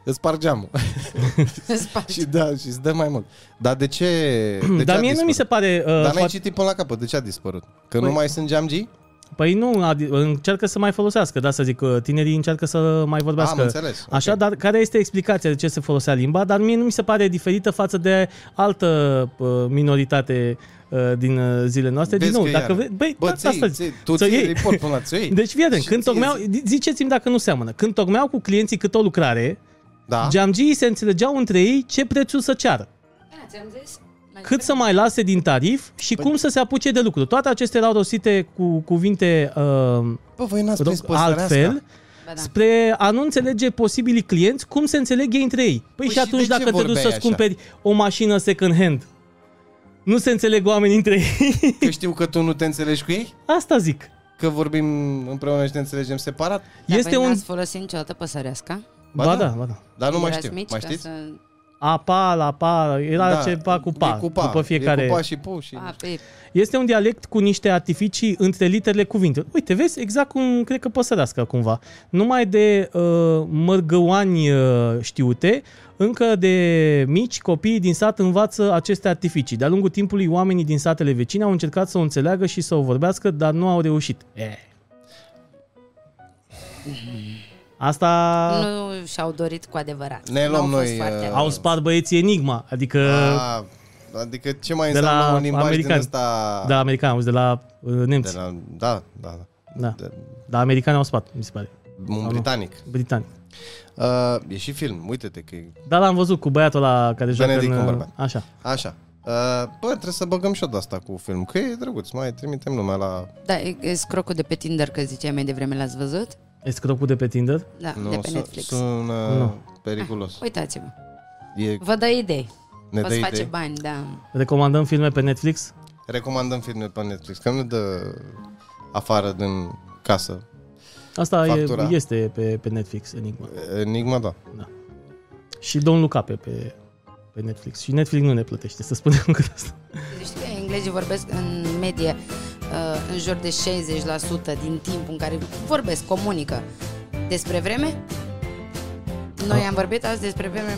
îți sparg geamul. și da, și îți dă mai mult. Dar de ce... De ce
Dar
a
mie nu mi se
dispărut?
pare... Uh,
Dar n-ai
foarte-
citit până la capăt, de ce a dispărut? Că nu
Păi-
mai sunt geamgii?
Păi nu, adi- încearcă să mai folosească, da, să zic, uh, tinerii încearcă să mai vorbească.
Am înțeles, ok.
Așa, dar care este explicația de ce se folosea limba, dar mie nu mi se pare diferită față de altă uh, minoritate uh, din uh, zilele noastă. Din
Vezi
nou,
că
dacă
iar-
vrei, băi,
Bă,
da,
ții,
asta
ții,
zic,
tu
să
ții
iei.
report până la ții.
Deci, prieten,
Și
când
ție
tocmeau, ziceți-mi dacă nu seamănă, când tocmeau cu clienții cât o lucrare,
Da.
geamgii se înțelegeau între ei ce prețul să ceară,
ți-am zis? Mai
cât să mai lase din tarif și
Păi-
cum să se apuce de lucru. Toate acestea erau rosite cu cuvinte uh,
Bă, voi n-ați prins păsăreasca.
altfel,
Ba da.
spre a nu înțelege posibilii clienți cum se înțeleg ei între ei. Păi,
Păi
și
și
atunci
de ce
dacă te duci
vorbeai
să-ți
așa?
cumperi o mașină second hand, nu se înțeleg oamenii între ei.
Că știu că tu nu te înțelegi cu ei?
Asta zic.
Că vorbim împreună și ne înțelegem separat?
Dar
este
voi
un...
n-ați folosit niciodată păsăreasca?
păi Ba
Ba
da.
da, ba da.
Dar nu mai
Erați
știu.
mici
Mai
ca
știți?
Să...
Apa, la pa, era da, ceva cu pa,
e cu pa.
după fiecare.
E cu pa și pu și...
A, pe,
Este un dialect cu niște artificii între literele cuvintelor. Uite, vezi, exact cum cred că păsărească cumva. Numai de uh, mărgăoani uh, știute, încă de mici copii din sat învață aceste artificii. De-a lungul timpului, oamenii din satele vecine au încercat să o înțeleagă și să o vorbească, dar nu au reușit. Eh. Asta...
nu și-au dorit cu adevărat.
Ne
Nu
luăm
au fost
noi,
foarte
uh,
atenți.
Au spart băieții enigma, adică...
A, adică ce mai
de
înseamnă
la
un limbaj din
americani.
ăsta...
Da, americani, auzi, de la uh,
Ah. De
nemți.
la... Da, da, da.
Da.
de-
Dar americani au spat, mi se pare.
Un
nu.
britanic.
Britanic.
Uh, e și film, uite-te că e...
Da, l-am văzut cu băiatul ăla care joacă
Benedict
în... uh,
Cumberbatch.
Așa.
Așa. Uh, bă, trebuie să băgăm și de asta cu film, că e drăguț, mai trimitem lumea la...
Da, e, e scrocul de pe Tinder, că ziceai mai devreme, l-ați văzut?
Escropul de pe Tinder?
Da, de pe
su-
Netflix.
Sună
Nu.
periculos.
Uitați-vă,
E,
vă dă idei.
ne dă
Vă face
idei.
bani, da.
Recomandăm filme pe Netflix?
Recomandăm filme pe Netflix, că nu dă afară din casă.
Asta e,
Factura.
este pe, pe Netflix, Enigma.
Enigma, da.
Și Domnul Cape pe, pe Netflix. Și Netflix nu ne plătește, să spunem încă asta.
Deci știi că englezii vorbesc în medie uh, în jur de 60% din timpul în care vorbesc, comunică despre vreme. Noi am vorbit azi despre vreme.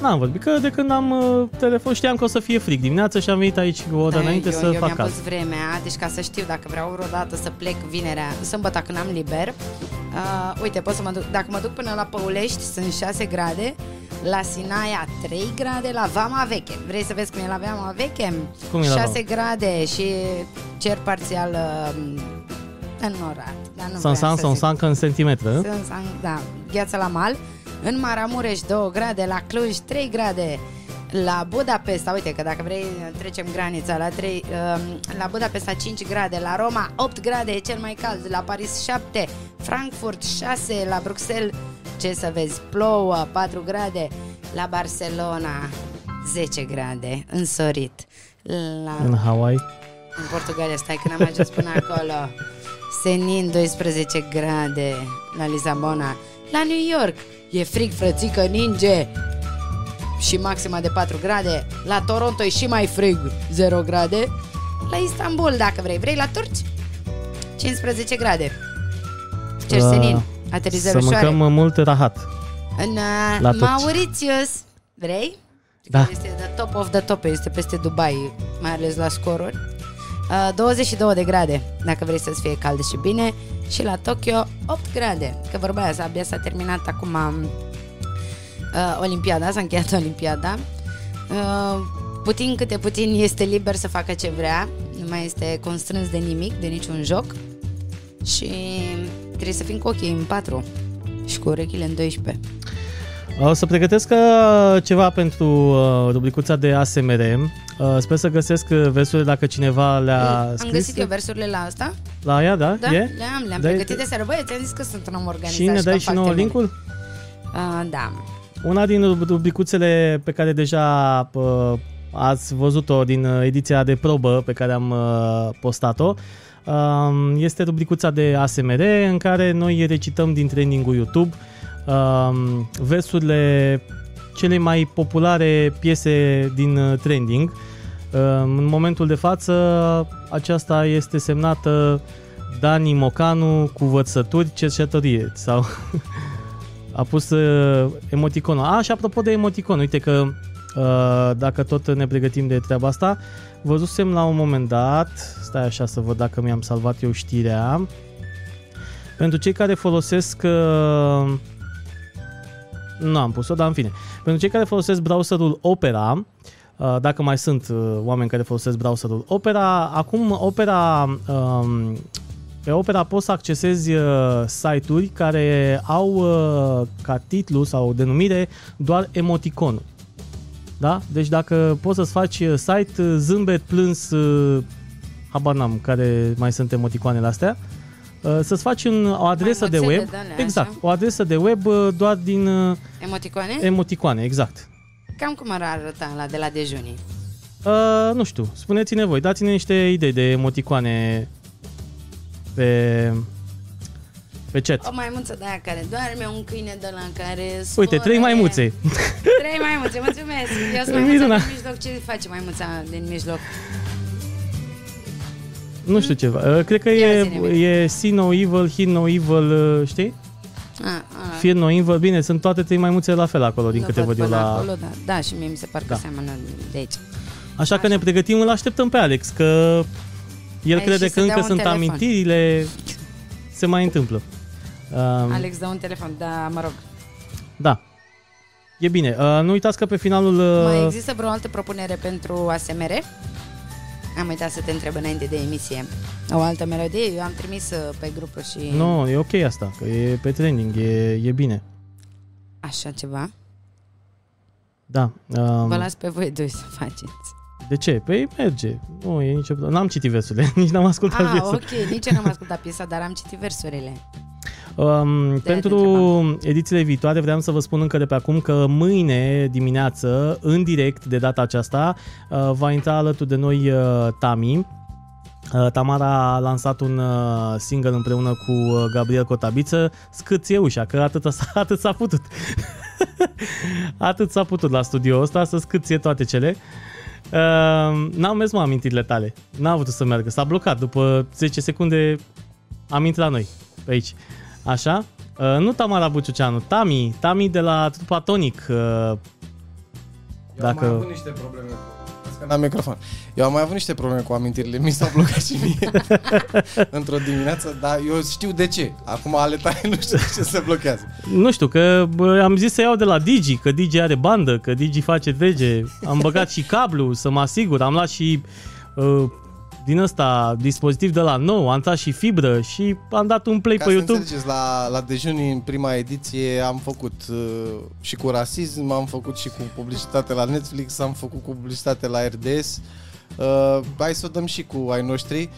N-am vorbit, că de când am uh, telefon știam că o să fie frig dimineața și am venit aici o oră
Da,
înainte
eu,
să
eu
fac
mi-am pus
caz.
vremea, deci ca să știu dacă vreau vreodată să plec vinerea, sâmbătă când am liber. Uh, uite, pot să mă duc, dacă mă duc până la Păulești, sunt 6 grade, la Sinaia 3 grade, la Vama Veche. Vrei să vezi cum e la Vama Veche?
Cum e la
6 grade și cer parțial uh, înnorat. Dar nu
San
vreau
san,
să
san
zic.
san, că în centimetră.
Sunt, san- da, gheață la mal. În Maramureș 2 grade, la Cluj 3 grade, la Budapesta, uite că dacă vrei trecem granița la 3, um, la Budapesta 5 grade, la Roma 8 grade e cel mai cald, la Paris 7, Frankfurt 6, la Bruxelles ce să vezi, plouă 4 grade, la Barcelona 10 grade, însorit. La
În Hawaii.
în Portugalia, stai că n-am ajuns până acolo. Senin 12 grade la Lisabona. La New York e frig, frățică, ninge. Și maxima de 4 grade. La Toronto e și mai frig, 0 grade. la Istanbul, dacă vrei. Vrei la turci? 15 grade. Cer senin.
Uh,
Aterizări
Să
ușoare.
mâncăm mult rahat.
În uh,
la
la
turci.
Mauritius. uh, Vrei?
Da.
Este the top of the top, este peste Dubai, mai ales la scoruri. Uh, 22 de grade, dacă vrei să-ți fie cald și bine. Și la Tokyo, 8 grade. Că vorba aia, s-a- abia s-a terminat acum um, uh, Olimpiada, s-a încheiat Olimpiada. Uh, puțin câte puțin este liber să facă ce vrea, nu mai este constrâns de nimic, de niciun joc. Și trebuie să fim cu ochii în patru și cu urechile în 12.
O să pregătesc uh, ceva pentru uh, rubricuța de ASMR. Uh, Sper să găsesc uh, versurile dacă cineva le-a
Am
scris.
găsit eu versurile la asta.
La ea, da?
Da,
e?
le-am, le-am
Dai-
pregătit de seară. Băi, ți-am zis că sunt un om organizat
Și ne
că
dai
îmi
și
fac
nouă
temele.
linkul?
Ah, da.
Una din rubricuțele pe care deja pă, ați văzut-o din uh, ediția de probă pe care am uh, postat-o um, este rubricuța de ASMR în care noi recităm din trending-ul YouTube um, versurile cele mai populare piese din uh, trending. Um, În momentul de față aceasta este semnată Dani Mocanu cu vățături cercetărie sau a pus uh, emoticonul. A, și apropo de emoticon, uite că uh, dacă tot ne pregătim de treaba asta, văzusem la un moment dat, stai așa să văd dacă mi-am salvat eu știrea, pentru cei care folosesc uh, nu am pus-o, dar în fine. Pentru cei care folosesc browserul Opera, uh, dacă mai sunt uh, oameni care folosesc browserul Opera, acum Opera um, pe Opera poți să accesezi uh, site-uri care au uh, ca titlu sau denumire doar emoticonul. Da? Deci dacă poți să-ți faci uh, site uh, zâmbet, plâns, uh, habar n-am care mai sunt emoticoanele astea, uh, să-ți faci un, o adresă de
Maimuțele
web,
de alea,
exact,
așa.
o adresă de web uh, doar din uh,
Emoticoane?
emoticoane, exact.
Cam cum ar arăta la de la dejunii.
Uh, nu știu, spuneți-ne voi, dați-ne niște idei de emoticoane pe, pe
O
chat.
maimuță de aia care doarme, un câine de la care
Uite, trei maimuțe.
Trei maimuțe, mulțumesc. Eu sunt
Miruna.
maimuța din mijloc. Ce face maimuța din mijloc?
nu știu ceva. Uh, cred că
Ia
e,
zi-ne,
e See No Evil, Hear No Evil, uh, știi?
Ah, ah,
Fear No Evil, bine, sunt toate trei maimuțe la fel acolo, din
nu
câte văd eu
până
la...
Acolo, da. da, și mie mi se pare că
Da.
seamănă de aici.
Așa că ne pregătim, îl așteptăm pe Alex, că el
Ai
crede
și
că
să dea
încă
un
sunt
telefon.
amintirile, se mai întâmplă. Um,
Alex, dă un telefon, da, mă rog.
Da. E bine. Uh, nu uitați că pe finalul... Uh,
Mai există vreo altă propunere pentru ASMR? Am uitat să te întreb înainte de emisie. O altă melodie? Eu am trimis uh, pe grupul și
Nu, e ok asta, că e pe trending, e, e bine.
așa ceva.
Da.
Vă
Um,
las pe voi doi să faceți.
de ce? Păi merge. Nu, e nicio... N-am citit versurile, nici n-am ascultat
Ah,
versurile.
ok, nici eu n-am ascultat piesa, dar am citit versurile.
Um,
te
pentru edițiile viitoare vreau să vă spun încă de pe acum că mâine dimineață, în direct de data aceasta, uh, va intra alături de noi uh, Tami. Uh, Tamara a lansat un uh, single împreună cu uh, Gabriel Cotabiță, Scâție ușa, că atât s-a, atât s-a putut. atât s-a putut la studio ăsta să scâție toate cele. Uh, n-au mers mă amintirile tale, n-a avut să meargă, s-a blocat după 10 secunde am intrat la noi, pe aici. Așa? Uh, nu Tamara Buciuceanu, Tami, Tami de la trupa Tonic. Uh,
Eu am mai
Dacă-
avut niște probleme cu... Stai La microfon. Eu am mai avut niște probleme cu amintirile, mi s-au blocat și mie într-o dimineață, dar eu știu de ce. Acum ale tale nu știu de ce se blochează.
nu știu, că bă, am zis să iau de la Digi, că Digi are bandă, că Digi face trege. Am băgat și cablu să mă asigur, am luat și uh, din ăsta dispozitiv de la nou, am dat și fibră și am dat un play
Ca
pe
să
YouTube.
înțelegeți, la, la dejun în prima ediție am făcut uh, și cu rasism, am făcut și cu publicitate la Netflix, am făcut cu publicitate la RDS. Uh, hai să o dăm și cu ai noștri.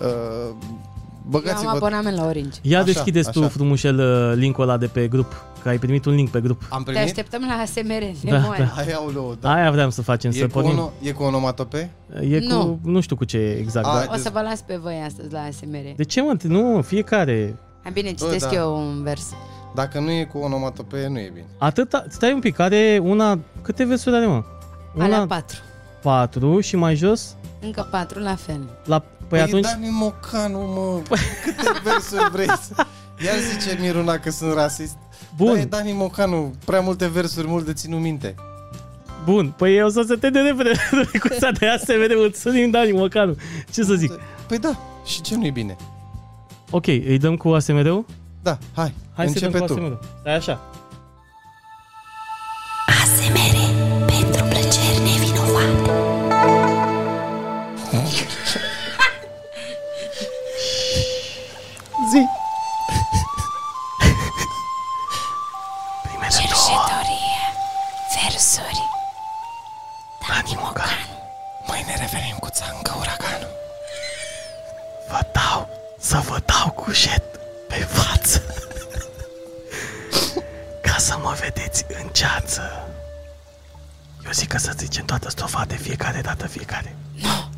Uh,
Eu am
băgați-vă...
abonament la Orange.
Ia
Așa,
deschideți tu
așa.
frumușel uh, linkul ăla de pe grup, că ai primit un link pe grup.
Am
Te
primit?
așteptăm la ASMR, ne
Da,
mori.
da.
Hai, aoleu, da.
Aia vreau să facem,
E
să
cu,
pornim.
ono, e cu onomatope?
E cu, nu.
Nu.
nu știu cu ce e exact,
A,
dar
O să vă las pe voi astăzi la ASMR.
De ce mă? Nu, fiecare.
Hai, Bine, citesc
da.
eu un vers.
Dacă nu e cu onomatope, nu e bine.
Atâta, stai un pic, are una, câte versuri are mă?
Alea
Una,
patru.
4 și mai jos
Încă patru, la fel.
la... Păi atunci... Păi-
Dani Mocanu, mă, câte versuri vrei să... Iar zice Miruna că sunt rasist.
Bun.
Dar e Dani Mocanu, prea multe versuri, mult de ținut minte.
Bun, păi eu o să se te de repede cu să de astea, vedem, mulțumim Dani Mocanu. Ce să zic?
Păi da, și ce nu-i bine?
Ok, îi dăm cu ASMD-ul?
Da, hai,
Hai să
începe
dăm cu
tu.
ASMD-ul. Stai așa.
ASMR pentru plăceri nevinovate.
Zi.
Cerșetorie. Versuri.
Dani Mocanu,
Mâine revenim cu țancă uraganul.
vă dau să vă dau cu jet pe față. Ca să mă vedeți în ceață. Eu zic că să zicem toată stofa de fiecare dată fiecare. Nu!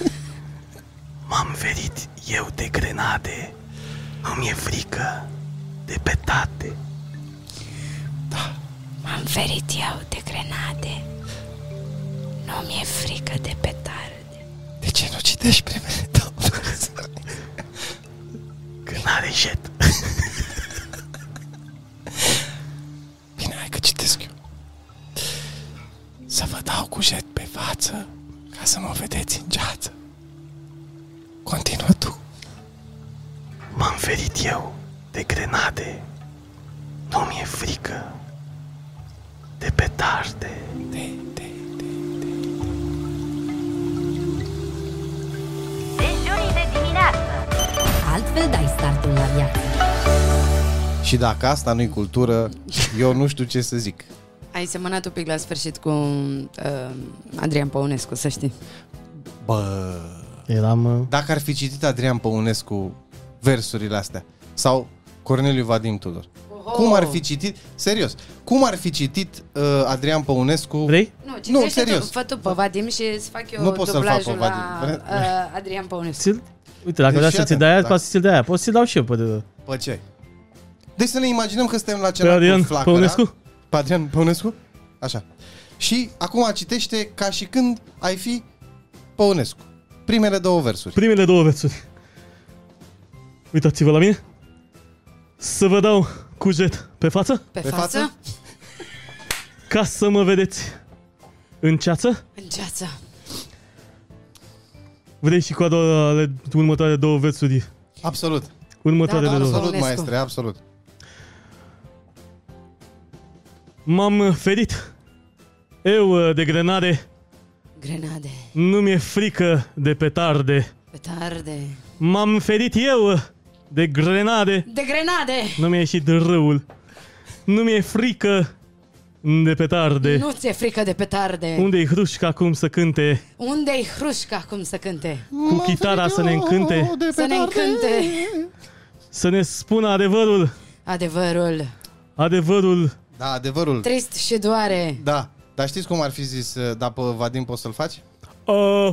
M-am ferit eu de grenade. Nu-mi e frică de petate.
M-am ferit eu de grenade. Nu mi-e frică de petarde.
De ce nu citești primele două
Că n-are jet.
Bine, hai că citesc eu. Să vă dau cu jet pe față ca să mă vedeți în ceață. Continuă tu.
M-am ferit eu de grenade. Nu-mi e frică de petarde.
De, de, de.
Dejurii de dimineață
Altfel dai startul la viață.
Și dacă asta nu-i cultură, eu nu știu ce să zic.
Ai semănat un pic la sfârșit cu uh, Adrian Păunescu, să știi.
Bă...
Eram...
Dacă ar fi citit Adrian Păunescu versurile astea sau Corneliu Vadim Tudor. Cum ar fi citit, serios, cum ar fi citit uh, Adrian Păunescu?
Vrei?
Nu, citește
serios.
Tu, fă tu pe Vadim și îți fac eu
Nu pot să-l fac pe
dublajul
Vadim.
la uh, Adrian Păunescu.
Ți-l... Uite, dacă
Deci
vrea
fii
să ți
atent,
dai aia,
dacă-
poți să ți-l dai aia. Poți să-ți dau și eu pe... de-
Pe ce? Deci să ne imaginăm că suntem la
Pe
ceva
Adrian
cu flacăra.
Păunescu?
Pe Adrian Păunescu? Așa. Și acum citește ca și când ai fi Păunescu. Primele două versuri.
Primele două versuri. Uitați-vă la mine. Să vă dau cu jet pe față
Pe,
Pe
față?
față?
ca să mă vedeți în ceață.
În ceață.
Vrei și cu a doua, ale următoare două versuri.
Absolut.
Următoarele
Da, da,
două.
Absolut,
Păunescu.
maestre, absolut.
M-am ferit eu uh, de grenade,
Grenade.
nu mi-e frică de petarde.
Petarde.
M-am ferit eu uh, de grenade,
De grenade!
nu mi-a ieșit râul. Nu mi-e frică de petarde.
Nu ți-e frică de petarde.
Unde-i Hrușca acum să cânte?
Unde-i hrușca cum să cânte?
Cu chitara să ne încânte?
De
Să ne încânte
Să ne spună adevărul,
adevărul.
adevărul.
Da, adevărul.
Trist și doare.
Da. Dar știți cum ar fi zis, uh, da, pe Vadim poți să-l faci?
Uh,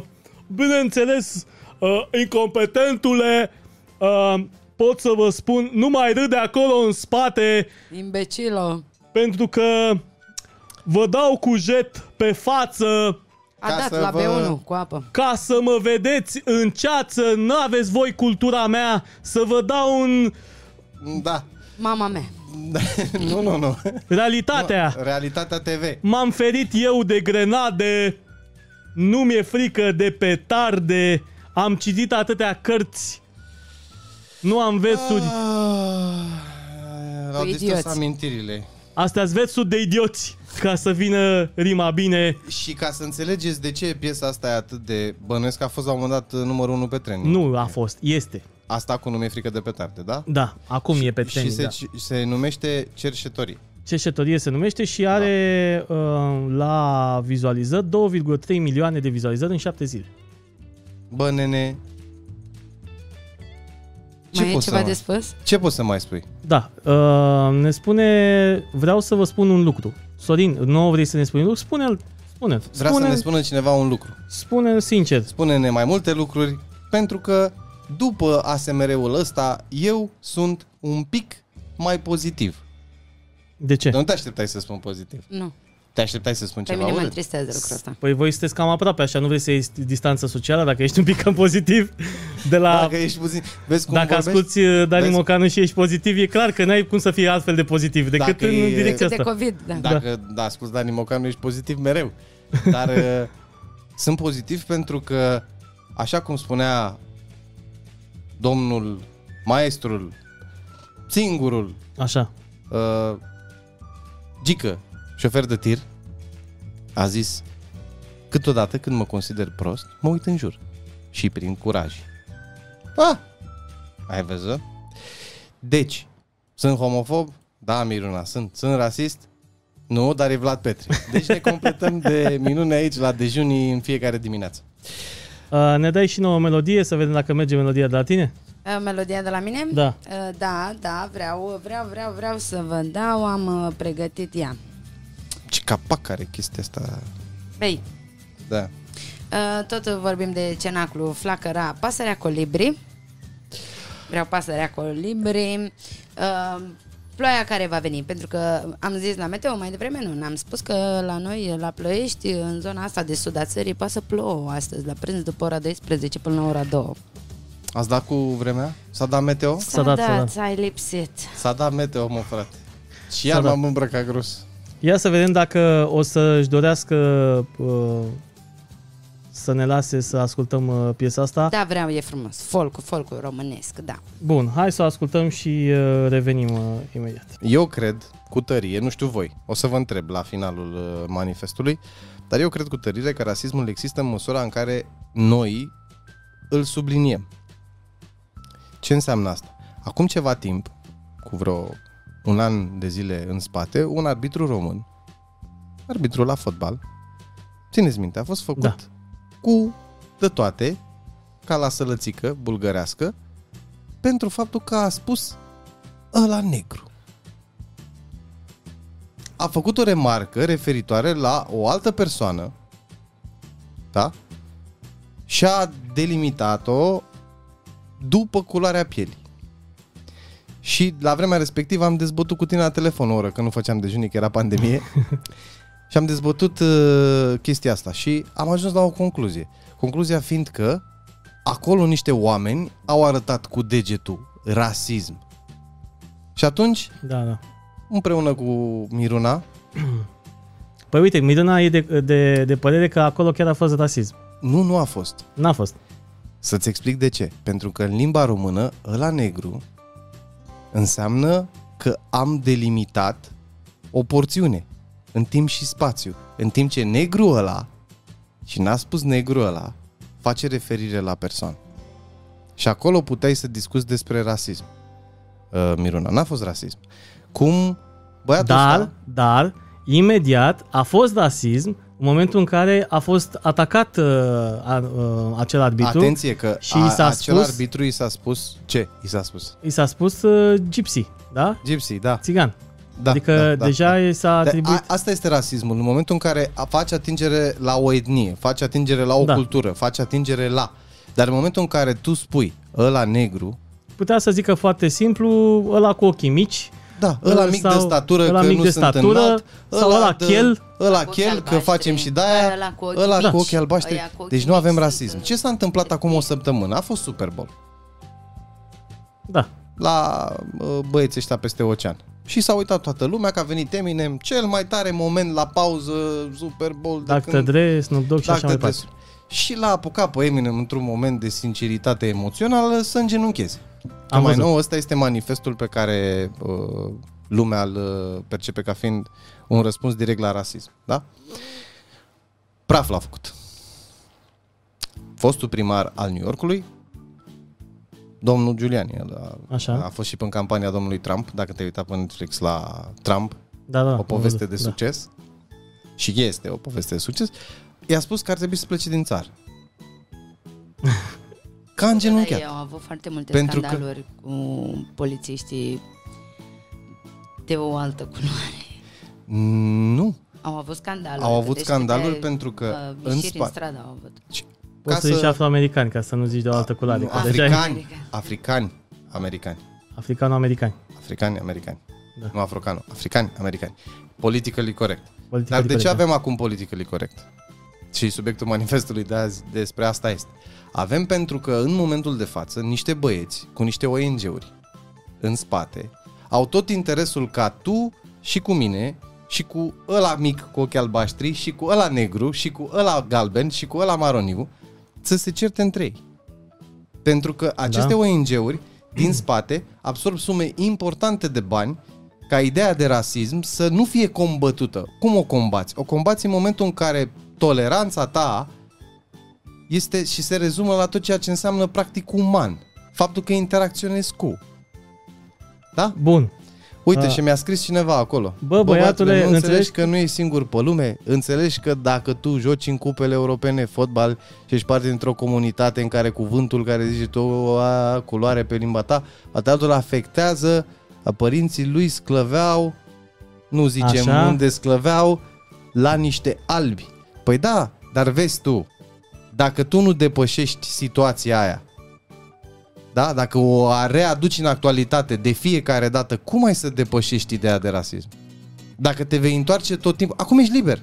bineînțeles, uh, incompetentule, uh, pot să vă spun, nu mai râde acolo în spate,
Imbecilo.
pentru că vă dau cu jet pe față
A
Ca
dat
să
la
vă-
B1 cu apă.
ca să mă vedeți în ceață, n-aveți voi cultura mea, să vă dau în
Da.
Mama mea.
nu, nu, nu.
realitatea.
uh. Realitatea TV.
M-am ferit eu de grenade, nu mi-e frică de petarde, am citit atâtea cărți, nu am versuri.
Ah, Au distrus
Păi idioți.
amintirile.
Astea sunt versuri de idioți, ca să vină rima bine.
Și ca să înțelegeți de ce piesa asta e atât de bănuiesc, că a fost la un moment dat uh, numărul 1 pe trend.
Nu a fost, este.
Asta cu nume frică de petarde, da?
Da, acum e pe
și
trending,
se,
da.
și se numește Cerșetorii.
Ceșetorie se numește și are
Da.
uh, la vizualizări 2,3 milioane de vizualizări în 7 zile.
Bă, nene, Ce
mai e
poți să
ceva
mai-
de spus?
ce poți să mai spui?
Da, uh, ne spune, vreau să vă spun un lucru. Sorin, nouă vrei să ne spui un lucru? Spune-l, spune-l.
Vrea
spune-l.
să ne spună cineva un lucru.
Spune sincer.
Spune-ne mai multe lucruri, pentru că după ASMR-ul ăsta, eu sunt un pic mai pozitiv.
De ce?
Da. Dar nu te așteptai să spun pozitiv.
Nu.
Te așteptai să spun
Pe
ceva,
mine mă
urât?
întristează lucrul ăsta.
Păi voi sunteți cam aproape, așa, nu vrei să iei distanță socială, dacă ești un pic cam pozitiv de la...
Dacă ești puțin... Vezi cum
Dacă
vorbești?
asculti uh, Dani
Vezi?
Mocanu și ești pozitiv, e clar că n-ai cum să fii altfel de pozitiv decât
Dacă
în
e-
direcția
Cât de
asta.
COVID, da. da.
Dacă da. asculti Dani Mocanu, ești pozitiv mereu. Dar uh, sunt pozitiv pentru că, așa cum spunea domnul, maestrul, singurul,
Așa.
uh, Gică, șofer de tir, a zis câteodată când mă consider prost, mă uit în jur și prin curaj. Ah, ai văzut? Deci, sunt homofob? Da, Miruna, sunt. Sunt rasist? Nu, dar e Vlad Petri. Deci ne completăm de minune aici la dejunii în fiecare dimineață.
Uh, ne dai și nouă melodie să vedem dacă merge melodia de la tine?
Uh, Melodia de la mine?
Da.
Uh, Da, da, vreau, vreau, vreau, vreau să vă dau, am uh, pregătit ea.
Ce capac are chestia asta.
Băi,
Da.
uh, tot vorbim de cenaclu, flacăra, pasărea colibri. Vreau pasărea colibri. Uh, Ploaia care va veni, pentru că am zis la meteo mai devreme, nu, am spus că la noi, la Ploiești, în zona asta de sud a țării, poate să plouă astăzi, la prânz după ora 12 până la ora 2.
Ați dat cu vremea? S-a dat meteo?
S-a dat, s-a dat.
ai Da, lipsit.
S-a dat meteo, mă, frate. Și iar
S-a dat.
m-am îmbrăcat gros.
Ia să vedem dacă o să-și dorească uh, să ne lase să ascultăm uh, piesa asta.
Da, vreau, e frumos. Folcul, folcul românesc, da.
Bun, hai să o ascultăm și uh, revenim uh, imediat.
Eu cred cu tărie, nu știu voi, o să vă întreb la finalul uh, manifestului, dar eu cred cu tărie că rasismul există în măsura în care noi îl subliniem. Ce înseamnă asta? Acum ceva timp, cu vreo un an de zile în spate, un arbitru român, arbitru la fotbal, țineți minte, a fost făcut
Da.
da. cu de toate, ca la sălățică bulgărească, pentru faptul că a spus ăla negru a făcut o remarcă referitoare la o altă persoană, da? Și a delimitat-o după culoarea pielii. Și la vremea respectivă am dezbătut cu tine la telefon o oră, că nu făceam dejun, că era pandemie. și am dezbătut uh, chestia asta și am ajuns la o concluzie. Concluzia fiind că acolo niște oameni au arătat cu degetul rasism. Și atunci
Da, da.
împreună cu Miruna,
Păi uite, Miruna e de, de, de părere că acolo chiar a fost rasism.
nu, nu a fost.
N-a fost.
Să-ți explic de ce. Pentru că în limba română, ăla negru înseamnă că am delimitat o porțiune în timp și spațiu. În timp ce negru ăla, și n-a spus negru ăla, face referire la persoană. Și acolo puteai să discuți despre rasism. Uh, Miruna, n-a fost rasism. Cum băiatul
Dar,
ăsta...
dar, imediat a fost rasism în momentul în care a fost atacat uh, a, uh, acel arbitru.
Atenție că
și
a,
i s-a
acel
spus-
arbitru i s-a spus... Ce i s-a spus?
I s-a spus uh, gypsy, da?
Gypsy, da.
Țigan.
da
adică
da, da,
deja
da.
i s-a
Dar
atribuit...
A, asta este rasismul. În momentul în care a- faci atingere la o etnie, faci atingere la o
Da.
da. cultură, faci atingere la... Dar în momentul în care tu spui ăla negru,
Putea să zică foarte simplu, ăla cu ochii mici, ă,
da, ăla mic de
sau
statură
ăla
că
mic
nu
de
sunt
statură,
înalt,
sau ăla
de-
chel.
ăla
Cu ochii
chel, că
albaștri,
facem și de-aia,
ăla cu ochii
ăla cu
mici,
ochii albaștri.
ăia cu ochii
Deci nu avem
mici
rasism.
sunt-
Ce s-a întâmplat acum o săptămână? A fost Super Bowl.
da.
la uh, băieții ăștia peste ocean. Și s-a uitat toată lumea că a venit Eminem, cel mai tare moment la pauză, Super Bowl, de
Dr. Dre, Snoop Dogg și
Dr.
așa mai
Dre.
departe.
Și l-a apucat pe Eminem într-un moment de sinceritate emoțională să îngenuncheze. Că
Am
mai
văzut.
nou, ăsta este manifestul pe care uh, lumea îl uh, percepe ca fiind un răspuns direct la rasism, da? Praf l-a făcut. Fostul primar al New Yorkului, domnul Giuliani, el a,
Așa.
a fost și în campania domnului Trump, dacă te-ai uitat pe Netflix la Trump,
Da, da,
o
am
poveste
văzut,
de
da.
succes și este o poveste de succes, i-a spus că ar trebui să plece din țară. Ca în
Eu
genunchiat.
am avut foarte multe
Pentru
Pentru
că-
scandaluri că... cu polițiștii de o altă culoare.
Nu.
Au avut scandaluri.
Au avut
Deci
scandaluri
câte,
pentru că
Uh,
în
ieșiri în
spate...
stradă au avut.
Poți
ca
să zici
să-
afroamericani, ca să nu zici de o altă culoare.
Nu,
că deja e
Africani, africani, americani.
africano-americani.
Africani, americani.
Da.
Da. Nu afrocano, africani, americani. Politically corect.
Politica
Dar de ce
diferită.
avem acum politically corect? Și subiectul manifestului de azi despre asta este. Avem pentru că în momentul de față niște băieți cu niște ONG-uri în spate au tot interesul ca tu și cu mine și cu ăla mic cu ochii albaștri și cu ăla negru și cu ăla galben și cu ăla maroniu să se certe între ei. Pentru că aceste
Da.
ONG-uri din spate absorb sume importante de bani ca ideea de rasism să nu fie combătută. Cum o combați? O combați în momentul în care toleranța ta este și se rezumă la tot ceea ce înseamnă practic uman. Faptul că interacționezi cu. Da?
Bun.
Uite,
A.
și mi-a scris cineva acolo.
Ah. Bă, băiatule,
nu înțelegi
înțelegi
că nu e singur pe lume? Înțelegi că dacă tu joci în cupele europene fotbal și ești parte dintr-o comunitate în care cuvântul care zici tu a culoare pe limba ta, atâtul afectează a părinții lui sclăveau, nu zicem Așa.
Așa.
unde sclăveau, la niște albi. Păi da, dar vezi tu, dacă tu nu depășești situația aia, da? Dacă o readuci în actualitate de fiecare dată, cum ai să depășești ideea de rasism? Dacă te vei întoarce tot timpul, acum ești liber.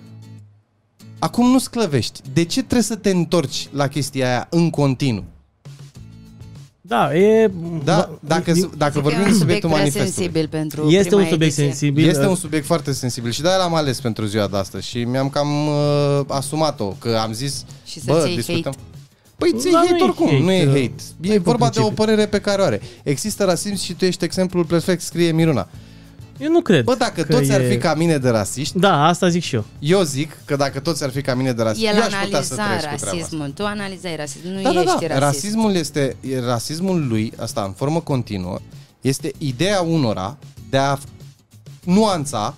Acum nu sclăvești. De ce trebuie să te întorci la chestia aia în continuu?
Da, e...
Da? Dacă, dacă vorbim de subiectul
prea
manifestului.
sensibil pentru
Este
prima
un subiect
ediție.
sensibil. uh,
Este un subiect foarte sensibil și de-aia l-am ales pentru ziua de astăzi și mi-am cam uh, asumat-o, că am zis,
Și să-ți
bă,
iei
discutăm.
hate.
Păi ți
Da, nu
hate
e
oricum,
hate,
nu e
uh,
hate. E
pe
vorba de o
principiu.
părere pe care o are. Există rasism și tu ești exemplul perfect, scrie Miruna.
Eu nu cred
Bă, dacă
că
toți
e...
ar fi ca mine de rasiști,
Da, asta zic și eu.
eu zic că dacă toți ar fi ca mine de rasiști,
El
eu aș putea să
analiza
trăiesc cu treaba asta.
rasismul, tu analizai rasismul, nu
Da, da,
ești
da.
rasist.
Rasismul este, e- rasismul lui, asta în formă continuă, este ideea unora de a f- nuanța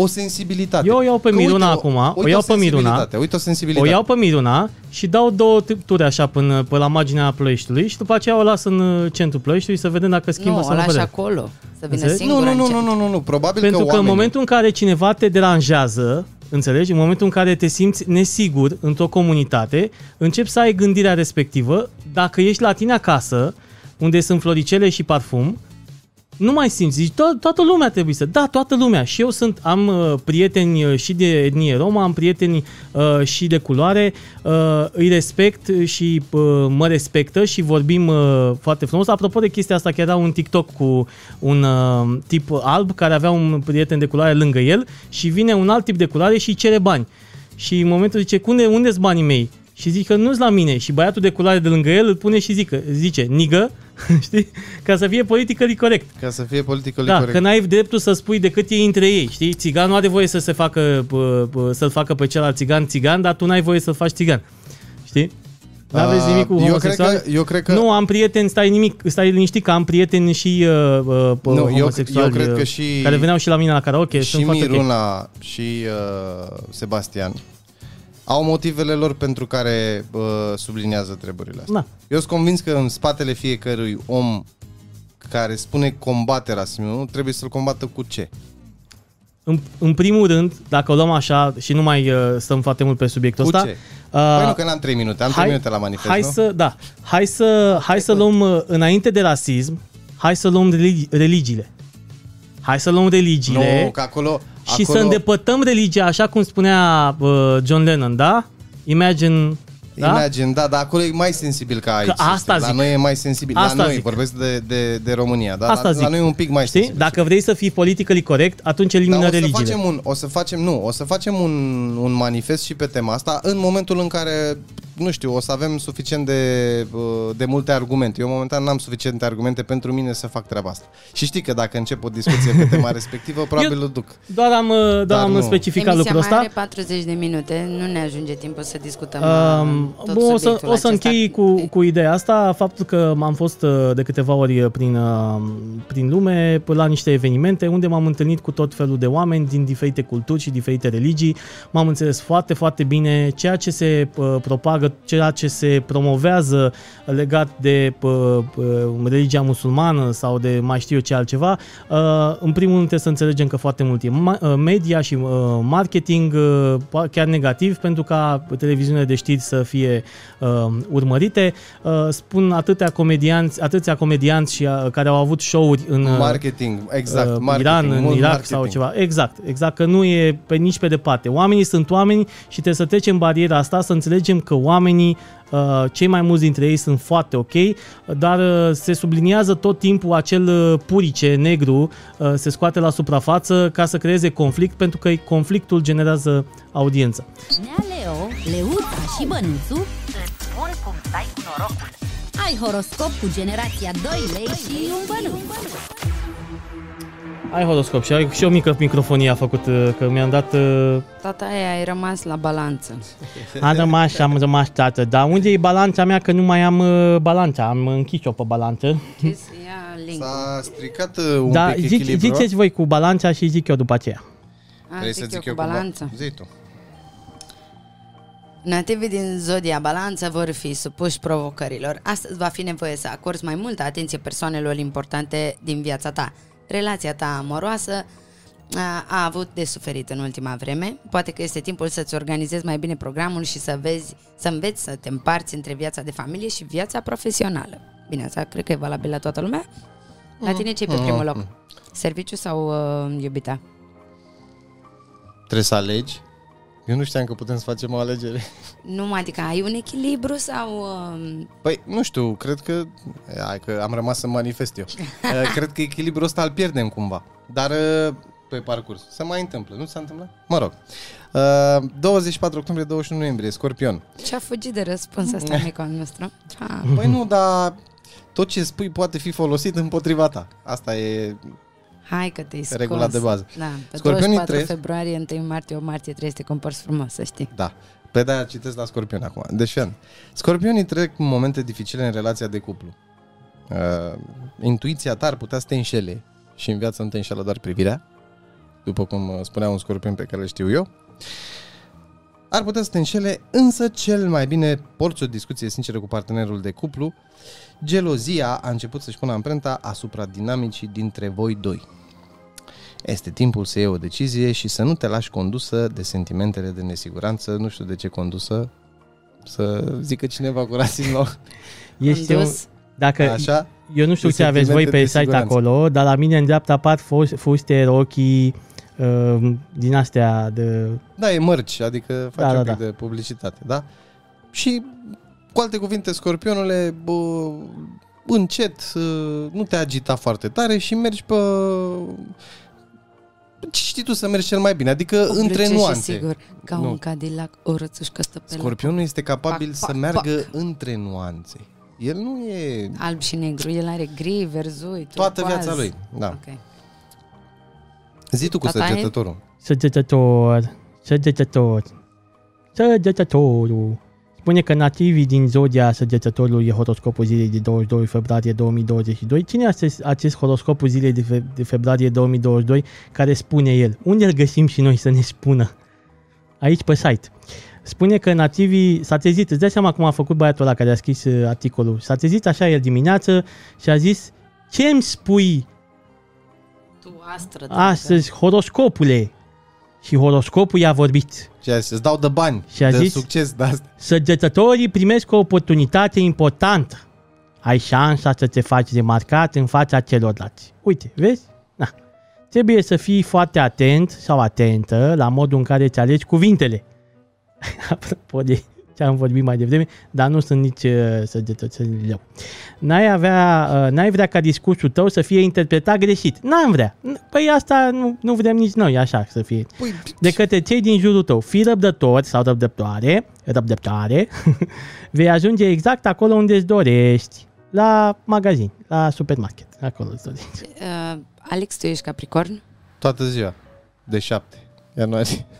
o sensibilitate.
Eu o iau pe
Că uite
Miruna acum, o
uite
iau pe Miruna.
sensibilitate, Uite o
O
sensibilitate.
iau pe Miruna și dau două turi așa până, până la marginea ploieștiului și după aceea o las în uh, centrul ploieștiului să vedem dacă schimbă
Nu, o
sau nu.
lași
părere.
acolo, să vină
Înțelegi?
singur
nu, nu, nu, nu, nu, nu, probabil
Pentru că,
că
în
oamenii-
momentul în care cineva te deranjează, înțelegi, în momentul în care te simți nesigur într-o comunitate, începi să ai gândirea respectivă. Dacă ești la tine acasă, unde sunt floricele și parfum, nu mai simți, zici, to- toată lumea trebuie să, da, toată lumea. Și eu sunt, am uh, prieteni uh, și de etnie romă, am prieteni uh, și de culoare, uh, îi respect și uh, mă respectă și vorbim uh, foarte frumos. Apropo de chestia asta, chiar era un TikTok cu un uh, tip alb care avea un prieten de culoare lângă el și vine un alt tip de culoare și îi cere bani. Și în momentul zice, unde, unde sunt banii mei? Și zic că nu-s la mine. Și băiatul de culoare de lângă el îl pune și zică, zice, nigă, știi? Ca să fie politically corect.
Ca să fie politică
Da,
corect.
că n-ai dreptul să spui decât ei între ei, știi? Țiganul are voie să se facă, pă, pă, să-l facă pe celălalt țigan țigan, dar tu n-ai voie să-l faci țigan, știi? Nu aveți
A,
nimic cu
eu cred
homosexual?
că- eu cred că-
Nu, am prieteni, stai nimic, stai liniștit că am prieteni și uh, uh,
Nu, eu-
homosexuali
eu cred că
uh,
și-
care veneau și la mine la karaoke,
și
sunt foarte ok.
Miruna și uh, Sebastian au motivele lor pentru care uh, subliniază treburile astea.
Da.
Eu sunt convins că în spatele fiecărui om care spune combate rasismul, trebuie să-l combată cu ce?
În, în primul rând, dacă o luăm așa și nu mai uh, stăm foarte mult pe subiectul
Cu
ăsta,
ce?
uh,
Păi nu, că n-am 3 minute, am 3 minute la manifest,
hai
nu?
Să, da, hai să, hai să luăm, uh, înainte de rasism, hai să luăm religi- religiile. Hai să luăm religiile
Nu, că acolo...
și
acolo,
să îndepătăm religia, așa cum spunea uh, John Lennon, da? Imagine, da?
Imagine, da, dar acolo e mai sensibil ca aici. să
asta
știi. La
zic.
noi e mai sensibil.
Asta
la noi,
zic.
vorbesc de, de, de România, da?
Asta
la,
zic.
la noi e un pic mai
Știi?
sensibil.
Dacă vrei să fii politically corect, atunci
Dar
elimină
o să
religiile.
facem un, o să facem, nu, o să facem un, un manifest și pe tema asta în momentul în care, nu știu, o să avem suficient de, uh, de multe argumente. Eu momentan n-am suficiente argumente pentru mine să fac treaba asta. Și știi că dacă încep o discuție pe tema respectivă, probabil
Eu-
o duc.
Doar am, uh, doar
Dar
am
nu.
specificat
Emisia
lucrul
mai
ăsta.
are 40 de minute, nu ne ajunge timpul să discutăm
Um,
um, tot
bun, o să,
subiectul
o să
acesta.
închei cu, cu ideea asta, faptul că am fost uh, de câteva ori uh, prin, uh, prin lume, p- la niște evenimente unde m-am întâlnit cu tot felul de oameni din diferite culturi și diferite religii, m-am înțeles foarte, foarte bine, ceea ce se uh, propagă că ceea ce se promovează legat de uh, pă, pă, religia musulmană sau de mai știu eu ce altceva, uh, în primul rând trebuie să înțelegem că foarte mult e ma- uh, media și uh, marketing, uh, po- chiar negativ, pentru ca televiziunile de știri să fie uh, urmărite. Uh, Spun atâtea comedianți, atâția comedianți și uh, care au avut show-uri în uh,
Marketing, exact.
uh,
marketing,
Iran, în
mult
Irak
marketing.
sau ceva. Exact, exact, că nu e pe nici pe departe. Oamenii sunt oameni și trebuie să trecem bariera asta, să înțelegem că oamenii, uh, cei mai mulți dintre ei sunt foarte ok, dar uh, se subliniază tot timpul acel uh, purice negru, uh, se scoate la suprafață ca să creeze conflict, pentru că conflictul generează audiență.
Nea Leo, Leuța și Bănuțu
Îți spun cum stai cu norocul.
Ai horoscop cu generația 2 lei și un bănuț
Ai horoscop și, ai, și o mică microfonie a făcut, uh, că mi-am dat... Uh,
Tata aia ai rămas la balanță.
Am rămas și am rămas tată, dar unde e balanța mea că nu mai am uh, balanța, am închis-o pe balanță.
Trebuie să ia link
S-a stricat uh, un
Da,
pic
zic,
echilibrul.
ziceți voi cu balanța și zic eu după aceea.
Ah,
Vrei să Ah, zic eu cu
balanță.
ba- Zi tu.
Nativii din zodia balanță vor fi supuși provocărilor. Astăzi va fi nevoie să acorzi mai multă atenție persoanelor importante din viața ta. Relația ta amoroasă a, a avut de suferit în ultima vreme. Poate că este timpul să-ți organizezi mai bine programul și să, vezi, să înveți să te împarți între viața de familie și viața profesională. Bine, asta cred că e valabil la toată lumea. La tine ce pe primul loc?
Mm.
Serviciu sau uh, iubita?
Trebuie să alegi. Eu nu știam că putem să facem o alegere.
Nu, adică ai un echilibru sau... Uh,
Păi, nu știu, cred că... Hai că am rămas să manifest eu. Uh, cred că echilibrul ăsta îl pierdem cumva. Dar uh, pe parcurs. Se mai întâmplă. Nu s-a întâmplat? Mă rog. Uh, 24 octombrie, 21 noiembrie, Scorpion.
Ce-a fugit de răspuns asta,
Mm.
amicul nostru? Ah.
Păi nu, dar tot ce spui poate fi folosit împotriva ta. Asta e...
Hai că te-ai scos.
Regula de bază.
Da, pe
Scorpionii
24
trăiesc-
februarie, 1 martie, 8 martie trebuie să te comporți frumos, să știi.
Da. Pe de-aia citesc la Scorpion acum. Deci, fii atent. Scorpionii trec momente dificile în relația de cuplu. Uh, intuiția ta ar putea să te înșele și în viață nu te înșelă doar privirea, după cum uh, spunea un scorpion pe care îl știu eu. Ar putea să te înșele, însă cel mai bine porți o discuție sinceră cu partenerul de cuplu. Gelozia a început să-și pună amprenta asupra dinamicii dintre voi doi. Este timpul să iei o decizie și să nu te lași condusă de sentimentele de nesiguranță, nu știu de ce condusă, să zică cineva cu rasism la
Ești un,
dus.
dacă
Așa?
Eu nu știu
De
ce aveți voi
sentimente
pe
de
site
siguranță.
acolo, dar la mine în dreapta apar fos- fuste, rochii, uh, din astea de...
Da, e mărci, adică faci
Da,
da,
da,
un pic
da.
de publicitate, da? Și, cu alte cuvinte, scorpionule, bă, încet, să nu te agita foarte tare și mergi pe... pe Ce știi tu să mergi cel mai bine? Adică
Cu
între
grece și
nuanțe.
sigur, ca
Nu.
un Cadillac, o rățușcă stă pe
Scorpionul este capabil
Pac,
să
pac,
meargă
pac.
între nuanțe. El nu e
loc. Alb și negru, el are gri, verzui,
toată
turcoaz.
viața lui. Da.
Ok.
Zi tu cu
Tataie?
săgetătorul.
Săgetător, săgetător, săgetătorul. Spune că nativii din zodia săgetătorului e horoscopul zilei de 22 februarie 2022. Cine este acest, acest horoscopul zilei de, fe, de februarie 2022 care spune el? Unde îl găsim și noi să ne spună? Aici pe site. Spune că nativii s-a trezit, îți dai seama cum a făcut băiatul ăla care a scris uh, articolul. S-a trezit așa el dimineață și a zis ce îmi spui
Tu astră.
astăzi horoscopule? Și horoscopul i-a vorbit.
Și a zis, îți dau de bani,
Și a
de
zis?
succes da. de asta.
Săgetătorii primesc o oportunitate importantă. Ai șansa să te faci remarcat în fața celorlalți. Uite, vezi? Na. Trebuie să fii foarte atent sau atentă la modul în care îți alegi cuvintele. Apropo de ce am vorbit mai devreme, dar nu sunt nici uh, săgetătorii leu. N-ai, avea, uh, n-ai vrea ca discursul tău să fie interpretat greșit. N-am vrea. N- Păi asta nu, nu vrem nici noi așa să fie
Păi,
de către cei din jurul tău. Fii răbdător sau răbdătoare, răbdătoare, vei ajunge exact acolo unde îți dorești. La magazin, la supermarket, acolo îți dorești.
Uh, Alex, tu ești capricorn?
Toată ziua. De șapte. Ianuarie.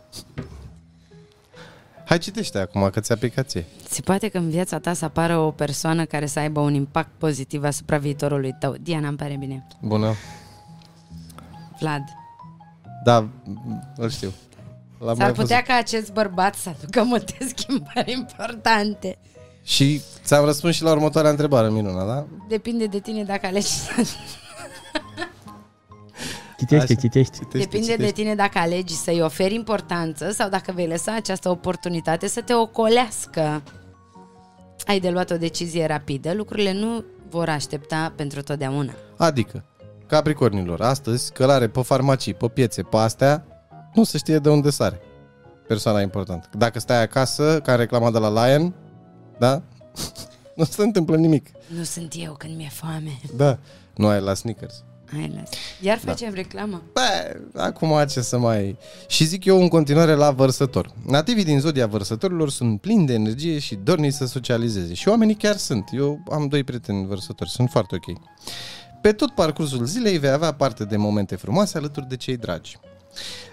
Hai citește acum că ți-a picat ție.
Se poate că în viața ta să apară o persoană care să aibă un impact pozitiv asupra viitorului tău. Diana, îmi pare bine.
Bună.
Vlad.
Da, îl știu. L-am
S-ar
mai
putea
văzut.
ca acest bărbat să aducă multe schimbări importante.
Și ți-am răspuns și la următoarea întrebare, minuna, da?
Depinde de tine dacă alegi să...
Așa.
Citește, citește.
Citește,
Depinde de tine dacă alegi să-i oferi importanță sau dacă vei lăsa această oportunitate să te ocolească. Ai de luat o decizie rapidă, lucrurile nu vor aștepta pentru totdeauna.
Adică, capricornilor, astăzi călare pe farmacii, pe piețe, pe astea, nu se știe de unde sare persoana importantă. Dacă stai acasă, ca în reclama de la Lion, da? nu se întâmplă nimic.
Nu sunt eu când mi-e foame.
Da. Nu ai la sneakers.
Hai, las. Iar facem da. reclamă.
Bă, acum ce să mai... Și zic eu în continuare la vărsător. Nativii din zodia vărsătorilor sunt plini de energie și dorni să socializeze. Și oamenii chiar sunt. Eu am doi prieteni vărsători, sunt foarte ok. Pe tot parcursul zilei vei avea parte de momente frumoase alături de cei dragi.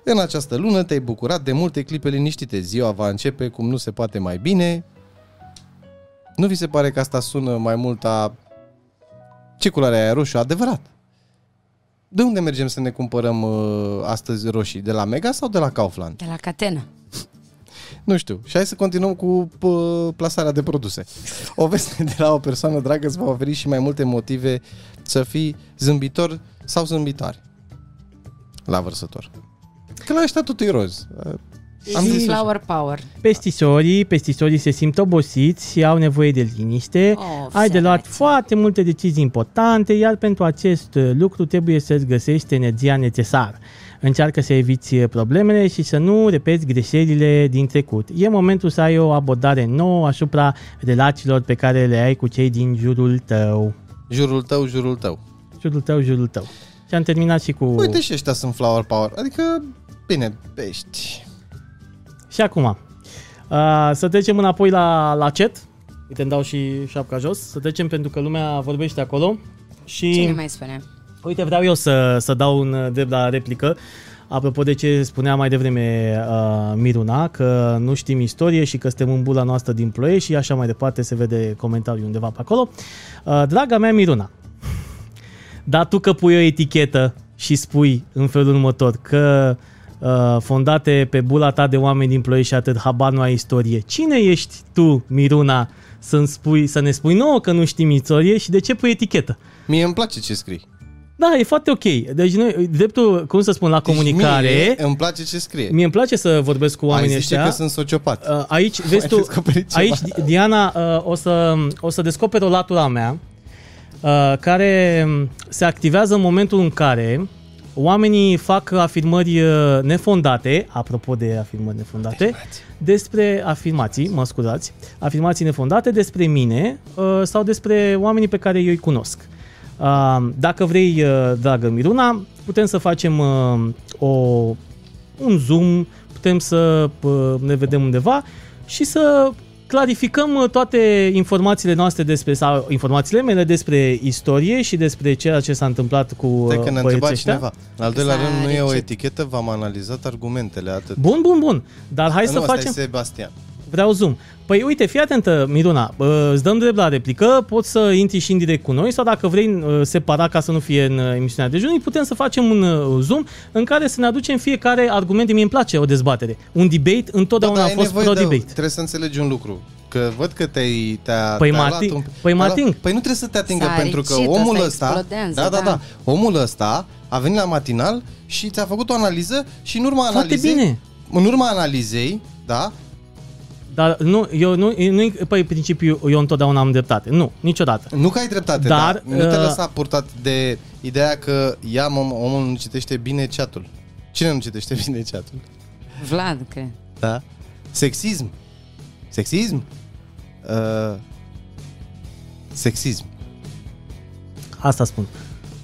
În această lună te-ai bucurat de multe clipe liniștite. Ziua va începe cum nu se poate mai bine. Nu vi se pare că asta sună mai mult a... Ce culoare ai roșu? Adevărat. De unde mergem să ne cumpărăm uh, astăzi roșii? De la Mega sau de la Kaufland?
De la Catena.
Nu știu. Și hai să continuăm cu pă, plasarea de produse. O veste de la o persoană dragă îți va oferi și mai multe motive să fii zâmbitor sau zâmbitoare. La vărsător. Că la ăștia tot e roz. Uh, Am
Am
zis
Flower Power.
Pestisorii, pestisorii se simt obosiți și au nevoie de liniște.
Oh,
Ai de luat
săraci.
foarte multe decizii importante, iar pentru acest uh, lucru trebuie să-ți găsești energia necesară. Încearcă să eviți uh, problemele și să nu repeți greșelile din trecut. E momentul să ai o abordare nouă asupra relațiilor pe care le ai cu cei din jurul tău.
Jurul tău, jurul tău.
Jurul tău, jurul tău. Și am terminat și cu...
Uite și ăștia sunt flower power. Adică, bine, pești.
Și acum, uh, să trecem înapoi la, la chat. Uite, îmi dau și șapca jos. Să trecem pentru că lumea vorbește acolo. Și
Cine mai spune?
uite, vreau eu să, să dau un uh, drept la replică. Apropo de ce spunea mai devreme uh, Miruna, că nu știm istorie și că suntem în bula noastră din ploie și așa mai departe se vede comentariul undeva pe acolo. Uh, draga mea Miruna, da tu că pui o etichetă și spui în felul următor că uh, fondate pe bula ta de oameni din ploiești și atât, habar nu ai istorie. Cine ești tu, Miruna, să-mi spui, să ne spui nouă că nu știm istorie și de ce pui etichetă?
Mie îmi place ce scrii. Deci
Da, e foarte ok. Deci noi, dreptul, cum să spun, la comunicare,
Deci mie
mie,
îmi place ce scrie.
mie îmi place să vorbesc cu oamenii
Ai zice
ăștia.
că sunt sociopat.
Uh, Aici, vezi tu,
descoperit ceva.
aici Di- Diana, uh, o să, o să descoperi o latura mea uh, care se activează în momentul în care oamenii fac afirmări uh, nefondate, apropo de afirmări nefondate, despre afirmații, mă scuzați, afirmații nefondate despre mine uh, sau despre oamenii pe care eu îi cunosc. Uh, Dacă vrei, uh, dragă Miruna, putem să facem uh, o un Zoom, putem să pă, ne vedem undeva și să clarificăm uh, toate informațiile noastre despre, sau informațiile mele despre istorie și despre ceea ce s-a întâmplat cu uh,
Stai că ne întreba
băieții ăștia. Exact.
cineva. În al doilea
S-a
rând, nu e o
recit.
etichetă, v-am analizat argumentele atât.
Bun, bun, bun, dar hai
Păi
să
nu, asta
facem...
e Sebastian.
Vreau Zoom. Păi uite, fii atentă, Miruna, bă, îți dăm drept la replică, poți să intri și în direct cu noi sau dacă vrei uh, separat ca să nu fie în uh, emisiunea de juni, putem să facem un uh, Zoom în care să ne aducem fiecare argument. Mie îmi place o dezbatere. Un debate întotdeauna
ai
a fost
Da, nevoie de-
pro-debate.
Trebuie să înțelegi un lucru. Că văd că te-ai, te-a,
Păi
te-a
mă
luat
ating-
un...
păi
te-a
mă
luat-
ating.
Păi nu trebuie să te atingă,
S-a
pentru că
răcit,
omul
ăsta
ăsta...
explodează,
Da, da,
da.
da. Omul ăsta a venit la matinal și ți-a făcut o analiză și în urma
Foarte
analizei...
bine.
În urma analizei, da,
Dar nu, eu nu, nu pe principiu eu întotdeauna am dreptate. Nu, niciodată.
nu că ai dreptate, dar,
Dar,
dar nu te
uh,
lăsa purtat de ideea că ia, mă, omul nu citește bine chatul. Cine nu citește bine chatul?
Vlad, cred.
Da. Sexism. Sexism? Uh, sexism.
Asta spun.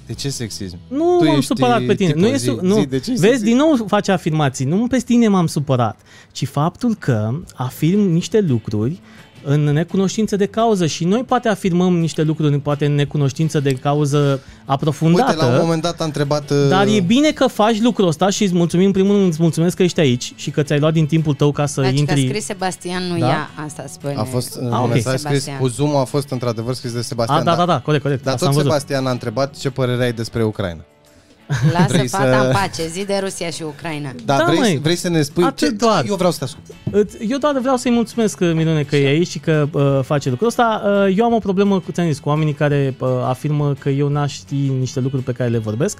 De ce sexism?
Nu
Tu
m-am
ești,
supărat pe tine.
tipă,
Nu e
zi-
su- nu.
zi, de ce ești
Vezi,
sexist?
din nou face afirmații. Nu pe tine m-am supărat, ci faptul că afirm niște lucruri în necunoștință de cauză și noi poate afirmăm niște lucruri poate în necunoștință de cauză aprofundată.
Uite, la un moment dat a întrebat... uh,
Dar e bine că faci lucrul ăsta și îți mulțumim, în primul rând, îți mulțumesc că ești aici și că ți-ai luat din timpul tău ca să
Deci că a
intri.
scris Sebastian, nu
Da?
ea, asta spune.
A fost un
Ah, ok.
mesaj scris,
Sebastian.
cu zoom a fost într-adevăr scris de Sebastian.
a, da, da, da, corect, corect.
Dar
asta
tot
am văzut.
Sebastian a întrebat ce părere ai despre Ucraina.
Lasă
Vrei
fata
să-
în pace, zi de Rusia și Ucraina.
Da,
Da,
da vrei,
măi.
vrei să ne spui
Atât
ce...
doar.
Eu vreau să te ascult.
Îți- Eu doar vreau să-i mulțumesc, uh, Mirune, că e aici și că uh, face lucrul ăsta. Uh, eu am o problemă, cu ți-am zis, cu oamenii care uh, afirmă că eu n-aș ști niște lucruri pe care le vorbesc.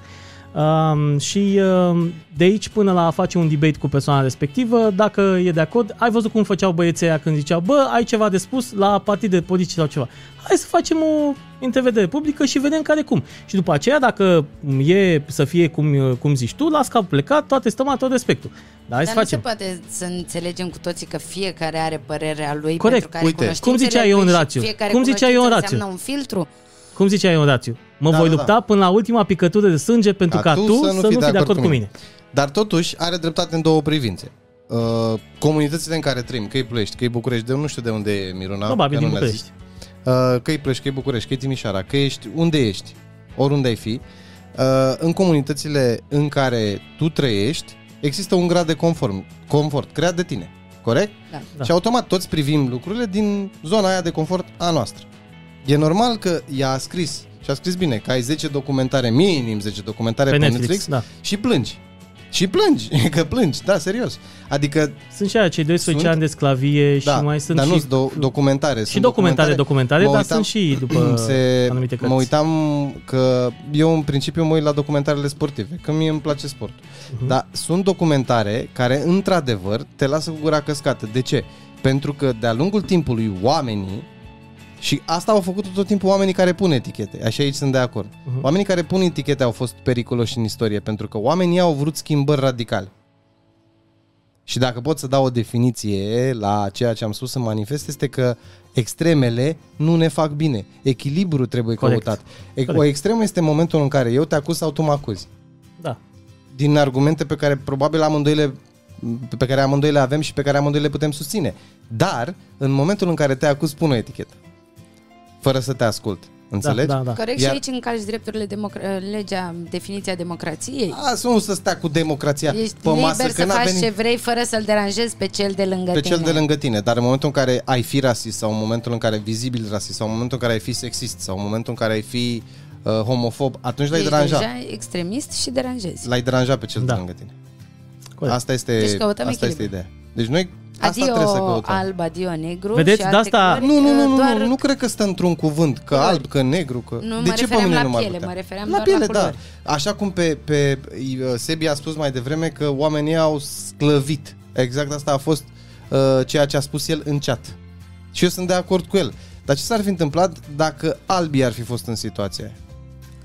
Um, și um, de aici până la a face un debate cu persoana respectivă, dacă e de acord, ai văzut cum făceau băieții aia când ziceau, bă, ai ceva de spus la partide politice sau ceva. Hai să facem o intervedere publică și vedem care cum. Și după aceea, dacă e să fie cum, uh, cum zici tu, las că a plecat, toate stăma, tot respectul. Dar hai
Dar
să
nu
facem.
se poate să înțelegem cu toții că fiecare are părerea lui
Corect.
pentru care
Uite,
cunoștințele
cum zicea
lui
Ion
și
Rațiu?
Fiecare
Cum zicea Ion
cunoștință
Rațiu?
Înseamnă un filtru.
Cum zicea Ion Rațiu? Mă
Da,
voi
da,
lupta
da.
până la ultima picătură de sânge pentru ca, tu să nu fii de acord cu mine.
Dar totuși are dreptate în două privințe. Uh, comunitățile în care trăim, că e Ploiești, că e București, de nu știu de unde e Miruna.
Probabil
Da, că
din
nu le-a
București.
zis. Uh, că e Ploiești, că e București, că e Timișoara, că ești unde ești, oriunde ai fi. Uh, în comunitățile în care tu trăiești, există un grad de conform, confort creat de tine. Corect?
Da.
Da.
Și automat toți privim lucrurile din zona aia de confort a noastră. E normal că i-a scris și a scris bine că ai 10 documentare, minim 10 documentare pe,
Pe
pe
Netflix,
Netflix,
da.
și plângi. Și plângi, că plângi, da, serios. Adică,
Sunt și aia cei 12
Sunt?
ani de sclavie Păi și
da,
mai sunt
dar nu
și,
sunt do- documentare.
și
sunt
documentare, documentare,
Mă
dar
uitam-
sunt și după
se,
anumite cărți.
mă uitam că eu în principiu mă uit la documentarele sportive, că mie îmi place sportul.
Mhm.
Uh-huh. Dar sunt documentare care într-adevăr te lasă cu gura căscată. De ce? Pentru că de-a lungul timpului oamenii și asta au făcut tot timpul oamenii care pun etichete. Așa aici sunt de acord. Uh-huh. Oamenii care pun etichete au fost periculoși în istorie pentru că oamenii au vrut schimbări radicale. Și dacă pot să dau o definiție la ceea ce am spus în manifest, este că extremele nu ne fac bine. Echilibrul trebuie
Corect.
căutat. E-
Corect.
O extremă este momentul în care eu te acuz sau tu mă acuzi.
Da.
Din argumente pe care probabil amândoi le, pe care amândoi le avem și pe care amândoi le putem susține. Dar, în momentul în care te acuz, pun o etichetă. Fără să te ascult. Înțelegi?
Da, da, da.
Corect
Iar-
și aici încalci drepturile, democra- legea, definiția democrației.
A, să nu să stea cu democrația
Ești
pe
liber
masă, Păi, că
să
n-a
faci
venit
ce vrei fără să-l deranjezi pe cel de lângă
pe
tine.
cel de lângă tine, dar în momentul în care ai fi rasist sau în momentul în care ai vizibil rasist sau în momentul în care ai fi sexist sau în momentul în care ai fi uh, homofob, atunci l-ai
Ești
deranja.
deja extremist și deranjezi.
L-ai deranja pe cel
Da.
de lângă tine.
Corect.
Asta este,
Deci căutăm
asta este
echilibru.
ideea. Deci noi asta
Adio
trebuie să căutăm.
alb, adio negru
Vedeți,
și
de
alte
asta-
culori,
Nu, nu, nu,
uh,
nu,
doar...
nu, nu cred că stă într-un cuvânt, că alb, că negru, că...
Nu, mă
de ce pe
refeream
mine
la
nu m-ar
piele,
putea?
mă refeream
la
doar la
piele, da.
culori.
Așa cum pe, pe uh, Sebi a spus mai devreme că oamenii au sclăvit. Exact asta a fost uh, ceea ce a spus el în chat. Și eu sunt de acord cu el. Dar ce s-ar fi întâmplat dacă albii ar fi fost în situația aia?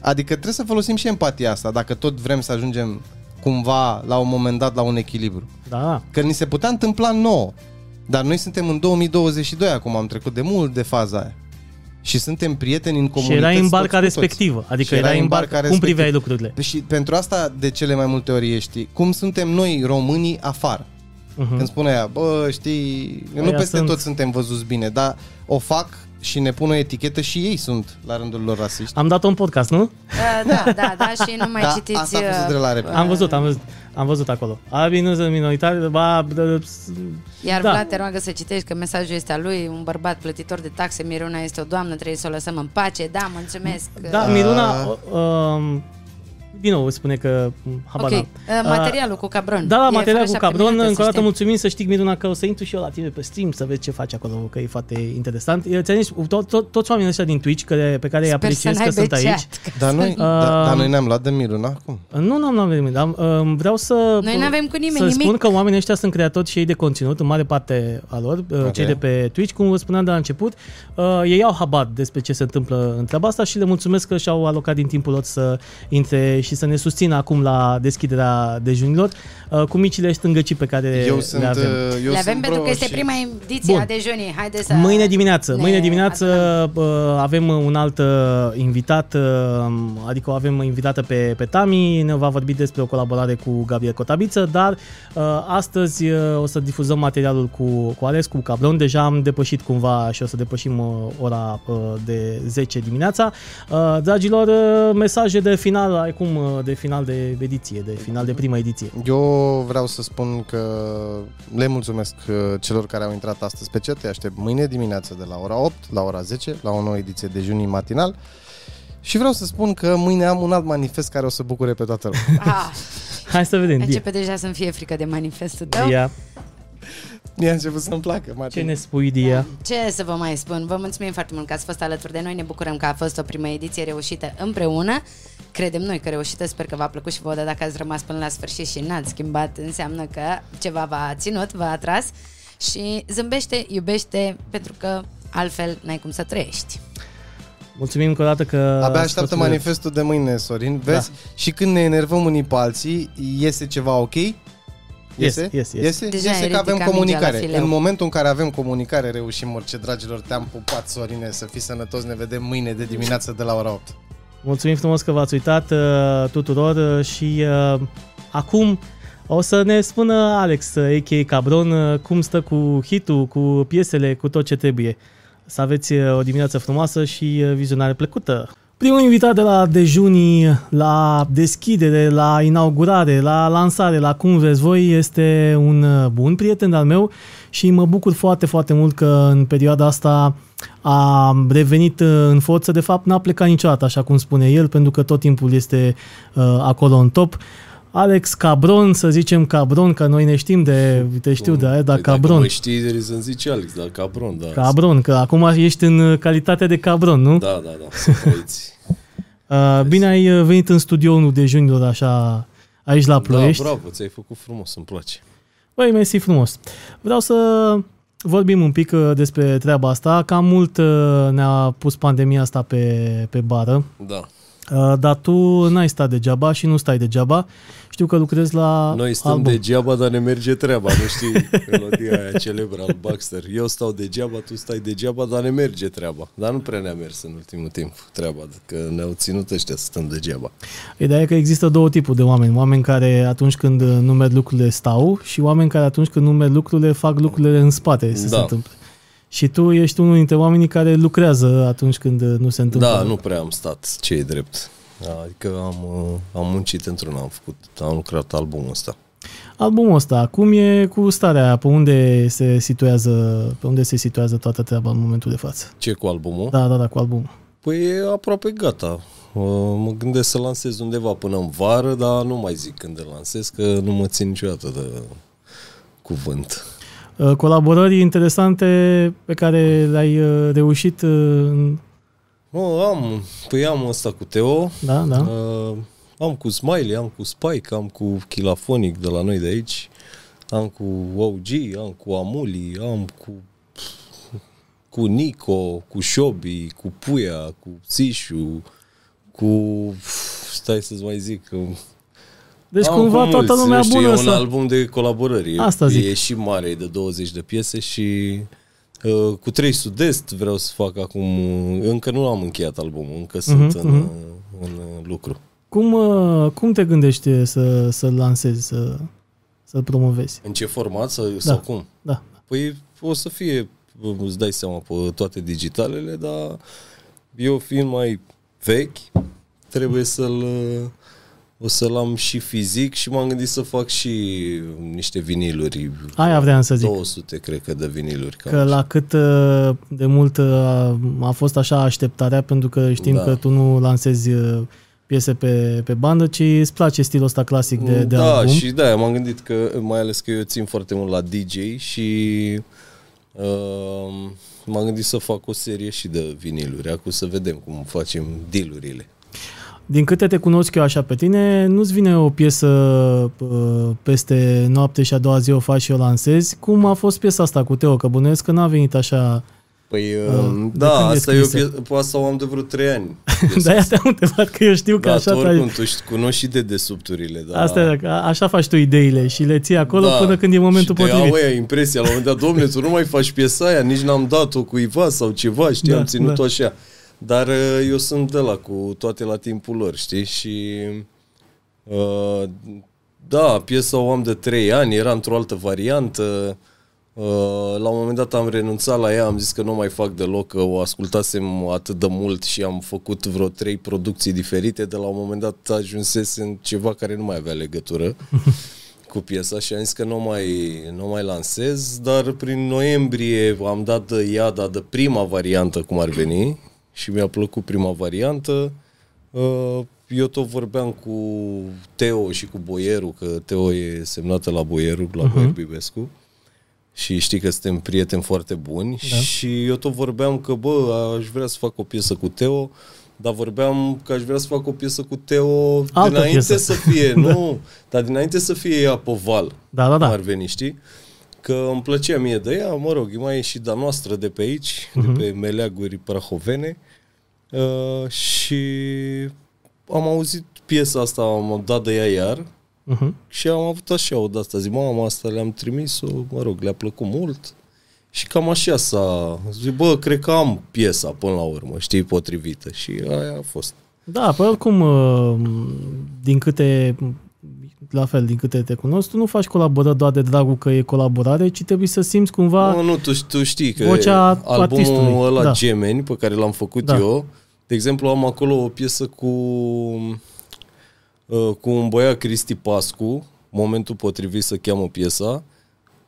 Adică trebuie să folosim și empatia asta, dacă tot vrem să ajungem cumva la un moment dat la un echilibru
Da, da.
că ni se putea întâmpla nouă. Dar noi suntem în 2022 acum, am trecut de mult de faza aia. Și suntem prieteni în
Și
comunități.
era în
toți
barca
cu toți.
respectivă. Adică
Și
era în barca Cum
respectiv- Deci
priveai lucrurile?
Și pentru asta, de cele mai multe ori ești, cum suntem noi românii afară. Uh-huh. Când spune aia, bă, știi, nu
Mhm. Aia
peste
sunt.
sunt... tot suntem văzuți bine, dar o fac și ne pun o etichetă și ei sunt la rândul lor rasiști.
Am dat-o în podcast, nu?
Uh, Da, da, da, și nu mai
Da,
citiți...
asta a fost
uh,
de la repede.
Am văzut, am văzut. Am văzut acolo. Arabii nu sunt minoritari, ba, da, ps-
Iar
da.
da. Vlad te roagă să citești că mesajul este al lui, un bărbat plătitor de taxe, Miruna este o doamnă, trebuie să o lăsăm în pace, da, mulțumesc.
Da,
Uh,
Miruna, uh, um, din nou spune că m, habar
ok,
n-am.
uh, materialul cu cabron.
Da, da,
E
materialul cu
fără șapte
Cabron,
minute,
încă o
să
dată
știi.
mulțumim să știi, Miruna, că o să intru și eu la tine pe stream să vezi ce faci acolo, că e foarte interesant. Eu ți-am zis, to- to- toți oamenii ăștia din Twitch care, pe care îi
Sper să
apreciez că
n-ai
sunt aici.
beceat.
Dar noi, da,
Um,
dar noi ne-am luat de Miruna acum.
Nu, n-am luat nimic, dar um, vreau să...
Noi n-avem cu nimeni
Să
nimic.
spun că oamenii ăștia sunt creatori și ei de conținut, în mare parte a lor, okay. cei de pe Twitch, cum vă spuneam de la început, uh, ei au habar despre ce se întâmplă în treaba asta și le mulțumesc că și-au alocat din timpul lor să intre și să ne susțină acum la deschiderea dejunilor uh, cu micile stângăcii pe care
Eu
le
sunt,
avem.
uh, eu
Le
sunt
avem pentru
pro
că este
și...
prima ediție
Bun.
a dejunii. Haide să
Mâine dimineață,
ne
mâine dimineață
adunăm.
uh, avem un alt uh, invitat, uh, adică o avem invitată pe, pe Tami, ne va vorbi despre o colaborare cu Gabriel Cotabiță, dar uh, astăzi uh, o să difuzăm materialul cu, cu Ales, cu Cabron, deja am depășit cumva și o să depășim uh, ora uh, de 10 dimineața. Uh, dragilor, uh, mesaje de final, acum uh, de final de ediție, de final de prima ediție.
Eu vreau să spun că le mulțumesc uh, celor care au intrat astăzi pe chat. Te aștept mâine dimineață de la ora 8 la ora 10 la o nouă ediție de Junii matinal. Și vreau să spun că mâine am un alt manifest care o să bucure pe toată lumea.
Ah,
Hai să vedem. Dia.
începe deja să-mi fie frică de manifestul tău.
Dia,
Mi-a început să-mi placă,
ce
Martin.
ne spui, Dia?
Ce să vă mai spun? Vă mulțumim foarte mult că ați fost alături de noi. Ne bucurăm că a fost o primă ediție reușită împreună. Credem noi că reușită, sper că v-a plăcut și vouă, dar dacă ați rămas până la sfârșit și n-ați schimbat, înseamnă că ceva v-a ținut, v-a atras și zâmbește, iubește, pentru că altfel n-ai cum să trăiești.
Mulțumim încă o dată că...
Abia
ați
așteaptă
fost- uh,
manifestul de mâine, Sorin. Vezi? Da. Și când ne enervăm unii pe alții, iese ceva ok?
Yes, yes, yes.
Iese,
Deja
iese
ai
că avem
ridicat mingea la
comunicare.
fileu.
În momentul în care avem comunicare, reușim orice, dragilor. Te-am pupat, Sorine, să fii sănătos. Ne vedem mâine de dimineață de la ora 8.
Mulțumim frumos că v-ați uitat uh, tuturor uh, și uh, acum o să ne spună Alex, uh, a.k.a. Cabron, uh, cum stă cu hitul, cu piesele, cu tot ce trebuie. Să aveți uh, o dimineață frumoasă și uh, vizionare plăcută. Primul invitat de la dejunii, la deschidere, la inaugurare, la lansare, la cum vreți voi, este un uh, bun prieten al meu și mă bucur foarte, foarte mult că în perioada asta a revenit uh, în forță. De fapt, n-a plecat niciodată, așa cum spune el, pentru că tot timpul este uh, acolo în top. Alex Cabron, să zicem Cabron, că noi ne știm de, te știu de aia, dar
Păi
Cabron.
Dacă mă știi, să-mi zici Alex, da, Cabron, da.
Cabron, că acum ești în uh, calitate de cabron, nu?
Da, da, da, să trăiți.
Uh, bine ai uh, venit în studioul de junilor așa aici la
da,
Ploiești.
bravo, ți-ai făcut frumos, îmi place.
Băi, mersi frumos. Vreau să vorbim un pic uh, despre treaba asta. Cam mult uh, ne-a pus pandemia asta pe, pe bară,
Da.
uh, dar tu n-ai stat degeaba și nu stai degeaba. Știu că lucrezi la
Noi stăm
album.
degeaba, dar ne merge treaba, nu știi melodia aia celebră al Baxter. Eu stau degeaba, tu stai degeaba, dar ne merge treaba. Dar nu prea ne-a mers în ultimul timp treaba, că ne-au ținut ăștia să stăm degeaba.
Ideea e că există două tipuri de oameni. Oameni care atunci când uh, nu merg lucrurile stau și oameni care atunci când nu merg lucrurile fac lucrurile în spate să se
Da.
întâmple. Și tu ești unul dintre oamenii care lucrează atunci când uh, nu se întâmplă.
Da, nu prea am stat, ce e drept. Adică am, uh, am muncit într-un, am făcut, am lucrat albumul ăsta.
Albumul ăsta, cum e cu starea? Pe unde se situează, pe unde se situează toată treaba în momentul de față?
Ce cu albumul?
Da, da, da, cu albumul.
Păi e aproape gata. Uh, Mă gândesc să lansez undeva până în vară, dar nu mai zic când îl lansez, că nu mă țin niciodată de cuvânt.
Uh, Colaborări interesante pe care le-ai uh, reușit uh, în-
Mă, am, păi am ăsta cu Teo,
da, da.
uh, am cu Smiley, am cu Spike, am cu Kilafonic de la noi de aici, am cu OG, am cu Amuli, am cu cu Nico, cu Șobi, cu Puia, cu Țișu, cu... Stai să-ți mai zic, că
Deci
Am
cumva
cu
toată
mulți,
lumea
nu știu,
bună
e un
să...
album de colaborări. E-
Asta zic.
E și mare, e de 20 de piese și uh, cu trei sud-est vreau să fac acum, uh, încă nu am încheiat albumul, încă
Mhm,
sunt în, în uh, lucru.
Cum, uh, cum te gândești să, să-l lansezi, să, să-l promovezi?
În ce format sau, da. sau cum?
Da.
Păi o să fie, uh, îți dai seama, pe toate digitalele, dar eu fiind mai vechi, trebuie să-l uh, o să-l am și fizic și m-am gândit să fac și uh, niște viniluri.
Aia vreau să zic.
200, cred că, de viniluri. Cam
Că la cât uh, de mult uh, a fost așa așteptarea, pentru că știm da.
Da.
că tu nu lansezi uh, piese pe, pe bandă, ci îți place stilul ăsta clasic de, de
da,
album.
și da, m-am gândit că, mai ales că eu țin foarte mult la DJ și uh, m-am gândit să fac o serie și de viniluri. Acum să vedem cum facem dealurile.
Din câte te cunosc eu așa pe tine, nu-ți vine o piesă uh, peste noapte și a doua zi o faci și o lansezi? Cum a fost piesa asta cu Teo? Că bănuiesc că n-a venit așa...
Păi,
Ah,
uh,
de
da,
când e
asta, e o
scrisă?
pie- pe asta o am de vreo trei ani.
Da, ia te unde fac, că eu știu că
Da,
așa...
tu
faci-
oricum, tu ști- cunoști și de desubturile. Da.
Asta e, că a- așa faci tu ideile și le ții acolo da. până când e momentul
și
potrivit.
Și impresia la un moment dat, domne, tu nu mai faci piesa aia, nici n-am dat-o cuiva sau ceva, știi,
Da,
da, am ținut-o
da.
da. așa. Dar uh, eu sunt de la cu toate la timpul lor, știi, și... Uh, da, piesa o am de 3 ani, era într-o altă variantă. Uh, la un moment dat am renunțat la ea, am zis că nu o mai fac deloc, că o ascultasem atât de mult și am făcut vreo trei producții diferite, de la un moment dat ajunsesem ceva care nu mai avea legătură cu piesa și am zis că nu o mai, nu o mai lansez, dar prin noiembrie am dat de ea, dar de prima variantă cum ar veni și mi-a plăcut prima variantă Uh, Eu tot vorbeam cu Teo și cu Boieru, că Teo e semnată la Boieru,
Mhm.
la uh-huh. Boier Bibescu. Și știi că suntem prieteni foarte buni da. și eu tot vorbeam că, bă, aș vrea să fac o piesă cu Teo, dar vorbeam că aș vrea să fac o piesă cu Teo
Altă
dinainte
piesă.
să fie, nu, dar dinainte să fie ea pe val.
Da, da, da.
Cum ar veni, știi? Că îmi plăcea mie de ea, mă rog, e mai e și de-a noastră de pe aici, uh-huh.
Mhm.
de pe meleaguri prahovene. Uh, și am auzit piesa asta, am dat de ea iar
Uh-huh.
și am avut așa o dată, zic, mama, asta le-am trimis-o, mă rog, le-a plăcut mult. Și cam așa s-a... Zic, bă, cred că am piesa până la urmă, știi, potrivită. Și aia a fost.
Da, păi oricum, uh, din câte, la fel, din câte te cunosc, tu nu faci colaborări doar de dragul că e colaborare, ci trebuie să simți cumva...
Nu, nu, tu, tu știi că
Vocea artistului,
albumul ăla
da.
da. Gemeni pe care l-am făcut
Da.
da. eu, de exemplu, am acolo o piesă cu uh, cu un băiat Cristi Pascu, momentul potrivit să cheamă piesa,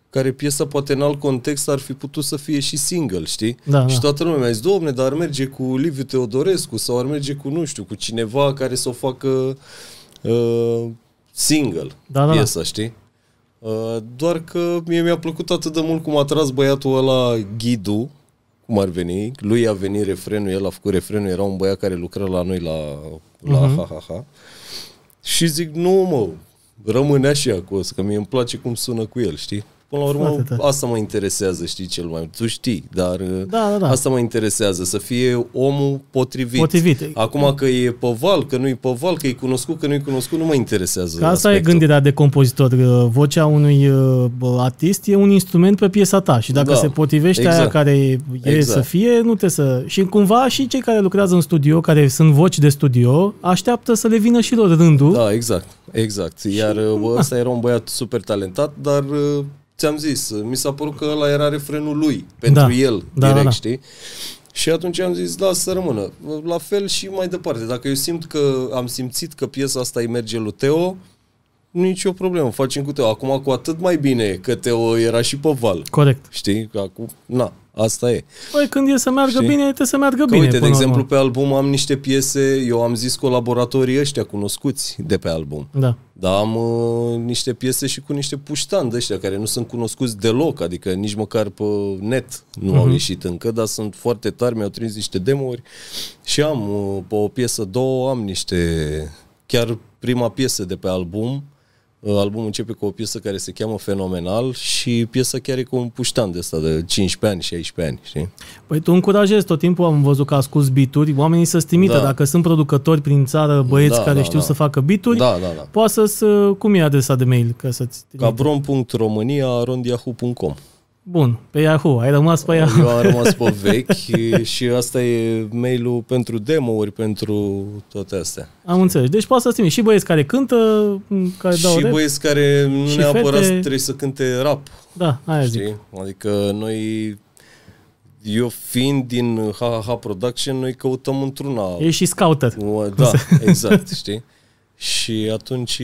care piesa poate în alt context ar fi putut să fie și single, știi?
Da,
și
da.
toată lumea mi-a zis, domne, dar ar merge cu Liviu Teodorescu sau ar merge cu, nu știu, cu cineva care să o facă uh, single
Da, da, da.
piesa, știi? Uh, doar că mie mi-a plăcut atât de mult cum a tras băiatul ăla Ghidu, cum ar veni, lui a venit refrenul, el a făcut refrenul, era un băiat care lucra la noi la,
Mhm.
la uh-huh. ha-ha-ha. Și zic, nu mă, rămâne așa cu ăsta, că mie îmi place cum sună cu el, știi? Până la urmă,
Foarte tare.
asta mă interesează, știi, cel mai Tu știi, dar uh,
Da, da, da.
asta mă interesează, să fie omul potrivit.
Potrivit.
Acum că e pe val, că nu-i pe val, că e cunoscut, că nu-i cunoscut, nu mă interesează
Că asta e
aspectul.
gândirea de compozitor. Uh, Vocea unui uh, bă, artist e un instrument pe piesa ta și dacă da,
Da,
se potrivește exact,
exact.
aia care e exact.
Exact.
să fie, nu trebuie să... Și cumva și cei care lucrează în studio, care sunt voci de studio, așteaptă să le vină și lor rândul.
Da, exact, exact. Iar bă, ăsta era un băiat super talentat, dar uh, ți-am zis, mi s-a părut că ăla era refrenul lui, pentru
Da.
el,
Da, da,
direct,
da.
știi? Și atunci am zis, da, să rămână. La fel și mai departe. Dacă eu simt că am simțit că piesa asta îi merge lui Teo, nicio problemă, facem cu Teo. Acum cu atât mai bine că Teo era și pe val.
Corect.
Știi? Că acum, na, asta e.
Păi când e să meargă
Știi?
bine, trebuie să meargă
Că
bine.
uite, de
până la
exemplu,
urmă.
pe album am niște piese, eu am zis colaboratorii ăștia cunoscuți de pe album.
Da.
Dar am uh, niște piese și cu niște puștani de ăștia care nu sunt cunoscuți deloc, adică nici măcar pe net nu au ieșit încă, dar sunt foarte tari, mi-au trimis niște demouri și am uh, pe o piesă, două, am niște, chiar prima piesă de pe album, uh, albumul începe cu o piesă care se cheamă Fenomenal și piesa chiar e cu un puștan de ăsta de 15 ani, 16 ani, știi?
Păi tu încurajezi, tot timpul am văzut că asculti bituri, oamenii să-ți trimită,
Da.
dacă sunt producători prin țară, băieți
Da,
care
da,
știu
da.
să facă bituri,
Da, da, da.
poate să-ți... uh, Cum e adresa de mail? Ca să-ți trimită?
cabron.românia.yahoo.com
Bun, pe Yahoo, ai rămas pe Yahoo.
Eu am rămas pe vechi și asta e mail-ul pentru demo-uri, pentru toate astea.
Am înțeles. Deci poate să trimiți și băieți care cântă, m, care dau
și
Da, rap.
băieți care nu
și
neapărat
fete-
trebuie să cânte rap,
Da, aia zic.
știi? Adică noi, eu fiind din HHH Production, noi căutăm într-una.
E și scouter.
O, Da, exact, știi? Și atunci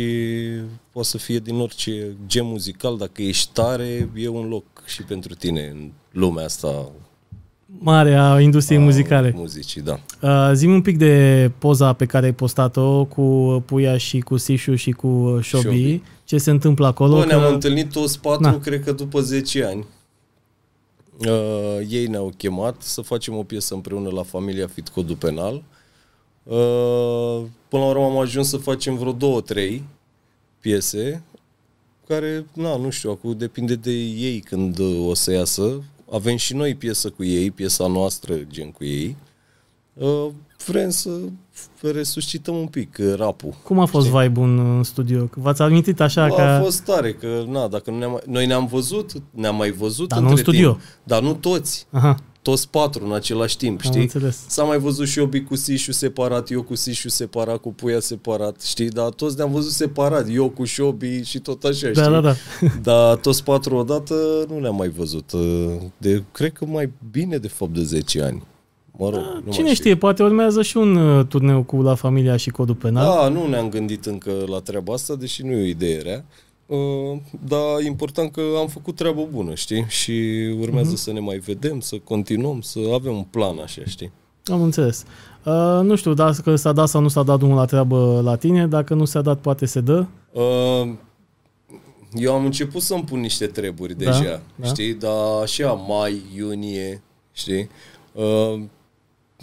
poate să fie din orice gen muzical, dacă ești tare, e un loc și pentru tine în lumea asta
Mare a industriei muzicale.
muzicii, da.
Uh, Zim un pic de poza pe care ai postat-o cu Puia și cu Sișu și cu uh, Șobi.
Șobi.
Ce se întâmplă acolo?
Bă,
că-
ne-am întâlnit toți patru,
Na.
Na. cred că după 10 ani. Uh, ei ne-au chemat să facem o piesă împreună la familia Fit Codul Penal. Uh, până la urmă am ajuns să facem vreo două, trei piese care, na, nu știu, acum depinde de ei când uh, o să iasă. Avem și noi piesă cu ei, piesa noastră gen cu ei. Uh, vrem să resuscităm un pic uh, rapul.
Cum a fost vibe-ul în în studio? Că V-ați amintit așa
Bă,
că...
a fost tare, că na, dacă nu ne-am, mai- noi ne-am văzut, ne-am mai văzut
Dar nu
între
în studio.
timp, dar nu toți,
Aha,
toți patru în același timp,
Am
știi?
înțeles.
S-a mai văzut și Obi cu Sișu separat, eu cu Sișu separat, cu Puia separat, știi? Dar toți ne-am văzut separat, eu cu Șobi și tot așa,
Da,
știi?
da, da.
Dar toți patru odată nu ne-am mai văzut. De, cred că mai bine, de fapt, de 10 ani. Mă rog, nu mai
Da, Cine știe, poate urmează și un uh, turneu cu La Familia și Codul Penal.
Da, nu ne-am gândit încă la treaba asta, deși nu e o idee rea. Uh, Dar e important că am făcut treabă bună, știi? Și urmează să ne mai vedem, să continuăm, să avem un plan așa, știi?
Am înțeles. Uh, nu știu dacă s-a dat sau nu s-a dat drumul la treabă la tine, dacă nu s-a dat, poate se dă.
Uh, Eu am început să-mi pun niște treburi
Da,
da, deja,
da.
da. știi? Dar așa, mai, iunie, știi? Uh,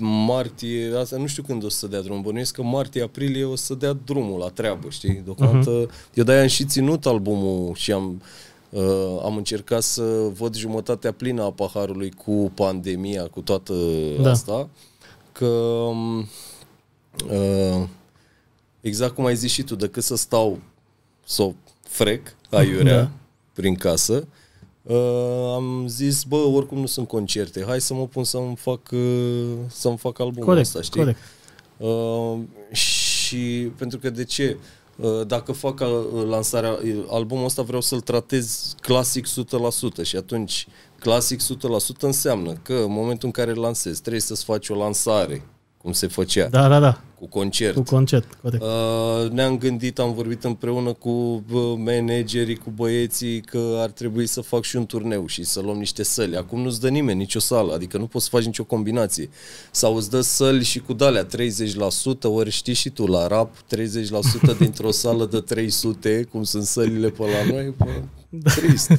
martie, asta nu știu când o să dea drumul, bănuiesc că martie, aprilie o să dea drumul la treabă, știi? Deocamdată, uh-huh. eu de-aia am și ținut albumul și am, uh, am încercat să văd jumătatea plină a paharului cu pandemia, cu toată
Da.
da. asta, că... um, Uh, exact cum ai zis și tu, decât să stau să o frec aiurea
Da.
da. prin casă, uh, am zis, bă, oricum nu sunt concerte, hai să mă pun să-mi fac, uh, să-mi fac albumul
Corect,
ăsta, știi?
corect.
Uh, și pentru că de ce? Uh, Dacă fac uh, lansarea uh, albumul ăsta vreau să-l tratez clasic 100% și atunci clasic 100% înseamnă că în momentul în care îl lansezi trebuie să-ți faci o lansare, cum se făcea,
Da, da, da.
cu concert.
Cu concert, corect.
Uh, ne-am gândit, am vorbit împreună cu bă, managerii, cu băieții că ar trebui să fac și un turneu și să luăm niște săli. Acum nu-ți dă nimeni nicio sală, adică nu poți să faci nicio combinație. Sau îți dă săli și cu dalea 30%, ori știi și tu la rap, 30% dintr-o sală de 300, cum sunt sălile pe la noi, bă, trist.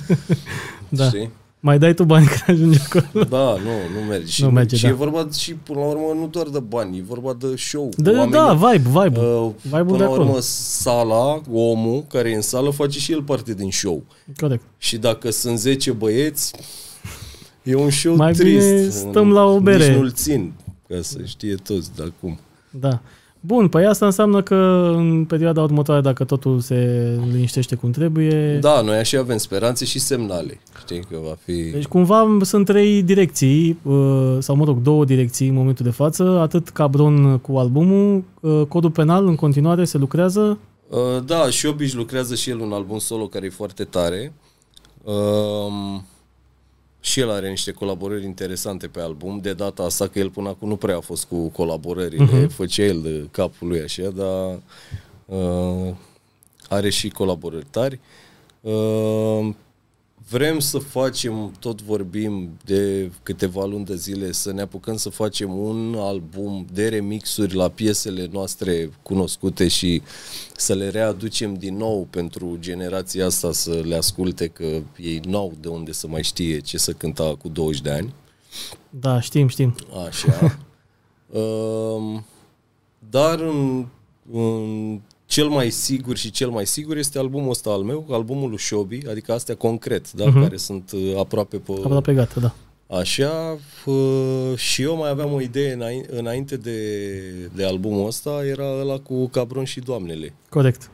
Da.
Știi?
Mai dai tu bani când ajungi acolo.
Da, nu, nu merge. Și,
Nu merge,
și
da.
e vorba și, până la urmă, nu doar de bani, e vorba de show.
Da, da,
Oamenii-
da, vibe, vibe.
Uh,
Uh, Vibe-ul
Până
de
la
acolo.
urmă, sala, omul care e în sală, face și el parte din show.
Corect.
Și dacă sunt 10 băieți, e un show
Mai bine
trist.
stăm la o bere.
Nici nu-l țin, ca să știe toți de acum.
Da. Bun, păi asta înseamnă că în perioada următoare, dacă totul se liniștește cum trebuie,
Da, noi așa avem speranțe și semnale. Știi că va fi...
Deci cumva sunt trei direcții, uh, sau mă rog, două direcții în momentul de față, atât Cabron cu albumul, uh, codul penal în continuare se lucrează,
Uh, Da, și Obiș lucrează și el un album solo care e foarte tare. Um, și el are niște colaborări interesante pe album, de data asta că el până acum nu prea a fost cu colaborările, uh-huh. făcea el de capul lui așa, dar uh, are și colaborări tari. Uh, vrem să facem, tot vorbim de câteva luni de zile, să ne apucăm să facem un album de remixuri la piesele noastre cunoscute și să le readucem din nou pentru generația asta să le asculte, că ei n-au de unde să mai știe ce să cânta cu 20 de ani.
da, știm, știm,
Așa. um, dar în, în cel mai sigur și cel mai sigur este albumul ăsta al meu, albumul lui Shobi, adică astea concret, da, uh-huh. care sunt uh, aproape pe...
aproape gata, da.
Așa, uh, și eu mai aveam o idee înain- înainte de, de albumul ăsta, era ăla cu Cabron și Doamnele.
Corect.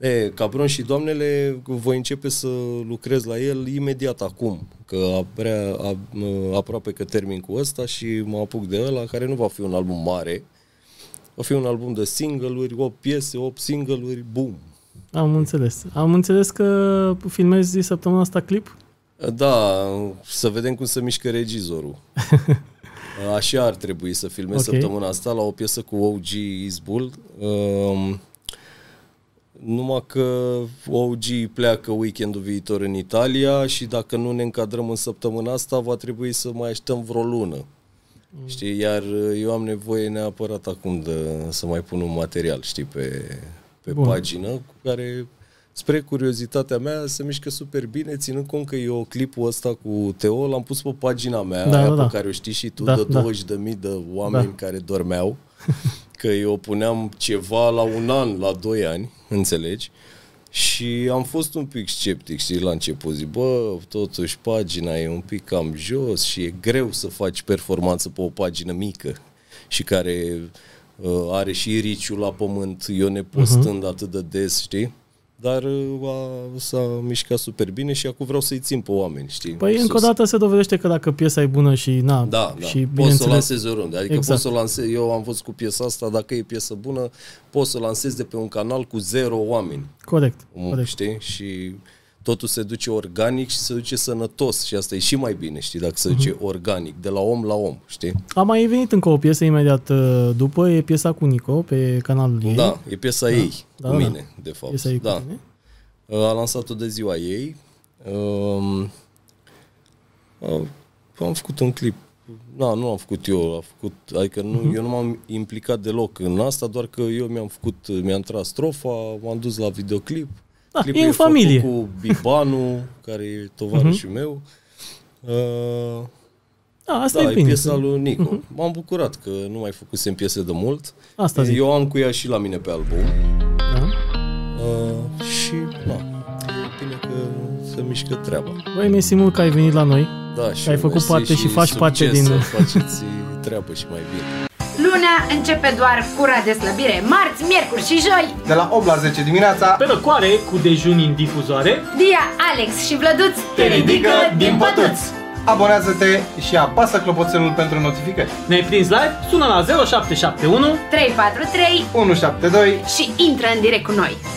E, Cabron și Doamnele, voi începe să lucrez la el imediat acum, că aprea, a, aproape că termin cu ăsta și mă apuc de ăla, care nu va fi un album mare, va fi un album de single-uri, 8 piese, 8 single-uri, boom.
Am înțeles. Am înțeles că filmezi săptămâna asta clip?
Da, să vedem cum se mișcă regizorul. Așa ar trebui să filmez
Ok.
okay. săptămâna asta la o piesă cu OG Izbul. Um, numai că OG pleacă weekendul viitor în Italia și dacă nu ne încadrăm în săptămâna asta, va trebui să mai așteptăm vreo lună.
Mm.
Știi, iar uh, eu am nevoie neapărat acum de să mai pun un material, știi, pe, pe
Bun.
pagină, cu care, spre curiozitatea mea, se mișcă super bine, ținând cont că eu clipul ăsta cu Teo l-am pus pe pagina mea,
Da,
da, aia
da,
da,
da.
pe care o știi și tu,
Da,
da, de
da.
20.000 de oameni
Da.
da. care dormeau, că eu puneam ceva la un an, la doi ani, înțelegi? Și am fost un pic sceptic, știi, la început zic, bă, totuși pagina e un pic cam jos și e greu să faci performanță pe o pagină mică și care uh, are și riciul la pământ, eu ne
Mhm.
postând uh-huh. atât de des, știi? Dar uh, a, s-a mișcat super bine și acum vreau să-i țin pe oameni, știi?
Păi
sus.
încă o dată se dovedește că dacă piesa e bună și na,
Da, da.
și
poți să o
bineînțeles,
lansezi oriunde. Adică
Exact.
poți să o lansezi, eu am fost cu piesa asta, dacă e piesă bună, poți să o lansezi de pe un canal cu zero oameni.
corect,
Omul,
corect.
știi? Și totul se duce organic și se duce sănătos și asta e și mai bine, știi, dacă se
Mhm.
duce organic, de la om la om, știi?
A mai venit încă o piesă imediat uh, după, e piesa cu Nico pe canalul ei.
Da, e piesa ei
da,
cu
da.
mine, de fapt.
Piesa ei cu
da.
tine.
Uh, A lansat-o de ziua ei. Um, a- uh, Am făcut un clip na, nu am făcut eu, a făcut, adică nu,
Mhm.
eu nu m-am implicat deloc în asta, doar că eu mi-am făcut, mi-am tras strofa, m-am dus la videoclip.
Da,
Clipul
e în
făcut
familie. Mhm.
Cu Bibanu, care e tovarășul meu. Uh,
Da, asta
da,
e
e
bine. Mhm.
piesa lui Nico. M-am bucurat că nu mai făcusem piese de mult.
Asta zic.
Eu am cu ea și la mine pe album.
Da?
Uh, și, na, e bine că se mișcă treaba.
Băi, mersi mult că ai venit la noi.
Da, și
Ai făcut
mersi
parte și faci
succes
parte din-
Să faceți treabă și mai bine.
Luna începe doar cura de slăbire, marți, miercuri și joi.
De la 8 la 10 dimineața,
Pe răcoare, cu dejun în difuzoare,
Dia, Alex și Vlăduț te
Abonează-te și apasă clopoțelul pentru notificări.
ne-ai prins live, sună la 0771
343
172
și intră în direct cu noi.